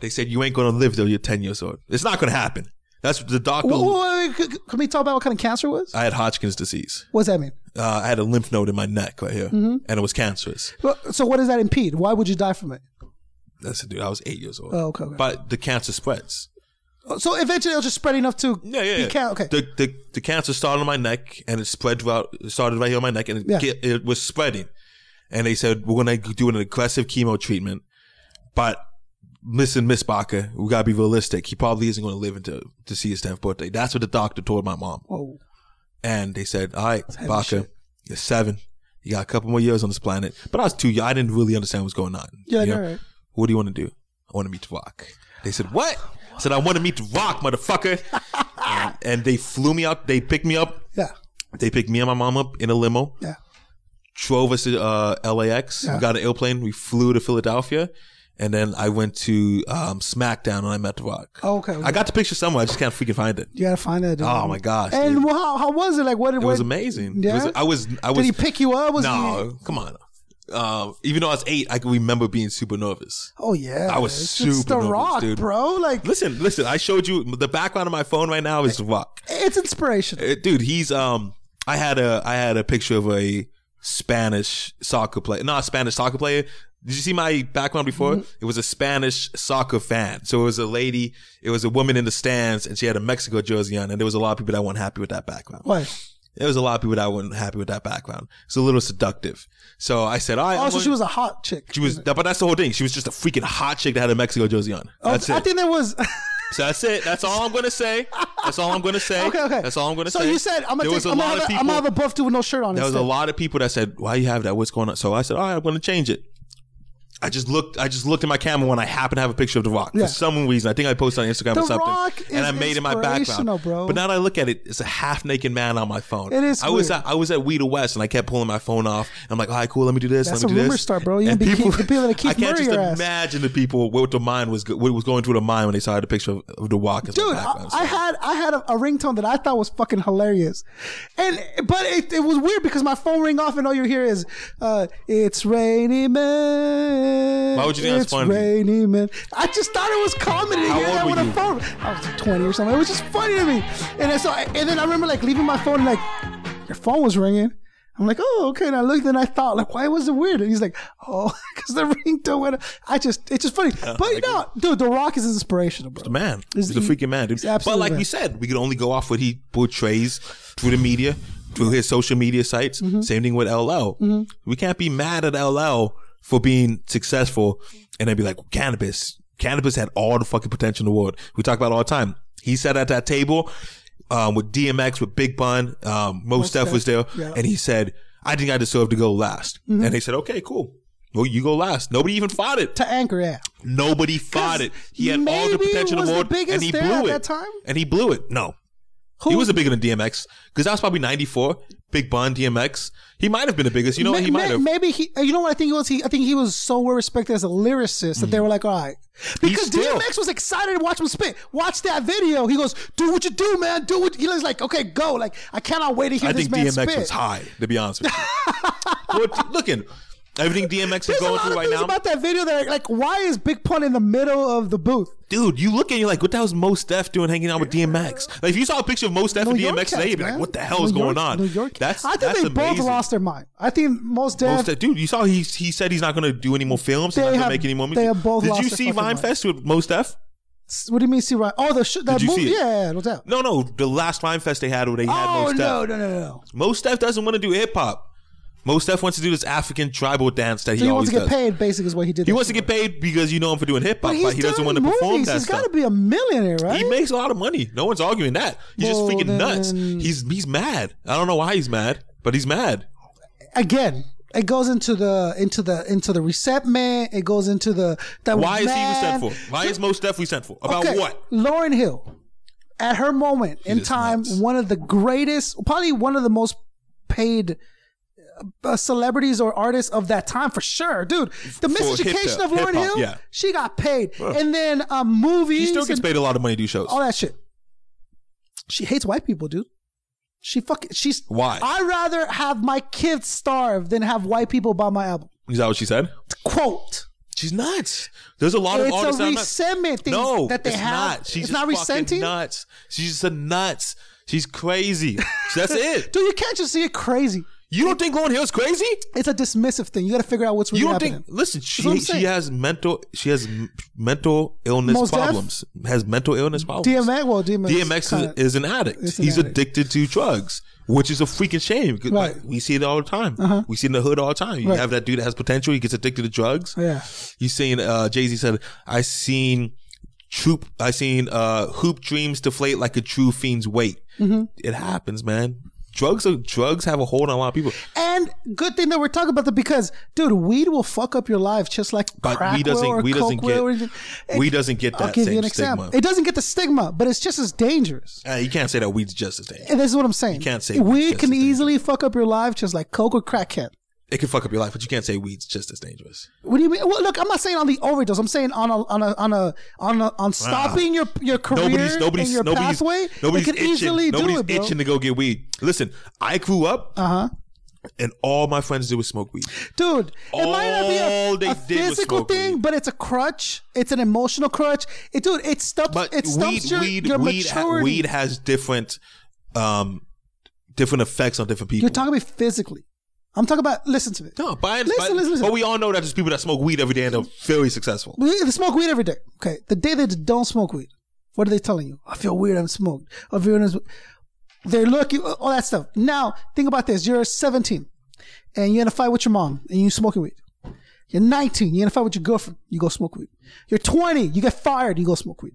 [SPEAKER 4] They said you ain't gonna live till you're ten years old. It's not gonna happen. That's what the doctor.
[SPEAKER 3] Whoa, whoa, whoa, wait, c- c- can we talk about what kind of cancer it was?
[SPEAKER 4] I had Hodgkin's disease.
[SPEAKER 3] What's that mean?
[SPEAKER 4] Uh, I had a lymph node in my neck right here,
[SPEAKER 3] Mhm.
[SPEAKER 4] and it was cancerous.
[SPEAKER 3] Well, So what does that impede? Why would you die from it?
[SPEAKER 4] That's the dude. I was eight years old.
[SPEAKER 3] Oh, okay, okay.
[SPEAKER 4] But the cancer spreads.
[SPEAKER 3] So eventually it'll just spread enough to yeah,
[SPEAKER 4] yeah,
[SPEAKER 3] be
[SPEAKER 4] yeah.
[SPEAKER 3] ca- okay.
[SPEAKER 4] The, the the cancer started on my neck and it spread throughout. It started right here on my neck and it,
[SPEAKER 3] Yeah.
[SPEAKER 4] ge- it was spreading. And they said we're gonna do an aggressive chemo treatment, but listen, Miss Baca, we gotta be realistic. He probably isn't gonna live into to see his tenth birthday. That's what the doctor told my mom.
[SPEAKER 3] Whoa.
[SPEAKER 4] And they said, all right,
[SPEAKER 3] heavy
[SPEAKER 4] Baca, you're seven. You got a couple more years on this planet. But I was too young. I didn't really understand what's going on.
[SPEAKER 3] Yeah,
[SPEAKER 4] You
[SPEAKER 3] no,
[SPEAKER 4] know?
[SPEAKER 3] right.
[SPEAKER 4] What do you want to do? I want to meet The Rock. They said, What? I said, I want to meet The Rock, motherfucker. and, and they flew me up. They picked me up.
[SPEAKER 3] Yeah.
[SPEAKER 4] They picked me and my mom up in a limo.
[SPEAKER 3] Yeah.
[SPEAKER 4] Drove us to uh, LAX.
[SPEAKER 3] Yeah.
[SPEAKER 4] We got an airplane. We flew to Philadelphia. And then I went to um, SmackDown and I met The Rock.
[SPEAKER 3] Oh, okay.
[SPEAKER 4] I got the picture somewhere. I just can't freaking find it.
[SPEAKER 3] You gotta find that. Dude.
[SPEAKER 4] Oh, my gosh,
[SPEAKER 3] And well, how, how was it? Like what?
[SPEAKER 4] It was amazing. It
[SPEAKER 3] Yeah.
[SPEAKER 4] was- I was. I was.
[SPEAKER 3] Did he pick you up? Was
[SPEAKER 4] no,
[SPEAKER 3] He,
[SPEAKER 4] come on. Um, even though I was eight, I can remember being super nervous.
[SPEAKER 3] oh yeah.
[SPEAKER 4] I was
[SPEAKER 3] It's
[SPEAKER 4] super
[SPEAKER 3] It's the
[SPEAKER 4] nervous,
[SPEAKER 3] Rock,
[SPEAKER 4] dude.
[SPEAKER 3] bro. Like
[SPEAKER 4] Listen, listen. I showed you the background of my phone right now is rock,
[SPEAKER 3] it's inspirational.
[SPEAKER 4] Uh, dude. He's um. I had a I had a picture of a Spanish soccer player, not a Spanish soccer player. Did you see my background before?
[SPEAKER 3] Mm-hmm.
[SPEAKER 4] It was a Spanish soccer fan. So it was a lady. It was a woman in the stands, and she had a Mexico jersey on, and there was a lot of people that weren't happy with that background.
[SPEAKER 3] What?
[SPEAKER 4] There was a lot of people that weren't happy with that background. It's a little seductive. So I said, all right. I'm
[SPEAKER 3] Also,
[SPEAKER 4] going-
[SPEAKER 3] Oh, she was a hot chick.
[SPEAKER 4] She was, but that's the whole thing. She was just a freaking hot chick that had a Mexico jersey on.
[SPEAKER 3] Oh,
[SPEAKER 4] That's
[SPEAKER 3] I
[SPEAKER 4] it.
[SPEAKER 3] think there was.
[SPEAKER 4] So that's it. That's all I'm gonna say. That's all I'm gonna say.
[SPEAKER 3] okay, okay.
[SPEAKER 4] That's all I'm gonna
[SPEAKER 3] so
[SPEAKER 4] say.
[SPEAKER 3] So you said I'm gonna
[SPEAKER 4] There
[SPEAKER 3] take,
[SPEAKER 4] was a
[SPEAKER 3] I'm, gonna
[SPEAKER 4] lot
[SPEAKER 3] have
[SPEAKER 4] of
[SPEAKER 3] a,
[SPEAKER 4] people.
[SPEAKER 3] I'm gonna have a buff dude with no shirt on.
[SPEAKER 4] there was a
[SPEAKER 3] instead.
[SPEAKER 4] lot of people that said, "Why you have that? What's going on?" So I said, "All right, I'm gonna change it." I just looked. I just looked at my camera when I happened to have a picture of The Rock
[SPEAKER 3] Yeah.
[SPEAKER 4] for some reason. I think I posted on Instagram
[SPEAKER 3] The
[SPEAKER 4] or something,
[SPEAKER 3] Rock
[SPEAKER 4] and
[SPEAKER 3] is
[SPEAKER 4] I made it my
[SPEAKER 3] inspirational,
[SPEAKER 4] background.
[SPEAKER 3] bro.
[SPEAKER 4] But now that I look at it, it's a half naked man on my phone.
[SPEAKER 3] It is
[SPEAKER 4] I was
[SPEAKER 3] weird.
[SPEAKER 4] at, I was at Weed West, and I kept pulling my phone off. I'm like, "All right, cool. Let me do this.
[SPEAKER 3] That's
[SPEAKER 4] let
[SPEAKER 3] a
[SPEAKER 4] me do
[SPEAKER 3] rumor
[SPEAKER 4] this."
[SPEAKER 3] star, bro. You
[SPEAKER 4] And
[SPEAKER 3] can be
[SPEAKER 4] people-
[SPEAKER 3] Keith- you can be like Keith
[SPEAKER 4] I can't
[SPEAKER 3] Murray
[SPEAKER 4] just
[SPEAKER 3] your ass.
[SPEAKER 4] imagine the people what the mind was go- what was going through the mind when they saw the picture of, of The Rock. As my
[SPEAKER 3] Dude, I,
[SPEAKER 4] background. So-
[SPEAKER 3] I had I had a, a ringtone that I thought was fucking hilarious, and but it, it was weird because my phone rang off and all you hear is uh, "It's raining man."
[SPEAKER 4] Why would you think that's
[SPEAKER 3] it's
[SPEAKER 4] funny?
[SPEAKER 3] raining man. I just thought it was comedy. to
[SPEAKER 4] How
[SPEAKER 3] hear
[SPEAKER 4] old
[SPEAKER 3] that
[SPEAKER 4] were
[SPEAKER 3] with a
[SPEAKER 4] you?
[SPEAKER 3] phone. I was twenty or something. It was just funny to me, and I saw and then I remember like leaving my phone like your phone was ringing. I'm like, oh, okay. And I looked and I thought, like, why was it weird? And he's like, oh, because the ringtone went. I just, it's just funny. But no, dude, The Rock is inspirational, bro.
[SPEAKER 4] the man.
[SPEAKER 3] He's-
[SPEAKER 4] He's, a
[SPEAKER 3] he-
[SPEAKER 4] freaking man, dude.
[SPEAKER 3] he's absolutely
[SPEAKER 4] But like
[SPEAKER 3] the
[SPEAKER 4] we
[SPEAKER 3] man.
[SPEAKER 4] said, we could only go off what he portrays through the media, through his social media sites.
[SPEAKER 3] Mm-hmm.
[SPEAKER 4] Same thing with LL. We can't be mad at LL for being successful and then be like, cannabis. Cannabis had all the fucking potential in the world. We talk about it all the time. He sat at that table um, with DMX, with Big Pun, um, Most Def was there,
[SPEAKER 3] yeah. Mm-hmm.
[SPEAKER 4] and he said, I think I deserve to go last. And they said, okay, cool. Well, you go last. Nobody even fought it.
[SPEAKER 3] To anchor, yeah.
[SPEAKER 4] Nobody fought it. He had all
[SPEAKER 3] maybe
[SPEAKER 4] the potential in
[SPEAKER 3] was
[SPEAKER 4] the
[SPEAKER 3] the
[SPEAKER 4] world,
[SPEAKER 3] biggest
[SPEAKER 4] and he
[SPEAKER 3] there
[SPEAKER 4] blew
[SPEAKER 3] at
[SPEAKER 4] it.
[SPEAKER 3] that time?
[SPEAKER 4] And he blew it. No, he was the bigger than DMX because that was probably '94. Big Bond DMX. He might have been the biggest. You know,
[SPEAKER 3] Ma-
[SPEAKER 4] what? he
[SPEAKER 3] ma-
[SPEAKER 4] might have.
[SPEAKER 3] Maybe he. uh, You know what I think it was? He. I think he was so well respected as a lyricist that they were like, all right, because
[SPEAKER 4] still-
[SPEAKER 3] DMX was excited to watch him spit. Watch that video. He goes, do what you do, man. Do what. He was like, okay, go. Like I cannot wait to hear
[SPEAKER 4] I
[SPEAKER 3] this
[SPEAKER 4] think
[SPEAKER 3] man
[SPEAKER 4] DMX
[SPEAKER 3] spit.
[SPEAKER 4] was high. To be honest with you, Look- looking everything DMX is
[SPEAKER 3] There's a
[SPEAKER 4] going
[SPEAKER 3] lot
[SPEAKER 4] through
[SPEAKER 3] of
[SPEAKER 4] right
[SPEAKER 3] things
[SPEAKER 4] now,
[SPEAKER 3] about that video that are like, why is Big Pun in the middle of the booth?
[SPEAKER 4] dude. You look and you're like, what the hell's Most Def doing hanging out with DMX? Like, if you saw a picture of Most Def
[SPEAKER 3] New
[SPEAKER 4] and
[SPEAKER 3] York
[SPEAKER 4] DMX today,
[SPEAKER 3] cats,
[SPEAKER 4] you'd be like,
[SPEAKER 3] man.
[SPEAKER 4] what the hell is
[SPEAKER 3] New
[SPEAKER 4] going
[SPEAKER 3] York-
[SPEAKER 4] on?
[SPEAKER 3] New York.
[SPEAKER 4] That's
[SPEAKER 3] I think
[SPEAKER 4] that's
[SPEAKER 3] they
[SPEAKER 4] amazing.
[SPEAKER 3] both lost their mind. I think most
[SPEAKER 4] Most
[SPEAKER 3] deaf.
[SPEAKER 4] Def- dude, you saw he he said he's not going to do any more films.
[SPEAKER 3] They
[SPEAKER 4] He's not going
[SPEAKER 3] have-
[SPEAKER 4] to make any more
[SPEAKER 3] they
[SPEAKER 4] music.
[SPEAKER 3] have both
[SPEAKER 4] Did
[SPEAKER 3] lost
[SPEAKER 4] you
[SPEAKER 3] their
[SPEAKER 4] see
[SPEAKER 3] fucking
[SPEAKER 4] Vine
[SPEAKER 3] mind.
[SPEAKER 4] Fest with Most Def?
[SPEAKER 3] What do you mean, see right? Oh, the sh- that
[SPEAKER 4] Did you
[SPEAKER 3] movie.
[SPEAKER 4] see it?
[SPEAKER 3] Yeah, no doubt.
[SPEAKER 4] No, no, the last Vine Fest they had where they had
[SPEAKER 3] Oh
[SPEAKER 4] Most Def.
[SPEAKER 3] no, no, no, no, no.
[SPEAKER 4] Most Def doesn't want to do hip hop. Most Def wants to do this African tribal dance that
[SPEAKER 3] So
[SPEAKER 4] he
[SPEAKER 3] he
[SPEAKER 4] always
[SPEAKER 3] wants to get
[SPEAKER 4] does.
[SPEAKER 3] paid. Basically, is what he did.
[SPEAKER 4] He
[SPEAKER 3] that
[SPEAKER 4] wants to
[SPEAKER 3] shit.
[SPEAKER 4] get paid because you know him for doing hip hop,
[SPEAKER 3] But,
[SPEAKER 4] but,
[SPEAKER 3] he's
[SPEAKER 4] he doesn't
[SPEAKER 3] done
[SPEAKER 4] want to perform
[SPEAKER 3] movies.
[SPEAKER 4] that
[SPEAKER 3] He's
[SPEAKER 4] stuff.
[SPEAKER 3] got to be a millionaire, right?
[SPEAKER 4] He makes a lot of money. No one's arguing that. He's
[SPEAKER 3] Well,
[SPEAKER 4] just freaking
[SPEAKER 3] then-
[SPEAKER 4] nuts. He's he's mad. I don't know why he's mad, but he's mad.
[SPEAKER 3] Again, It goes into the into the into the resentment. It goes into the that was
[SPEAKER 4] Why is he
[SPEAKER 3] mad.
[SPEAKER 4] resentful? Why is most definitely resentful? About
[SPEAKER 3] Oh, Okay,
[SPEAKER 4] what?
[SPEAKER 3] Lauren Hill, at her moment in time, one of the greatest, probably one of the most paid uh, celebrities or artists of that time for sure, dude. The
[SPEAKER 4] For
[SPEAKER 3] miseducation
[SPEAKER 4] hip-hop,
[SPEAKER 3] of Lauren
[SPEAKER 4] hip-hop,
[SPEAKER 3] Hill,
[SPEAKER 4] yeah.
[SPEAKER 3] she got paid,
[SPEAKER 4] Bro.
[SPEAKER 3] and then um, movies,
[SPEAKER 4] He still gets
[SPEAKER 3] and
[SPEAKER 4] paid a lot of money to do shows.
[SPEAKER 3] all that shit. She hates white people, dude. She fucking she's
[SPEAKER 4] Why?
[SPEAKER 3] I'd rather have my kids starve than have white people buy my album.
[SPEAKER 4] Is that what she said?
[SPEAKER 3] Quote.
[SPEAKER 4] She's nuts. There's a lot of
[SPEAKER 3] It's a
[SPEAKER 4] artists that I'm not-
[SPEAKER 3] resentment thing
[SPEAKER 4] no,
[SPEAKER 3] that they
[SPEAKER 4] it's
[SPEAKER 3] have.
[SPEAKER 4] Not. She's
[SPEAKER 3] It's
[SPEAKER 4] just
[SPEAKER 3] not
[SPEAKER 4] fucking
[SPEAKER 3] resenting?
[SPEAKER 4] Nuts. She's just a nuts. She's crazy. That's it.
[SPEAKER 3] Dude, you can't just see it crazy.
[SPEAKER 4] You don't think Lauren Hill's crazy?
[SPEAKER 3] It's a dismissive thing. You got to figure out what's really
[SPEAKER 4] you don't
[SPEAKER 3] happening.
[SPEAKER 4] think? Listen,
[SPEAKER 3] what I'm
[SPEAKER 4] she she
[SPEAKER 3] saying.
[SPEAKER 4] has mental she has m- mental illness
[SPEAKER 3] Mos Def?
[SPEAKER 4] problems. Has mental illness problems.
[SPEAKER 3] DMX, well, DMX,
[SPEAKER 4] DMX
[SPEAKER 3] kinda-
[SPEAKER 4] is, is an addict.
[SPEAKER 3] It's an
[SPEAKER 4] He's
[SPEAKER 3] addict.
[SPEAKER 4] addicted to drugs, which is a freaking shame. 'cause, like,
[SPEAKER 3] Right. Uh-huh.
[SPEAKER 4] we see it all the time. We see it in the hood all the time. You
[SPEAKER 3] Right.
[SPEAKER 4] have that dude that has potential. He gets addicted to drugs.
[SPEAKER 3] Yeah.
[SPEAKER 4] You seen uh, Jay Z said, "I seen troop. I seen uh, hoop dreams deflate like a true fiend's weight.
[SPEAKER 3] Mm-hmm.
[SPEAKER 4] It happens, man. Drugs are drugs have a hold on a lot of people.
[SPEAKER 3] And good thing that we're talking about that because, dude, weed will fuck up your life just like
[SPEAKER 4] But
[SPEAKER 3] crack
[SPEAKER 4] we doesn't-
[SPEAKER 3] will or
[SPEAKER 4] we
[SPEAKER 3] coke
[SPEAKER 4] doesn't
[SPEAKER 3] will.
[SPEAKER 4] get-
[SPEAKER 3] or anything.
[SPEAKER 4] we doesn't get that
[SPEAKER 3] I'll give you
[SPEAKER 4] same
[SPEAKER 3] an example.
[SPEAKER 4] stigma.
[SPEAKER 3] It doesn't get the stigma, but it's just as dangerous.
[SPEAKER 4] Uh, you can't say that weed's just a thing.
[SPEAKER 3] And this is what I'm saying. You
[SPEAKER 4] can't say weed's
[SPEAKER 3] weed
[SPEAKER 4] just
[SPEAKER 3] can
[SPEAKER 4] as
[SPEAKER 3] easily fuck up your life just like coke or crack can.
[SPEAKER 4] It can fuck up your life, but you can't say weed's just as dangerous.
[SPEAKER 3] What do you mean? Well, look, I'm not saying on the overdose. I'm saying on a on a on a on a, on stopping your your career
[SPEAKER 4] Nobody's nobody's
[SPEAKER 3] and your
[SPEAKER 4] nobody's
[SPEAKER 3] pathway.
[SPEAKER 4] nobody's
[SPEAKER 3] it can
[SPEAKER 4] itching.
[SPEAKER 3] easily
[SPEAKER 4] nobody's
[SPEAKER 3] do it, bro.
[SPEAKER 4] itching to go get weed. Listen, I grew up,
[SPEAKER 3] uh-huh.
[SPEAKER 4] and all my friends did was smoke weed.
[SPEAKER 3] dude. It might not be
[SPEAKER 4] All
[SPEAKER 3] a,
[SPEAKER 4] they
[SPEAKER 3] a
[SPEAKER 4] did was
[SPEAKER 3] physical
[SPEAKER 4] smoke
[SPEAKER 3] thing, but it's a crutch. It's an emotional crutch. It, dude, it stumps.
[SPEAKER 4] But
[SPEAKER 3] it stumps
[SPEAKER 4] weed,
[SPEAKER 3] your,
[SPEAKER 4] weed,
[SPEAKER 3] your
[SPEAKER 4] weed, ha-
[SPEAKER 3] maturity.
[SPEAKER 4] weed has different, um, different effects on different people.
[SPEAKER 3] You're talking about physically. I'm talking about. Listen to me.
[SPEAKER 4] No, but, I-
[SPEAKER 3] listen,
[SPEAKER 4] but,
[SPEAKER 3] listen, listen.
[SPEAKER 4] but we all know that there's people that smoke weed every day and they're very successful.
[SPEAKER 3] We- They smoke weed every day. Okay, the day they don't smoke weed, what are they telling you? I feel weird. I haven't smoked. I feel weird. They're looking all that stuff. Now think about this. You're 17, and you're in a fight with your mom, and you smoking weed. You're 19. You're in a fight with your girlfriend. You go smoke weed. You're 20. You get fired. You go smoke weed.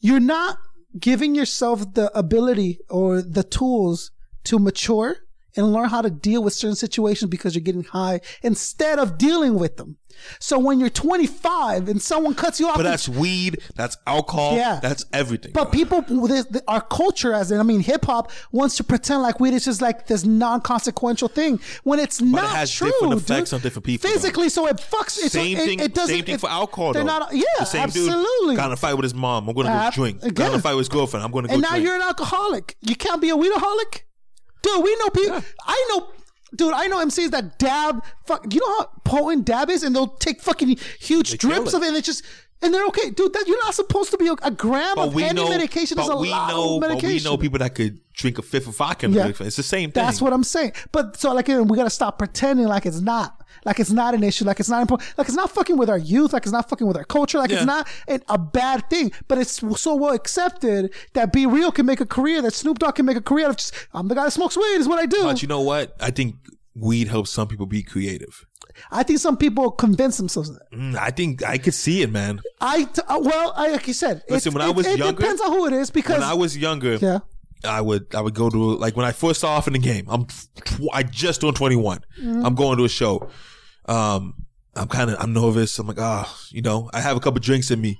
[SPEAKER 3] You're not giving yourself the ability or the tools to mature and learn how to deal with certain situations because you're getting high instead of dealing with them. So when you're 25 and someone cuts you off,
[SPEAKER 4] But that's weed, that's alcohol,
[SPEAKER 3] Yeah.
[SPEAKER 4] that's everything.
[SPEAKER 3] but people, this, the, our culture, as in, I mean, hip hop wants to pretend like weed is just like this non-consequential thing when it's
[SPEAKER 4] but
[SPEAKER 3] not
[SPEAKER 4] it has
[SPEAKER 3] true.
[SPEAKER 4] different
[SPEAKER 3] dude.
[SPEAKER 4] effects on different people. though.
[SPEAKER 3] Physically, so it fucks. It's,
[SPEAKER 4] same
[SPEAKER 3] it,
[SPEAKER 4] thing.
[SPEAKER 3] It doesn't,
[SPEAKER 4] same thing
[SPEAKER 3] it-
[SPEAKER 4] for alcohol.
[SPEAKER 3] They're
[SPEAKER 4] though.
[SPEAKER 3] not. Yeah,
[SPEAKER 4] the same
[SPEAKER 3] absolutely.
[SPEAKER 4] Dude got in a fight with his mom. I'm going to go
[SPEAKER 3] Ab-
[SPEAKER 4] drink. Got in
[SPEAKER 3] again.
[SPEAKER 4] a fight with his girlfriend. I'm going to go
[SPEAKER 3] and now
[SPEAKER 4] drink.
[SPEAKER 3] you're an alcoholic. You can't be a weedaholic, dude. We know people. I know, dude. I know MCs that dab. Fuck, you know how potent dab is, and they'll take fucking huge
[SPEAKER 4] They kill
[SPEAKER 3] drips
[SPEAKER 4] it.
[SPEAKER 3] of it, and it's just. And they're okay, dude. That you're not supposed to be a, a gram
[SPEAKER 4] but
[SPEAKER 3] of
[SPEAKER 4] we
[SPEAKER 3] any
[SPEAKER 4] know.
[SPEAKER 3] medication
[SPEAKER 4] but
[SPEAKER 3] is a
[SPEAKER 4] we
[SPEAKER 3] lot
[SPEAKER 4] know.
[SPEAKER 3] of medication.
[SPEAKER 4] But we know people that could drink a fifth of vodka. and
[SPEAKER 3] Yeah.
[SPEAKER 4] be like, It's the same thing.
[SPEAKER 3] That's what I'm saying. But so like again, we gotta stop pretending like it's not. Like it's not an issue. Like it's not important. Like it's not fucking with our youth. Like it's not fucking with our culture. Like
[SPEAKER 4] Yeah.
[SPEAKER 3] it's not an, a bad thing. But it's so well accepted that Be Real can make a career. That Snoop Dogg can make a career out of just I'm the guy that smokes weed. Is what I do.
[SPEAKER 4] But you know what? I think weed helps some people be creative.
[SPEAKER 3] I think some people convince themselves of that.
[SPEAKER 4] Mm, I think I could see it, man.
[SPEAKER 3] I t- uh, well, I, like you said.
[SPEAKER 4] Listen,
[SPEAKER 3] it,
[SPEAKER 4] when I
[SPEAKER 3] it-
[SPEAKER 4] was
[SPEAKER 3] it
[SPEAKER 4] younger-
[SPEAKER 3] depends on who it is because
[SPEAKER 4] when I was younger,
[SPEAKER 3] Yeah.
[SPEAKER 4] I would I would go to like when I first saw off in the game. I'm tw- I just turned 21.
[SPEAKER 3] Mhm.
[SPEAKER 4] I'm going to a show. Um, I'm kind of I'm nervous. I'm like ah, you know, I have a couple drinks in me.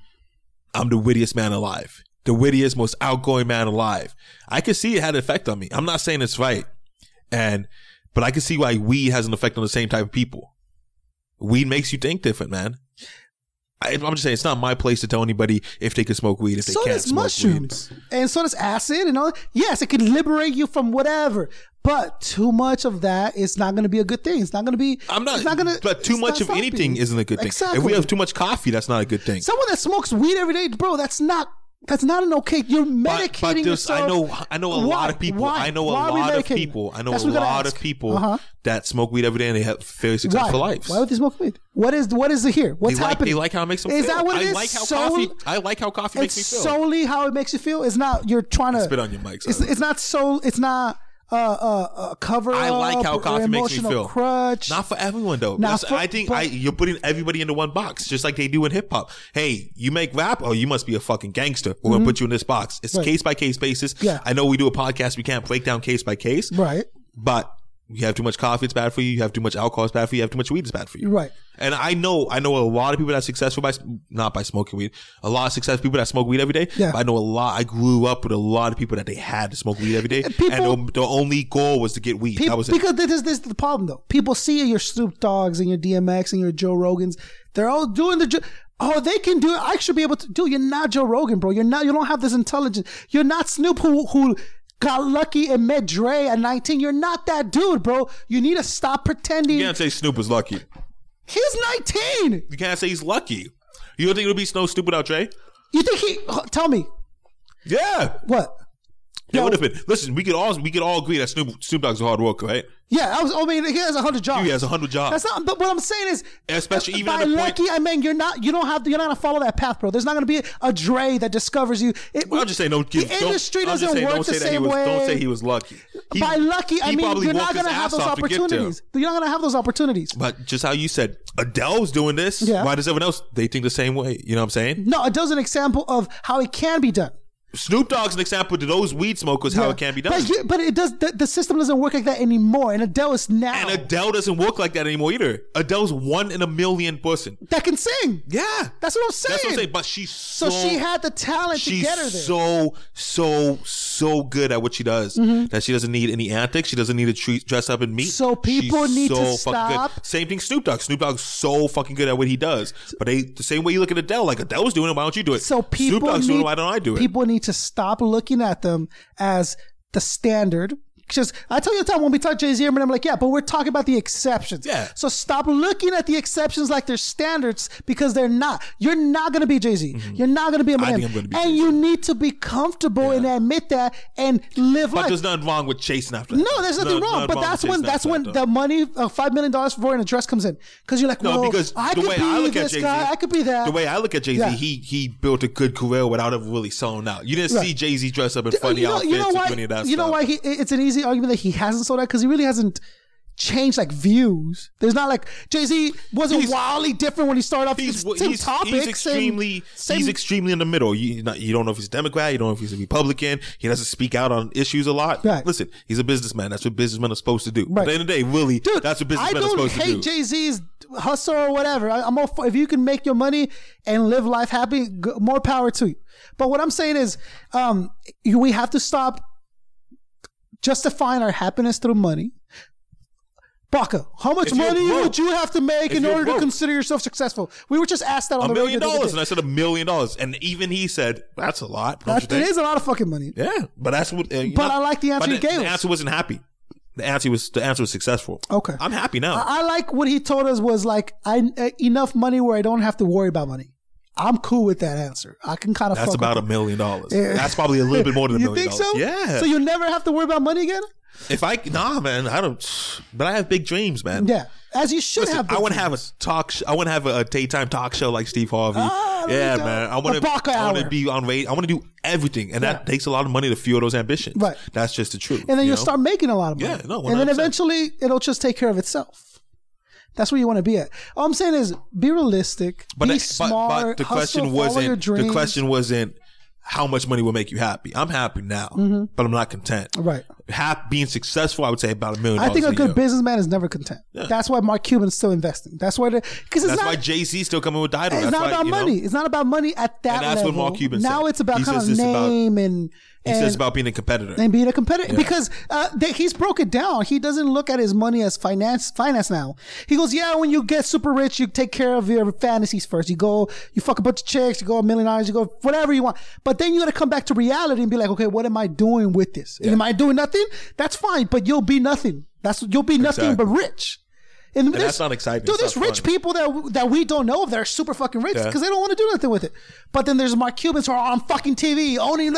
[SPEAKER 4] I'm the wittiest man alive, the wittiest, most outgoing man alive. I could see it had an effect on me. I'm not saying it's right, and but I can see why weed has an effect on the same type of people. Weed makes you think different, man. I, I'm just saying, it's not my place to tell anybody if they can smoke weed, if they
[SPEAKER 3] so
[SPEAKER 4] can't
[SPEAKER 3] does
[SPEAKER 4] smoke weed.
[SPEAKER 3] mushrooms and so does acid and all yes it can liberate you from whatever but too much of that is not going to be a good thing it's not going to be
[SPEAKER 4] I'm not.
[SPEAKER 3] it's not going to
[SPEAKER 4] but too much of anything isn't a good thing.
[SPEAKER 3] exactly.
[SPEAKER 4] If we have too much coffee, that's not a good thing.
[SPEAKER 3] someone that smokes weed every day bro that's not that's not an okay you're medicating
[SPEAKER 4] But there's,
[SPEAKER 3] yourself
[SPEAKER 4] I know, I know a
[SPEAKER 3] Why?
[SPEAKER 4] lot of people.
[SPEAKER 3] Why?
[SPEAKER 4] I know
[SPEAKER 3] Why
[SPEAKER 4] a
[SPEAKER 3] are we
[SPEAKER 4] lot of
[SPEAKER 3] medicating?
[SPEAKER 4] people. I know
[SPEAKER 3] That's
[SPEAKER 4] a
[SPEAKER 3] what we gotta
[SPEAKER 4] lot
[SPEAKER 3] ask.
[SPEAKER 4] of people
[SPEAKER 3] Uh-huh.
[SPEAKER 4] that smoke weed every day and they have very
[SPEAKER 3] Why?
[SPEAKER 4] successful lives.
[SPEAKER 3] Why would they smoke weed? What is what is it here? What's
[SPEAKER 4] they like,
[SPEAKER 3] happening?
[SPEAKER 4] They like how it makes them
[SPEAKER 3] Is
[SPEAKER 4] feel.
[SPEAKER 3] that what it
[SPEAKER 4] I
[SPEAKER 3] is?
[SPEAKER 4] like how
[SPEAKER 3] Sol-
[SPEAKER 4] coffee. I like how coffee
[SPEAKER 3] it's
[SPEAKER 4] makes me feel.
[SPEAKER 3] solely how it makes you feel. It's not you're trying to
[SPEAKER 4] Spit on your mic,
[SPEAKER 3] It's,
[SPEAKER 4] sorry.
[SPEAKER 3] it's not so. It's not uh, uh, uh cover.
[SPEAKER 4] I like
[SPEAKER 3] up
[SPEAKER 4] how
[SPEAKER 3] or
[SPEAKER 4] coffee makes me
[SPEAKER 3] emotional
[SPEAKER 4] feel.
[SPEAKER 3] Crutch.
[SPEAKER 4] Not for everyone though.
[SPEAKER 3] Not
[SPEAKER 4] That's-
[SPEAKER 3] for-
[SPEAKER 4] I think
[SPEAKER 3] but-
[SPEAKER 4] I, you're putting everybody into one box, just like they do in hip hop. Hey, you make rap, oh, you must be a fucking gangster. We're
[SPEAKER 3] Mhm.
[SPEAKER 4] gonna put you in this box. It's
[SPEAKER 3] Right.
[SPEAKER 4] case by case basis.
[SPEAKER 3] Yeah.
[SPEAKER 4] I know we do a podcast, we can't break down case by case,
[SPEAKER 3] Right.
[SPEAKER 4] but You have too much coffee, it's bad for you. You have too much alcohol, it's bad for you. You have too much weed, it's bad for you.
[SPEAKER 3] Right.
[SPEAKER 4] And I know, I know a lot of people that are successful by not by smoking weed. A lot of successful people that smoke weed every day.
[SPEAKER 3] Yeah.
[SPEAKER 4] But I know a lot. I grew up with a lot of people that they had to smoke weed every day,
[SPEAKER 3] people-
[SPEAKER 4] and the, the only goal was to get weed.
[SPEAKER 3] Peop-
[SPEAKER 4] that was it.
[SPEAKER 3] because this is, this is the problem though. People see your Snoop Dogs and your DMX and your Joe Rogans. They're all doing the. jo- Oh, they can do it. I should be able to do. You're not Joe Rogan, bro. You're not. You don't have this intelligence. You're not Snoop who who got lucky and met Dre at 19. You're not that dude, bro. You need to stop pretending.
[SPEAKER 4] You can't say Snoop was lucky.
[SPEAKER 3] He's 19.
[SPEAKER 4] You can't say he's lucky. You don't think it'll be Snow Snoop without Dre?
[SPEAKER 3] You think he? Tell me.
[SPEAKER 4] Yeah.
[SPEAKER 3] What?
[SPEAKER 4] That would have been. Listen, we could all we could all agree that Snoop Snoop Dogg's a hard worker, right?
[SPEAKER 3] Yeah, I was. I mean, he has a hundred jobs.
[SPEAKER 4] He has 100 jobs.
[SPEAKER 3] That's not. But what I'm saying is, uh,
[SPEAKER 4] Especially even
[SPEAKER 3] by
[SPEAKER 4] at the point-
[SPEAKER 3] lucky, I mean, you're not. You don't have. You're not gonna follow that path, bro. There's not gonna be a Dre that discovers you. It,
[SPEAKER 4] Well, I'm just saying, don't give.
[SPEAKER 3] The
[SPEAKER 4] don't-
[SPEAKER 3] industry
[SPEAKER 4] I'm just
[SPEAKER 3] doesn't
[SPEAKER 4] saying,
[SPEAKER 3] work
[SPEAKER 4] don't
[SPEAKER 3] the
[SPEAKER 4] say that he
[SPEAKER 3] same
[SPEAKER 4] was,
[SPEAKER 3] way.
[SPEAKER 4] Don't say he was lucky. He-
[SPEAKER 3] by lucky, I
[SPEAKER 4] he
[SPEAKER 3] mean,
[SPEAKER 4] probably
[SPEAKER 3] you're
[SPEAKER 4] walked
[SPEAKER 3] not
[SPEAKER 4] his
[SPEAKER 3] gonna have
[SPEAKER 4] ass
[SPEAKER 3] those
[SPEAKER 4] off to get there.
[SPEAKER 3] opportunities. You're not gonna have those opportunities.
[SPEAKER 4] But just how you said, Adele's doing this.
[SPEAKER 3] Yeah.
[SPEAKER 4] Why does everyone else? They think the same way. You know what I'm saying?
[SPEAKER 3] No, it does an example of how it can be done.
[SPEAKER 4] Snoop Dogg's an example to those weed smokers how it can be done.
[SPEAKER 3] But, you, but it does. The, the system doesn't work like that anymore. And Adele is now
[SPEAKER 4] and Adele doesn't work like that anymore either. Adele's one in a million person.
[SPEAKER 3] that can sing.
[SPEAKER 4] Yeah,
[SPEAKER 3] that's what I'm saying.
[SPEAKER 4] That's what I'm saying. But she's so,
[SPEAKER 3] so, she had the talent to
[SPEAKER 4] she's
[SPEAKER 3] get her there.
[SPEAKER 4] so so so good at what she does that she doesn't need any antics. She doesn't need to treat, dress up in meat.
[SPEAKER 3] Mm-hmm. So people
[SPEAKER 4] She's
[SPEAKER 3] need to
[SPEAKER 4] fucking
[SPEAKER 3] stop.
[SPEAKER 4] Good. Same thing, Snoop Dogg. Snoop Dogg's so fucking good at what he does. But they the same way you look at Adele, like Adele's doing it. Why don't you do it?
[SPEAKER 3] So people
[SPEAKER 4] Snoop Dogg's
[SPEAKER 3] need,
[SPEAKER 4] doing it. Why don't I do it?
[SPEAKER 3] People need to stop looking at them as the standard. Just I tell you the time when we talk Jay Z, and I'm like, yeah, but we're talking about the exceptions.
[SPEAKER 4] Yeah.
[SPEAKER 3] So stop looking at the exceptions like they're standards because they're not. You're not gonna be Jay Z. You're not gonna be Eminem.
[SPEAKER 4] Mm-hmm. I think I'm gonna be
[SPEAKER 3] and you need to be comfortable and admit that and live
[SPEAKER 4] but
[SPEAKER 3] life.
[SPEAKER 4] there's nothing wrong with chasing after. that.
[SPEAKER 3] No, there's nothing
[SPEAKER 4] No-
[SPEAKER 3] wrong. But
[SPEAKER 4] with
[SPEAKER 3] that's
[SPEAKER 4] chasing
[SPEAKER 3] when
[SPEAKER 4] after
[SPEAKER 3] that's
[SPEAKER 4] that,
[SPEAKER 3] when
[SPEAKER 4] though.
[SPEAKER 3] the money, uh, five million dollars for an address comes in, because you're like,
[SPEAKER 4] No,
[SPEAKER 3] well,
[SPEAKER 4] because
[SPEAKER 3] I
[SPEAKER 4] the
[SPEAKER 3] could
[SPEAKER 4] way
[SPEAKER 3] be
[SPEAKER 4] I look at
[SPEAKER 3] this
[SPEAKER 4] Jay Z,
[SPEAKER 3] guy, I could be that.
[SPEAKER 4] The way I look at Jay Z,
[SPEAKER 3] Yeah.
[SPEAKER 4] he he built a good career without ever really selling out. You didn't
[SPEAKER 3] Right.
[SPEAKER 4] see Jay Z dress up in
[SPEAKER 3] Uh,
[SPEAKER 4] funny outfits or do any of that
[SPEAKER 3] you
[SPEAKER 4] stuff.
[SPEAKER 3] know why he, it's an easy argument that he hasn't sold out because he really hasn't changed like views. There's not like Jay Z wasn't
[SPEAKER 4] He's-
[SPEAKER 3] wildly different when he started off.
[SPEAKER 4] He's,
[SPEAKER 3] Same
[SPEAKER 4] he's,
[SPEAKER 3] topics,
[SPEAKER 4] he's
[SPEAKER 3] same-
[SPEAKER 4] extremely
[SPEAKER 3] same-
[SPEAKER 4] he's extremely in the middle. You not, you don't know if he's Democrat, you don't know if he's a Republican. He doesn't speak out on issues a lot.
[SPEAKER 3] Right.
[SPEAKER 4] Listen, he's a businessman. That's what businessmen are supposed to do. At
[SPEAKER 3] Right.
[SPEAKER 4] the end of the day, really,
[SPEAKER 3] dude.
[SPEAKER 4] that's what
[SPEAKER 3] I
[SPEAKER 4] businessmen are
[SPEAKER 3] don't
[SPEAKER 4] supposed to do.
[SPEAKER 3] hate Jay Z's hustle or whatever. I, am all for, if you can make your money and live life happy, g- more power to you. But what I'm saying is, um, you, we have to stop justifying our happiness through money. Baka, how much
[SPEAKER 4] If you're
[SPEAKER 3] money
[SPEAKER 4] broke-
[SPEAKER 3] would you have to make
[SPEAKER 4] if
[SPEAKER 3] in
[SPEAKER 4] you're
[SPEAKER 3] order
[SPEAKER 4] broke-
[SPEAKER 3] to consider yourself successful? We were just asked that on
[SPEAKER 4] a
[SPEAKER 3] the
[SPEAKER 4] million
[SPEAKER 3] radio the other
[SPEAKER 4] dollars,
[SPEAKER 3] day.
[SPEAKER 4] and I said a million dollars, and even he said that's a lot. don't you
[SPEAKER 3] That,
[SPEAKER 4] think?
[SPEAKER 3] it is a lot of fucking money.
[SPEAKER 4] Yeah, but that's what. Uh, you
[SPEAKER 3] But
[SPEAKER 4] know-
[SPEAKER 3] I like the answer
[SPEAKER 4] but
[SPEAKER 3] you gave
[SPEAKER 4] The
[SPEAKER 3] us.
[SPEAKER 4] answer wasn't happy. The answer was the answer was successful.
[SPEAKER 3] Okay.
[SPEAKER 4] I'm happy now.
[SPEAKER 3] I, I like what he told us was like I uh, enough money where I don't have to worry about money. I'm cool with that answer. I can kind of
[SPEAKER 4] that's
[SPEAKER 3] fuck
[SPEAKER 4] about a
[SPEAKER 3] with
[SPEAKER 4] million dollars.
[SPEAKER 3] Yeah.
[SPEAKER 4] That's probably a little bit more than a
[SPEAKER 3] you
[SPEAKER 4] million
[SPEAKER 3] think
[SPEAKER 4] dollars.
[SPEAKER 3] so?
[SPEAKER 4] Yeah.
[SPEAKER 3] So you never have to worry about money again?
[SPEAKER 4] if I nah, man, I don't. But I have big dreams, man.
[SPEAKER 3] Yeah, as you should
[SPEAKER 4] Listen,
[SPEAKER 3] have.
[SPEAKER 4] I want to have a talk. Sh- I want to have a, a daytime talk show like Steve Harvey.
[SPEAKER 3] Ah, there
[SPEAKER 4] yeah,
[SPEAKER 3] you go.
[SPEAKER 4] man. I
[SPEAKER 3] The
[SPEAKER 4] want
[SPEAKER 3] Barker
[SPEAKER 4] to. I want
[SPEAKER 3] Hour.
[SPEAKER 4] to be on radio. I want to do everything, and that
[SPEAKER 3] Yeah.
[SPEAKER 4] takes a lot of money to fuel those ambitions.
[SPEAKER 3] Right.
[SPEAKER 4] That's just the truth.
[SPEAKER 3] and then
[SPEAKER 4] you
[SPEAKER 3] you'll
[SPEAKER 4] know?
[SPEAKER 3] start making a lot of money.
[SPEAKER 4] Yeah, no,
[SPEAKER 3] and then
[SPEAKER 4] 100%.
[SPEAKER 3] eventually it'll just take care of itself. That's where you want to be at. All I'm saying is be realistic,
[SPEAKER 4] But,
[SPEAKER 3] be
[SPEAKER 4] that-
[SPEAKER 3] smart.
[SPEAKER 4] but, but the
[SPEAKER 3] hustle,
[SPEAKER 4] question
[SPEAKER 3] follow your
[SPEAKER 4] wasn't the
[SPEAKER 3] dreams.
[SPEAKER 4] question wasn't how much money will make you happy. I'm happy now, but I'm not content.
[SPEAKER 3] Mm-hmm. Right.
[SPEAKER 4] Hap being successful, I would say about a million.
[SPEAKER 3] I think a
[SPEAKER 4] dollars
[SPEAKER 3] good
[SPEAKER 4] year.
[SPEAKER 3] businessman is never content. That's why Mark Cuban's still investing. That's why because it's
[SPEAKER 4] That's
[SPEAKER 3] not
[SPEAKER 4] why Jay Z still coming with Dido.
[SPEAKER 3] it's
[SPEAKER 4] that's
[SPEAKER 3] not
[SPEAKER 4] why,
[SPEAKER 3] about
[SPEAKER 4] you know,
[SPEAKER 3] money. It's not about money at that
[SPEAKER 4] And that's what
[SPEAKER 3] level.
[SPEAKER 4] Mark Cuban
[SPEAKER 3] now
[SPEAKER 4] said.
[SPEAKER 3] it's about
[SPEAKER 4] He
[SPEAKER 3] kind
[SPEAKER 4] says
[SPEAKER 3] of
[SPEAKER 4] it's about-
[SPEAKER 3] name and
[SPEAKER 4] he
[SPEAKER 3] and,
[SPEAKER 4] says about being a competitor.
[SPEAKER 3] and being a competitor
[SPEAKER 4] Yeah.
[SPEAKER 3] because uh, they, he's broke it down. He doesn't look at his money as finance finance now. He goes, yeah, when you get super rich, you take care of your fantasies first. You go, you fuck a bunch of chicks, you go a million dollars, you go whatever you want. But then you got to come back to reality and be like, okay, what am I doing with this? Am I doing nothing? That's fine, but you'll be nothing. That's you'll be nothing but rich. And,
[SPEAKER 4] that's
[SPEAKER 3] there's-
[SPEAKER 4] not exciting.
[SPEAKER 3] Dude,
[SPEAKER 4] It's
[SPEAKER 3] there's
[SPEAKER 4] not
[SPEAKER 3] rich
[SPEAKER 4] fun.
[SPEAKER 3] people that that we don't know of that are super fucking rich
[SPEAKER 4] Yeah.
[SPEAKER 3] because they don't want to do nothing with it. But then there's Mark Cubans who are on fucking TV owning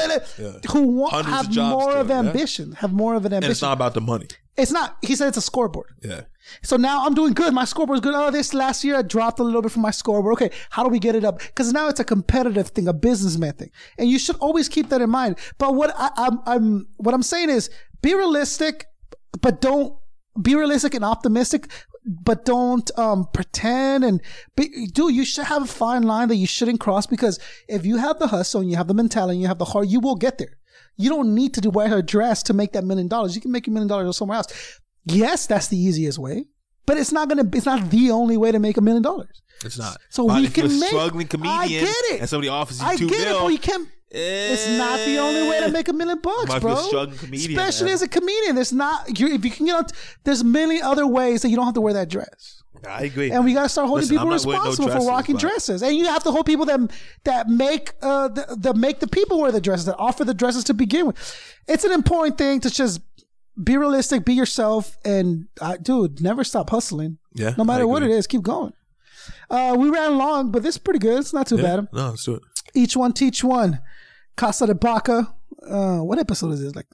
[SPEAKER 3] who want,
[SPEAKER 4] Hundreds of
[SPEAKER 3] have
[SPEAKER 4] jobs
[SPEAKER 3] more
[SPEAKER 4] still,
[SPEAKER 3] of
[SPEAKER 4] yeah.
[SPEAKER 3] ambition, have more of an
[SPEAKER 4] and
[SPEAKER 3] ambition.
[SPEAKER 4] it's not about the money.
[SPEAKER 3] He said it's a scoreboard.
[SPEAKER 4] Yeah.
[SPEAKER 3] So now I'm doing good. My scoreboard's good. Oh, this last year I dropped a little bit from my scoreboard. Okay, how do we get it up? Because now it's a competitive thing, a businessman thing, and you should always keep that in mind. But what I, I'm, I'm, what I'm saying is, be realistic, but don't be realistic and optimistic, but don't um, pretend and be, dude. You should have a fine line that you shouldn't cross because if you have the hustle and you have the mentality and you have the heart, you will get there. You don't need to do wear her dress to make that million dollars. You can make a million dollars somewhere else. Yes, that's the easiest way, but it's not gonna. It's not the only way to make a million dollars.
[SPEAKER 4] It's not.
[SPEAKER 3] So
[SPEAKER 4] But
[SPEAKER 3] we
[SPEAKER 4] if you're
[SPEAKER 3] can
[SPEAKER 4] a
[SPEAKER 3] make-
[SPEAKER 4] struggling comedian.
[SPEAKER 3] I get it.
[SPEAKER 4] And somebody offers you
[SPEAKER 3] I
[SPEAKER 4] two
[SPEAKER 3] get it,
[SPEAKER 4] mil.
[SPEAKER 3] but you can't. It's not the only way to make a million bucks,
[SPEAKER 4] Might be a
[SPEAKER 3] bro.
[SPEAKER 4] struggling comedian,
[SPEAKER 3] Especially
[SPEAKER 4] man.
[SPEAKER 3] as a comedian, there's not. You, if you can get out, there's many other ways that you don't have to wear that dress.
[SPEAKER 4] I agree.
[SPEAKER 3] And we got to start holding
[SPEAKER 4] Listen, I'm
[SPEAKER 3] people
[SPEAKER 4] not wearing no
[SPEAKER 3] responsible
[SPEAKER 4] dresses,
[SPEAKER 3] for rocking
[SPEAKER 4] but-
[SPEAKER 3] dresses, and you have to hold people that that make uh that, that make the people wear the dresses, that offer the dresses to begin with. It's an important thing to just be realistic, be yourself, and uh, dude, never stop hustling.
[SPEAKER 4] Yeah,
[SPEAKER 3] no matter
[SPEAKER 4] I
[SPEAKER 3] what it
[SPEAKER 4] agree.
[SPEAKER 3] is, keep going. Uh, we ran long, but this is pretty good. It's not too
[SPEAKER 4] Yeah.
[SPEAKER 3] bad.
[SPEAKER 4] No, let's do it.
[SPEAKER 3] Each one teach one. Casa de Baca. Uh, what episode is this? Like,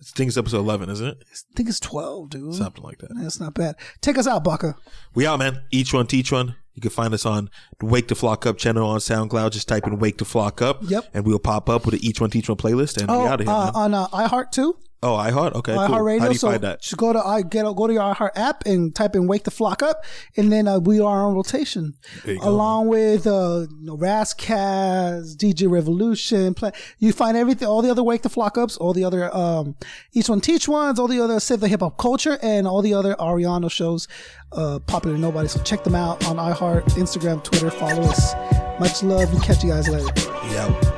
[SPEAKER 4] It's things episode 11, isn't it?
[SPEAKER 3] I think it's twelve, dude.
[SPEAKER 4] Something like that.
[SPEAKER 3] That's not bad. Take us out, Baca.
[SPEAKER 4] We out, man. Each one, teach one. You can find us on the Wake the Flock Up channel on SoundCloud. Just type in Wake the Flock Up.
[SPEAKER 3] Yep.
[SPEAKER 4] And we'll pop up with an Each One Teach One playlist and
[SPEAKER 3] Oh,
[SPEAKER 4] we out of here.
[SPEAKER 3] uh,
[SPEAKER 4] man.
[SPEAKER 3] on uh, iHeart too.
[SPEAKER 4] Oh, iHeart? Okay.
[SPEAKER 3] iHeart
[SPEAKER 4] cool.
[SPEAKER 3] Radio.
[SPEAKER 4] How do you
[SPEAKER 3] so
[SPEAKER 4] find that?
[SPEAKER 3] just go to i get go to your iHeart app and type in "Wake the Flock Up," and then uh, we are on rotation
[SPEAKER 4] There you go,
[SPEAKER 3] along with uh, you know, Razzcast, DJ Revolution. Play. You find everything, all the other "Wake the Flock Ups," all the other um, each one teach ones, all the other save the hip hop culture, and all the other Ariano shows, uh, popular to nobody. So check them out on iHeart, Instagram, Twitter. Follow us. Much love. We catch you guys later.
[SPEAKER 4] Yeah.